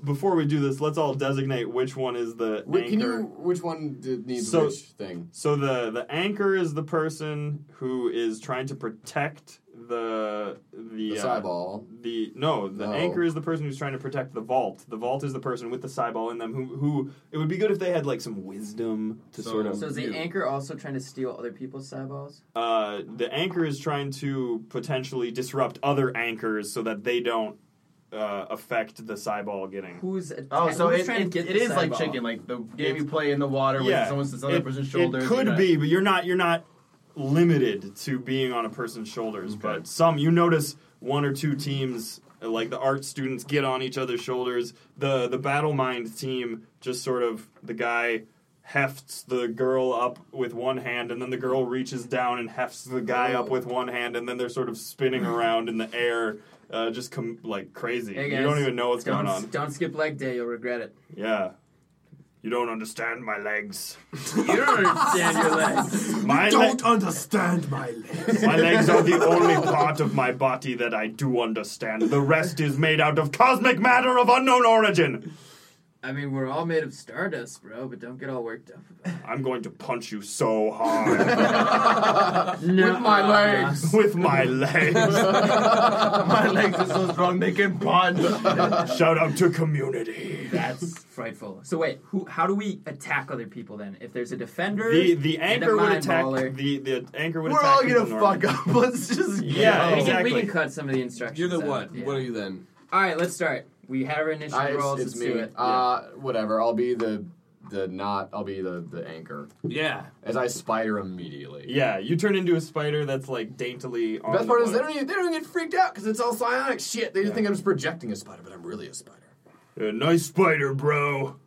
S2: before we do this, let's all designate which one is the
S4: Wait, can
S2: anchor.
S4: you? Which one did, needs
S2: So-
S4: which thing?
S2: So the the anchor is the person who is trying to protect the the
S4: The
S2: uh,
S4: eyeball.
S2: The no, the
S4: No.
S2: anchor is the person who's trying to protect the vault. The vault is the person with the cyball in them who who it would be good if they had like some wisdom to
S1: So-
S2: sort of
S5: So is
S1: You.
S5: the anchor also trying to steal other people's eyeballs?
S2: uh the anchor is trying to potentially disrupt other anchors so that they don't uh, affect the cyball getting.
S5: Who's atta-
S3: Oh, so
S5: who's
S3: it,
S5: trying
S3: it-
S5: to get
S3: it
S5: the
S3: is like
S5: eyeball?
S3: chicken, like the game you play in the water with someone's this other
S2: it-
S3: person's
S2: it
S3: shoulders.
S2: could
S3: You're
S2: be, but you're not you're not limited to being on a person's shoulders. But some you notice one or two teams uh, like the art students get on each other's shoulders. The the battle mind team just sort of the guy hefts the girl up with one hand and then the girl reaches down and hefts the guy up with one hand and then they're sort of spinning around in the air uh, just com- like crazy
S5: Hey,
S2: you don't
S5: guys,
S2: even know what's
S5: Don't,
S2: going on
S5: don't skip leg day, you'll regret it.
S2: yeah you don't understand my legs
S5: You don't understand your legs.
S2: my le-
S1: Don't understand my legs.
S2: My legs are the only part of my body that I do understand. The rest is made out of cosmic matter of unknown origin.
S5: I mean, we're all made of stardust, bro, but don't get all worked up about
S2: I'm going to punch you so hard
S5: it. No,
S4: With my legs.
S2: with my legs.
S3: My legs are so strong they can punch.
S2: Shout out to community.
S5: That's frightful. So wait, who? How do we attack other people then? If there's a defender,
S2: The the
S5: and a
S2: anchor would
S5: mind
S2: attack.
S5: baller.
S2: The the anchor would
S3: We're
S2: attack.
S3: all gonna
S2: people
S3: fuck
S2: normally.
S3: up. Let's just
S2: Yeah,
S3: go.
S5: we, can, we
S2: exactly.
S5: can cut some of the instructions.
S1: You're the
S5: out,
S1: what?
S5: yeah.
S1: What are you then?
S5: All right, let's start. We had our initial
S4: I,
S5: rolls.
S4: it's, it's
S5: let's
S4: me.
S5: do it.
S4: Uh, whatever. I'll be the the not. I'll be the the anchor
S1: Yeah.
S4: as I spider immediately.
S2: Yeah, you turn into a spider that's like daintily. On
S4: The best part
S2: the
S4: is they
S2: wood.
S4: don't even, they don't even get freaked out because it's all psionic shit. They just think I'm just projecting a spider, but I'm really a spider.
S2: Uh, nice spider, bro.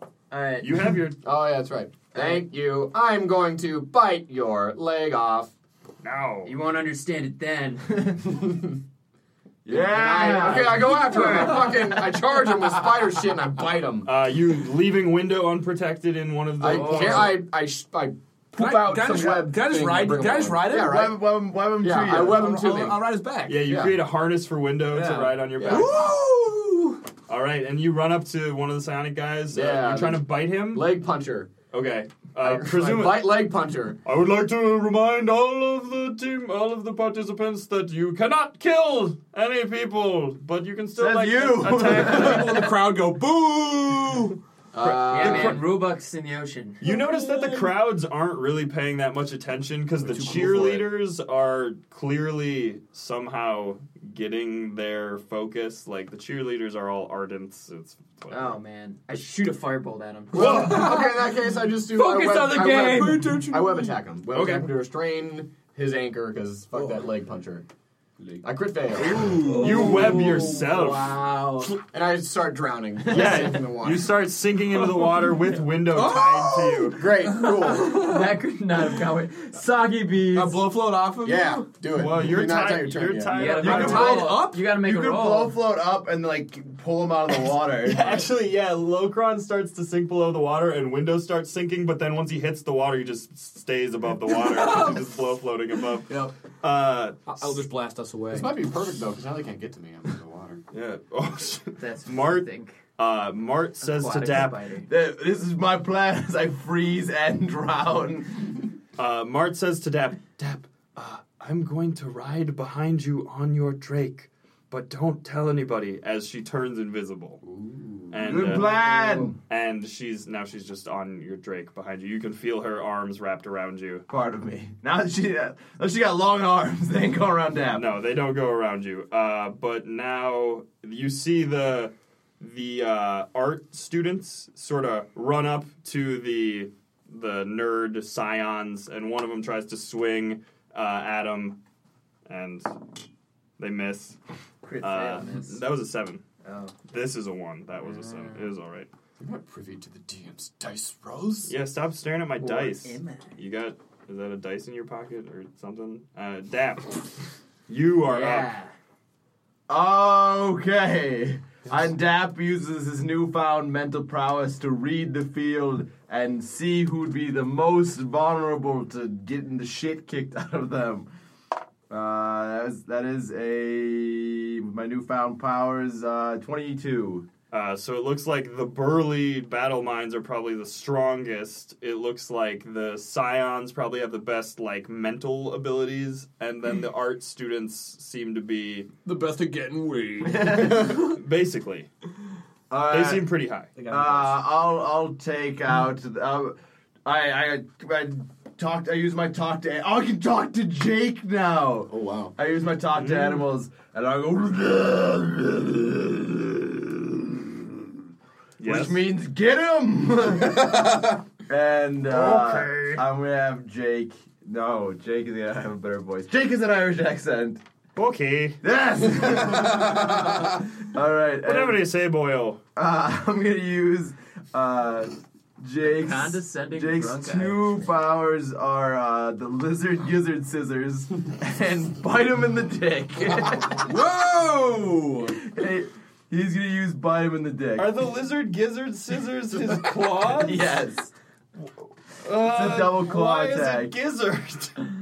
S5: All right.
S2: You have your
S4: Oh yeah, that's right. Thank you. I'm going to bite your leg off.
S2: now.
S5: You won't understand it then.
S4: And I, okay,
S3: Yeah.
S4: I go after him. I fucking I charge him with spider shit and I bite him.
S2: Uh, you leaving window unprotected in one of the.
S4: I
S5: Oh.
S4: can't, I I sh- I poop
S1: Can I-
S4: out
S1: can I
S4: some
S1: just-
S4: web.
S1: Can I just
S4: thing
S1: ride?
S4: and bring
S1: Can I just
S4: along.
S1: ride it?
S4: Yeah,
S3: Web,
S4: right.
S3: web, web, them
S4: Yeah,
S3: to you.
S4: I web them
S1: I'll,
S4: to me.
S1: I'll, I'll ride his back.
S2: Yeah, you
S4: Yeah.
S2: create a harness for Window
S1: Yeah.
S2: to ride on your
S4: Yeah.
S2: back.
S1: Woo!
S2: All right, and you run up to one of the psionic guys. uh,
S4: Yeah,
S2: you're trying to
S4: that's-
S2: bite him.
S4: Leg puncher.
S2: okay. Uh, presumably,
S4: Bite leg puncher.
S2: I would like to remind all of the team, all of the participants, that you cannot kill any people, but you can still
S3: Says
S2: like
S3: you.
S2: attack.
S1: People in the crowd go boo.
S4: Uh,
S5: yeah, man. Rubuck's in the ocean.
S2: you notice that the crowds aren't really paying that much attention because the
S4: They're too cool for it.
S2: cheerleaders are clearly somehow getting their focus. Like the cheerleaders are all ardents. It's
S5: Oh man, I shoot a firebolt at him.
S4: Well, okay, in that case, I just do.
S5: Focus
S4: I web,
S5: on the
S4: I
S5: game.
S4: Web,
S1: Pay attention.
S4: I web attack him. Web
S2: Okay.
S4: attack him to restrain his anchor because fuck that leg puncher. I crit fail,
S2: you web yourself.
S5: Wow.
S4: and I start drowning.
S2: Yeah,
S4: in the water.
S2: you start sinking into the water with window tied to you.
S4: Great, cool.
S5: that could not have gone. Soggy bees.
S1: I blow float off of
S4: Yeah,
S1: you.
S4: do it.
S2: Well, you're
S4: You're not
S2: tied-
S4: your turn
S2: you're
S4: yet.
S2: tied
S5: You gotta
S2: You
S5: make
S2: can
S5: a
S1: tie it
S5: roll.
S1: up?
S5: You gotta make
S3: You
S5: a
S3: could blow
S5: roll.
S3: float up and like pull them out of the water.
S2: Yeah, actually, yeah, Locron starts to sink below the water and Window starts sinking, but then once he hits the water, he just stays above the water. 'cause he's just blow floating above.
S1: Yep.
S2: Uh,
S1: I- I'll just blast us away.
S4: This might be perfect though, because now they can't get to me. I'm in the water.
S2: yeah. Oh, shit.
S5: That's
S2: Mart,
S5: something.
S2: uh, Mart says to
S5: Aquatic
S2: Dap,
S5: spider.
S3: Th- This is my plan as I freeze and drown.
S2: uh, Mart says to Dap, Dap, uh, I'm going to ride behind you on your Drake, but don't tell anybody as she turns invisible. And,
S3: Good
S2: uh,
S3: plan.
S2: And she's now she's just on your Drake behind you. You can feel her arms wrapped around you.
S3: Part of me. Now that she, uh, now she got long arms. They ain't going around down.
S2: No, they don't go around you. Uh, but now you see the the uh, art students sort of run up to the the nerd scions, and one of them tries to swing uh, at him, and they miss.
S5: Crit
S2: Uh,
S5: fail, miss.
S2: that was a seven.
S5: Oh.
S2: This is a one. That was a seven. It was all right.
S4: You're not privy to the DM's dice rolls.
S2: Yeah, stop staring at my dice.
S5: am I?
S2: You got is that a dice in your pocket or something? Uh, Dap, you are up.
S5: Yeah.
S3: Okay. And Dap uses his newfound mental prowess to read the field and see who'd be the most vulnerable to getting the shit kicked out of them. Uh, that is, that is a my newfound powers uh, twenty two.
S2: Uh, so it looks like the burly battle mines are probably the strongest. It looks like the scions probably have the best like mental abilities, and then the art students seem to be
S1: The best at getting weed.
S2: basically
S3: Uh,
S2: they seem pretty high.
S1: They
S3: uh,
S1: got
S3: I'll I'll take out. Uh, I I I talked. I use my talk to. Oh, I can talk to Jake now.
S4: Oh wow.
S3: I use my talk
S2: Mm.
S3: to animals, and I go.
S2: Yes.
S3: Which means get him. and uh,
S2: Okay.
S3: I'm gonna have Jake. No, Jake is gonna have a better voice. Jake is an Irish accent.
S2: okay.
S3: Yes. All right. and,
S2: Whatever you say, Boyle.
S3: uh, I'm gonna use uh, Jake's
S5: Condescending
S3: Jake's
S5: drunk
S3: two powers are uh, the lizard gizzard scissors and bite him in the dick.
S1: Whoa!
S3: Hey, he's gonna use bite him in the dick.
S2: Are the lizard gizzard scissors his claws?
S3: yes.
S2: Uh,
S3: It's a double claw
S2: why
S3: attack.
S2: is it gizzard?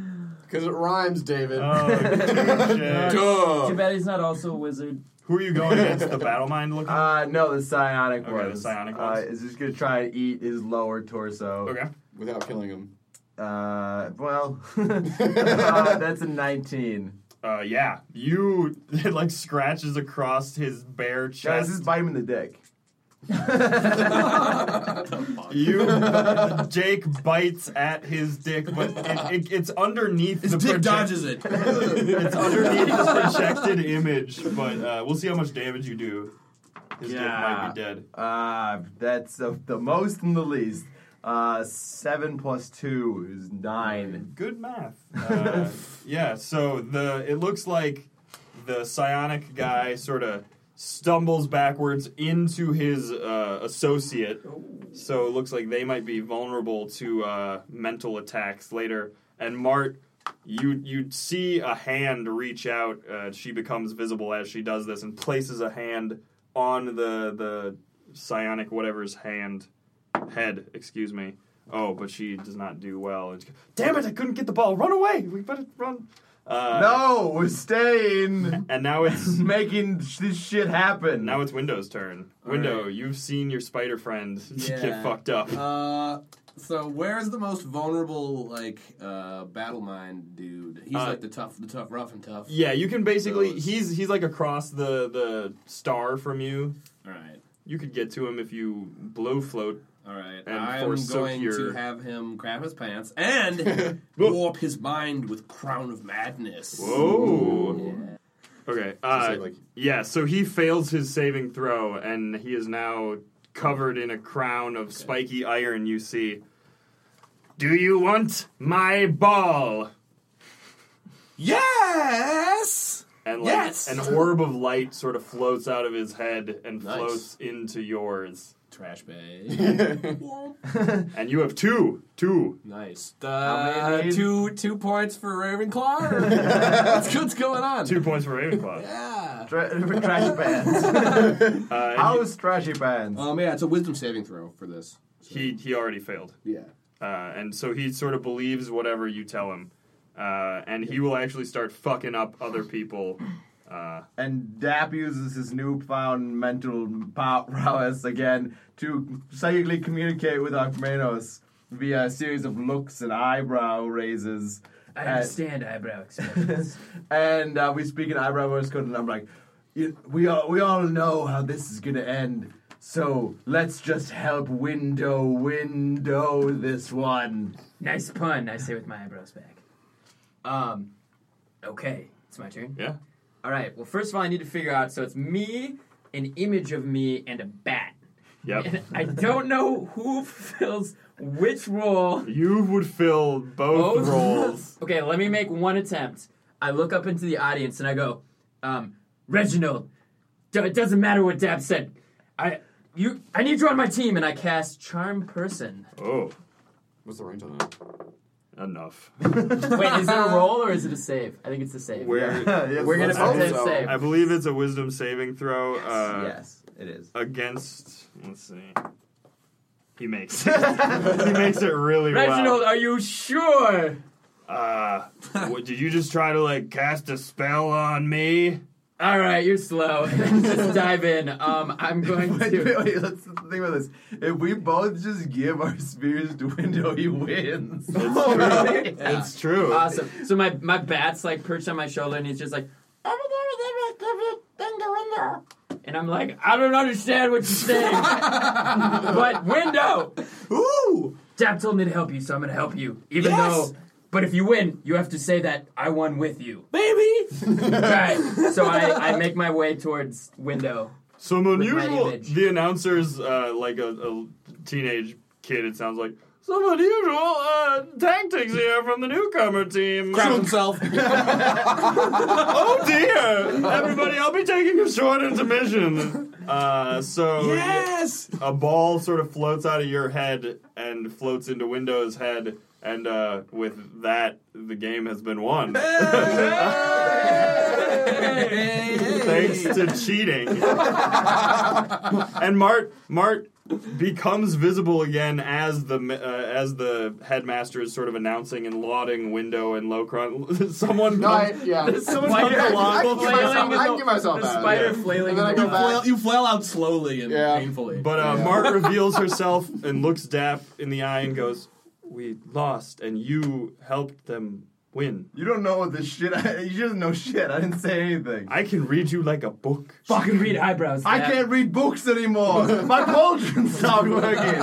S4: Because it rhymes, David.
S1: Uh.
S2: Oh, shit.
S5: Too
S1: Duh.
S5: bad he's not also a wizard.
S2: Who are you going against? The battle mind looking.
S3: Uh, no, the psionic
S2: Okay,
S3: ones.
S2: the psionic
S3: Uh,
S2: ones.
S3: is just gonna try and eat his lower torso.
S2: okay.
S4: Without killing him.
S3: Uh, well, uh, that's a 19.
S2: Uh, yeah. You, it like scratches across his bare
S3: Guys,
S2: chest.
S3: just bite him in the dick.
S2: you, Jake bites at his dick, but it, it, it's underneath
S1: His
S2: the
S1: dick
S2: project-
S1: dodges it.
S2: It's underneath his projected image, but uh, we'll see how much damage you do. His
S3: Yeah.
S2: dick might be dead.
S3: Uh, that's uh, the most and the least. Uh, 7 plus 2 is 9.
S2: Good math. Uh, yeah. So the it looks like the psionic guy sort of stumbles backwards into his uh, associate. So it looks like they might be vulnerable to uh, mental attacks later. And Mart, you you see a hand reach out. Uh, she becomes visible as she does this and places a hand on the the psionic whatever's hand head. Excuse me. Oh, but she does not do well. And she goes, Damn it! I couldn't get the ball. Run away! We better run. Uh,
S3: No, we're staying.
S2: And now it's
S3: Making sh- this shit happen.
S2: now it's Window's turn. Window, you've seen your spider friend
S1: Yeah.
S2: get fucked up.
S1: Uh, so where's the most vulnerable like uh, battle mind dude? He's
S2: Uh,
S1: like the tough, the tough, rough and tough.
S2: yeah, you can basically
S1: Those-
S2: he's he's like across the the star from you.
S1: All right,
S2: You could get to him if you blow float.
S1: all right.
S2: And
S1: I'm
S2: forsook
S1: going
S2: your-
S1: to have him grab his pants and warp his mind with crown of madness.
S2: Whoa. Okay. Uh,
S4: like-
S2: yeah. So he fails his saving throw, and he is now covered in a crown of spiky iron. You see. Do you want my ball?
S1: Yes.
S2: And like
S1: Yes!
S2: an orb of light sort of floats out of his head and
S1: Nice.
S2: floats into yours.
S1: Trash bag.
S2: And you have two, two.
S1: nice.
S3: How
S1: Uh,
S3: many?
S1: two two points for Ravenclaw. or- What's, what's going on?
S2: Two points for Ravenclaw.
S1: Yeah.
S3: Tra- trash bands.
S2: Uh, and
S3: How's trashy bands?
S1: Um. Yeah. It's a wisdom saving throw for this.
S2: he, he already failed.
S1: Yeah.
S2: Uh, and so he sort of believes whatever you tell him. Uh, and he will actually start fucking up other people. Uh,
S3: And Dap uses his newfound mental pow- prowess again to psychically communicate with Archmanos via a series of looks and eyebrow raises.
S5: I
S3: And-
S5: understand eyebrow expressions.
S3: and uh, we speak in eyebrow voice code, and I'm like, "You- we all we all know how this is gonna end. So let's just help window window this one.
S5: nice pun, I say with my eyebrows back. Um, okay, it's my turn.
S2: yeah.
S5: All right. Well, first of all, I need to figure out. So it's me, an image of me, and a bat.
S2: Yep.
S5: And I don't know who fills which role.
S2: you would fill both,
S5: Both
S2: roles.
S5: Okay, let me make one attempt. I look up into the audience and I go, um, Reginald, d- it doesn't matter what Dab said. I you I need you on my team, and I cast Charm Person.
S2: Oh,
S4: What's the range on that?
S2: enough.
S5: Wait, is it a roll or is it a save? I think it's a save.
S2: Where
S3: We're
S5: gonna
S4: Let's hope
S5: pretend
S4: so.
S5: save.
S2: I believe it's a wisdom saving throw. Uh,
S3: yes, it is.
S2: Against, let's see. He makes it. he makes it really
S5: Reginald, are you
S2: well.
S5: sure?
S2: Uh, what, did you just try to like cast a spell on me?
S5: All right, you're slow. Just dive in. Um, I'm going
S3: Wait,
S5: to.
S3: wait, wait, let's think about this. If we both just give our spears to Window, he wins.
S5: Oh, really?
S2: It's true.
S5: Awesome. So my my bat's like perched on my shoulder, and he's just like, and I'm like, I don't understand what you're saying. but window,
S1: Ooh.
S5: Dap told me to help you, so I'm gonna help you, even
S1: Yes!
S5: though. But if you win, you have to say that I won with you.
S1: Baby.
S5: Right. so I, I make my way towards window.
S2: Some
S5: my
S2: unusual.
S5: image.
S2: The announcer's uh, like a, a teenage kid. It sounds like some unusual uh, tactics here from the newcomer team.
S1: Crap himself.
S2: oh dear! Everybody, I'll be taking a short intermission. Uh, so
S1: yes.
S2: a ball sort of floats out of your head and floats into Window's head, and uh, with that, the game has been won. Thanks to cheating. and Mart Mart becomes visible again as the ma- uh, as the headmaster is sort of announcing and lauding Window and Locron. Someone
S4: No, I,
S2: comes,
S4: yeah.
S2: someone
S5: Why-
S2: comes
S5: I-
S2: along.
S4: I can give myself, I can give
S5: Flailing
S4: myself
S5: the
S4: that.
S5: spider
S4: yeah.
S5: flailing
S4: And then I
S5: in
S4: go
S5: the
S4: back.
S1: Flail, you flail out slowly and
S4: Yeah.
S1: painfully.
S2: But uh,
S4: Yeah.
S2: Mart reveals herself and looks Dap in the eye and goes, "We lost, and you helped them win.
S3: You don't know what this shit. I, you just know shit. I didn't say anything.
S2: I can read you like a book."
S5: You can read eyebrows.
S3: I
S5: Dap.
S3: can't read books anymore. My pauldron stopped working.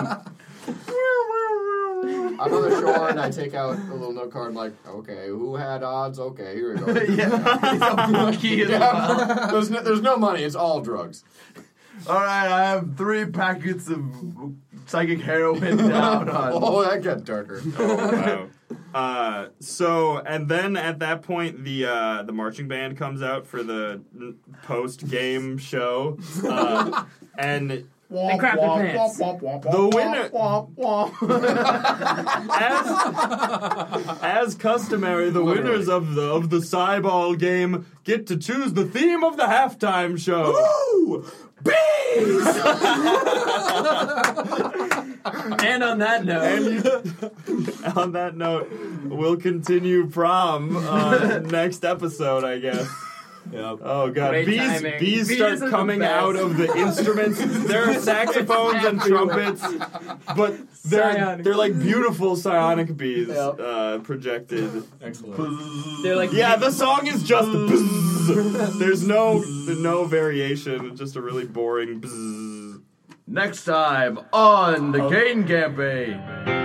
S4: I'm on the shore and I take out a little note card and like, okay, who had odds? Okay, here we go.
S3: yeah, he's a monkey as well.
S4: Yeah. there's, no, there's no money. It's all drugs.
S3: All right, I have three packets of psychic heroin down on.
S4: Oh, that got darker.
S2: Oh, wow. Uh, so and then at that point the uh, the marching band comes out for the post game show, uh, and
S5: They crap their pants.
S2: The winner- as, as customary, the
S4: Literally.
S2: winners of the of the Cyball game get to choose the theme of the halftime show.
S1: Ooh, bees.
S5: and on that note,
S2: On that note, we'll continue prom uh, next episode, I guess.
S1: Yep.
S2: Oh god,
S5: Great
S2: bees!
S5: timing.
S2: Bees,
S5: Bees are
S2: start
S5: the
S2: coming
S5: best.
S2: out of the instruments. there are saxophones and trumpets, but they're
S5: Psionic.
S2: they're like beautiful psionic bees
S4: Yep.
S2: uh, projected.
S1: Excellent.
S5: they're like
S2: Yeah, the song is just bzzz. There's no no variation. Just a really boring bzzz.
S3: Next time on the Game Campaign.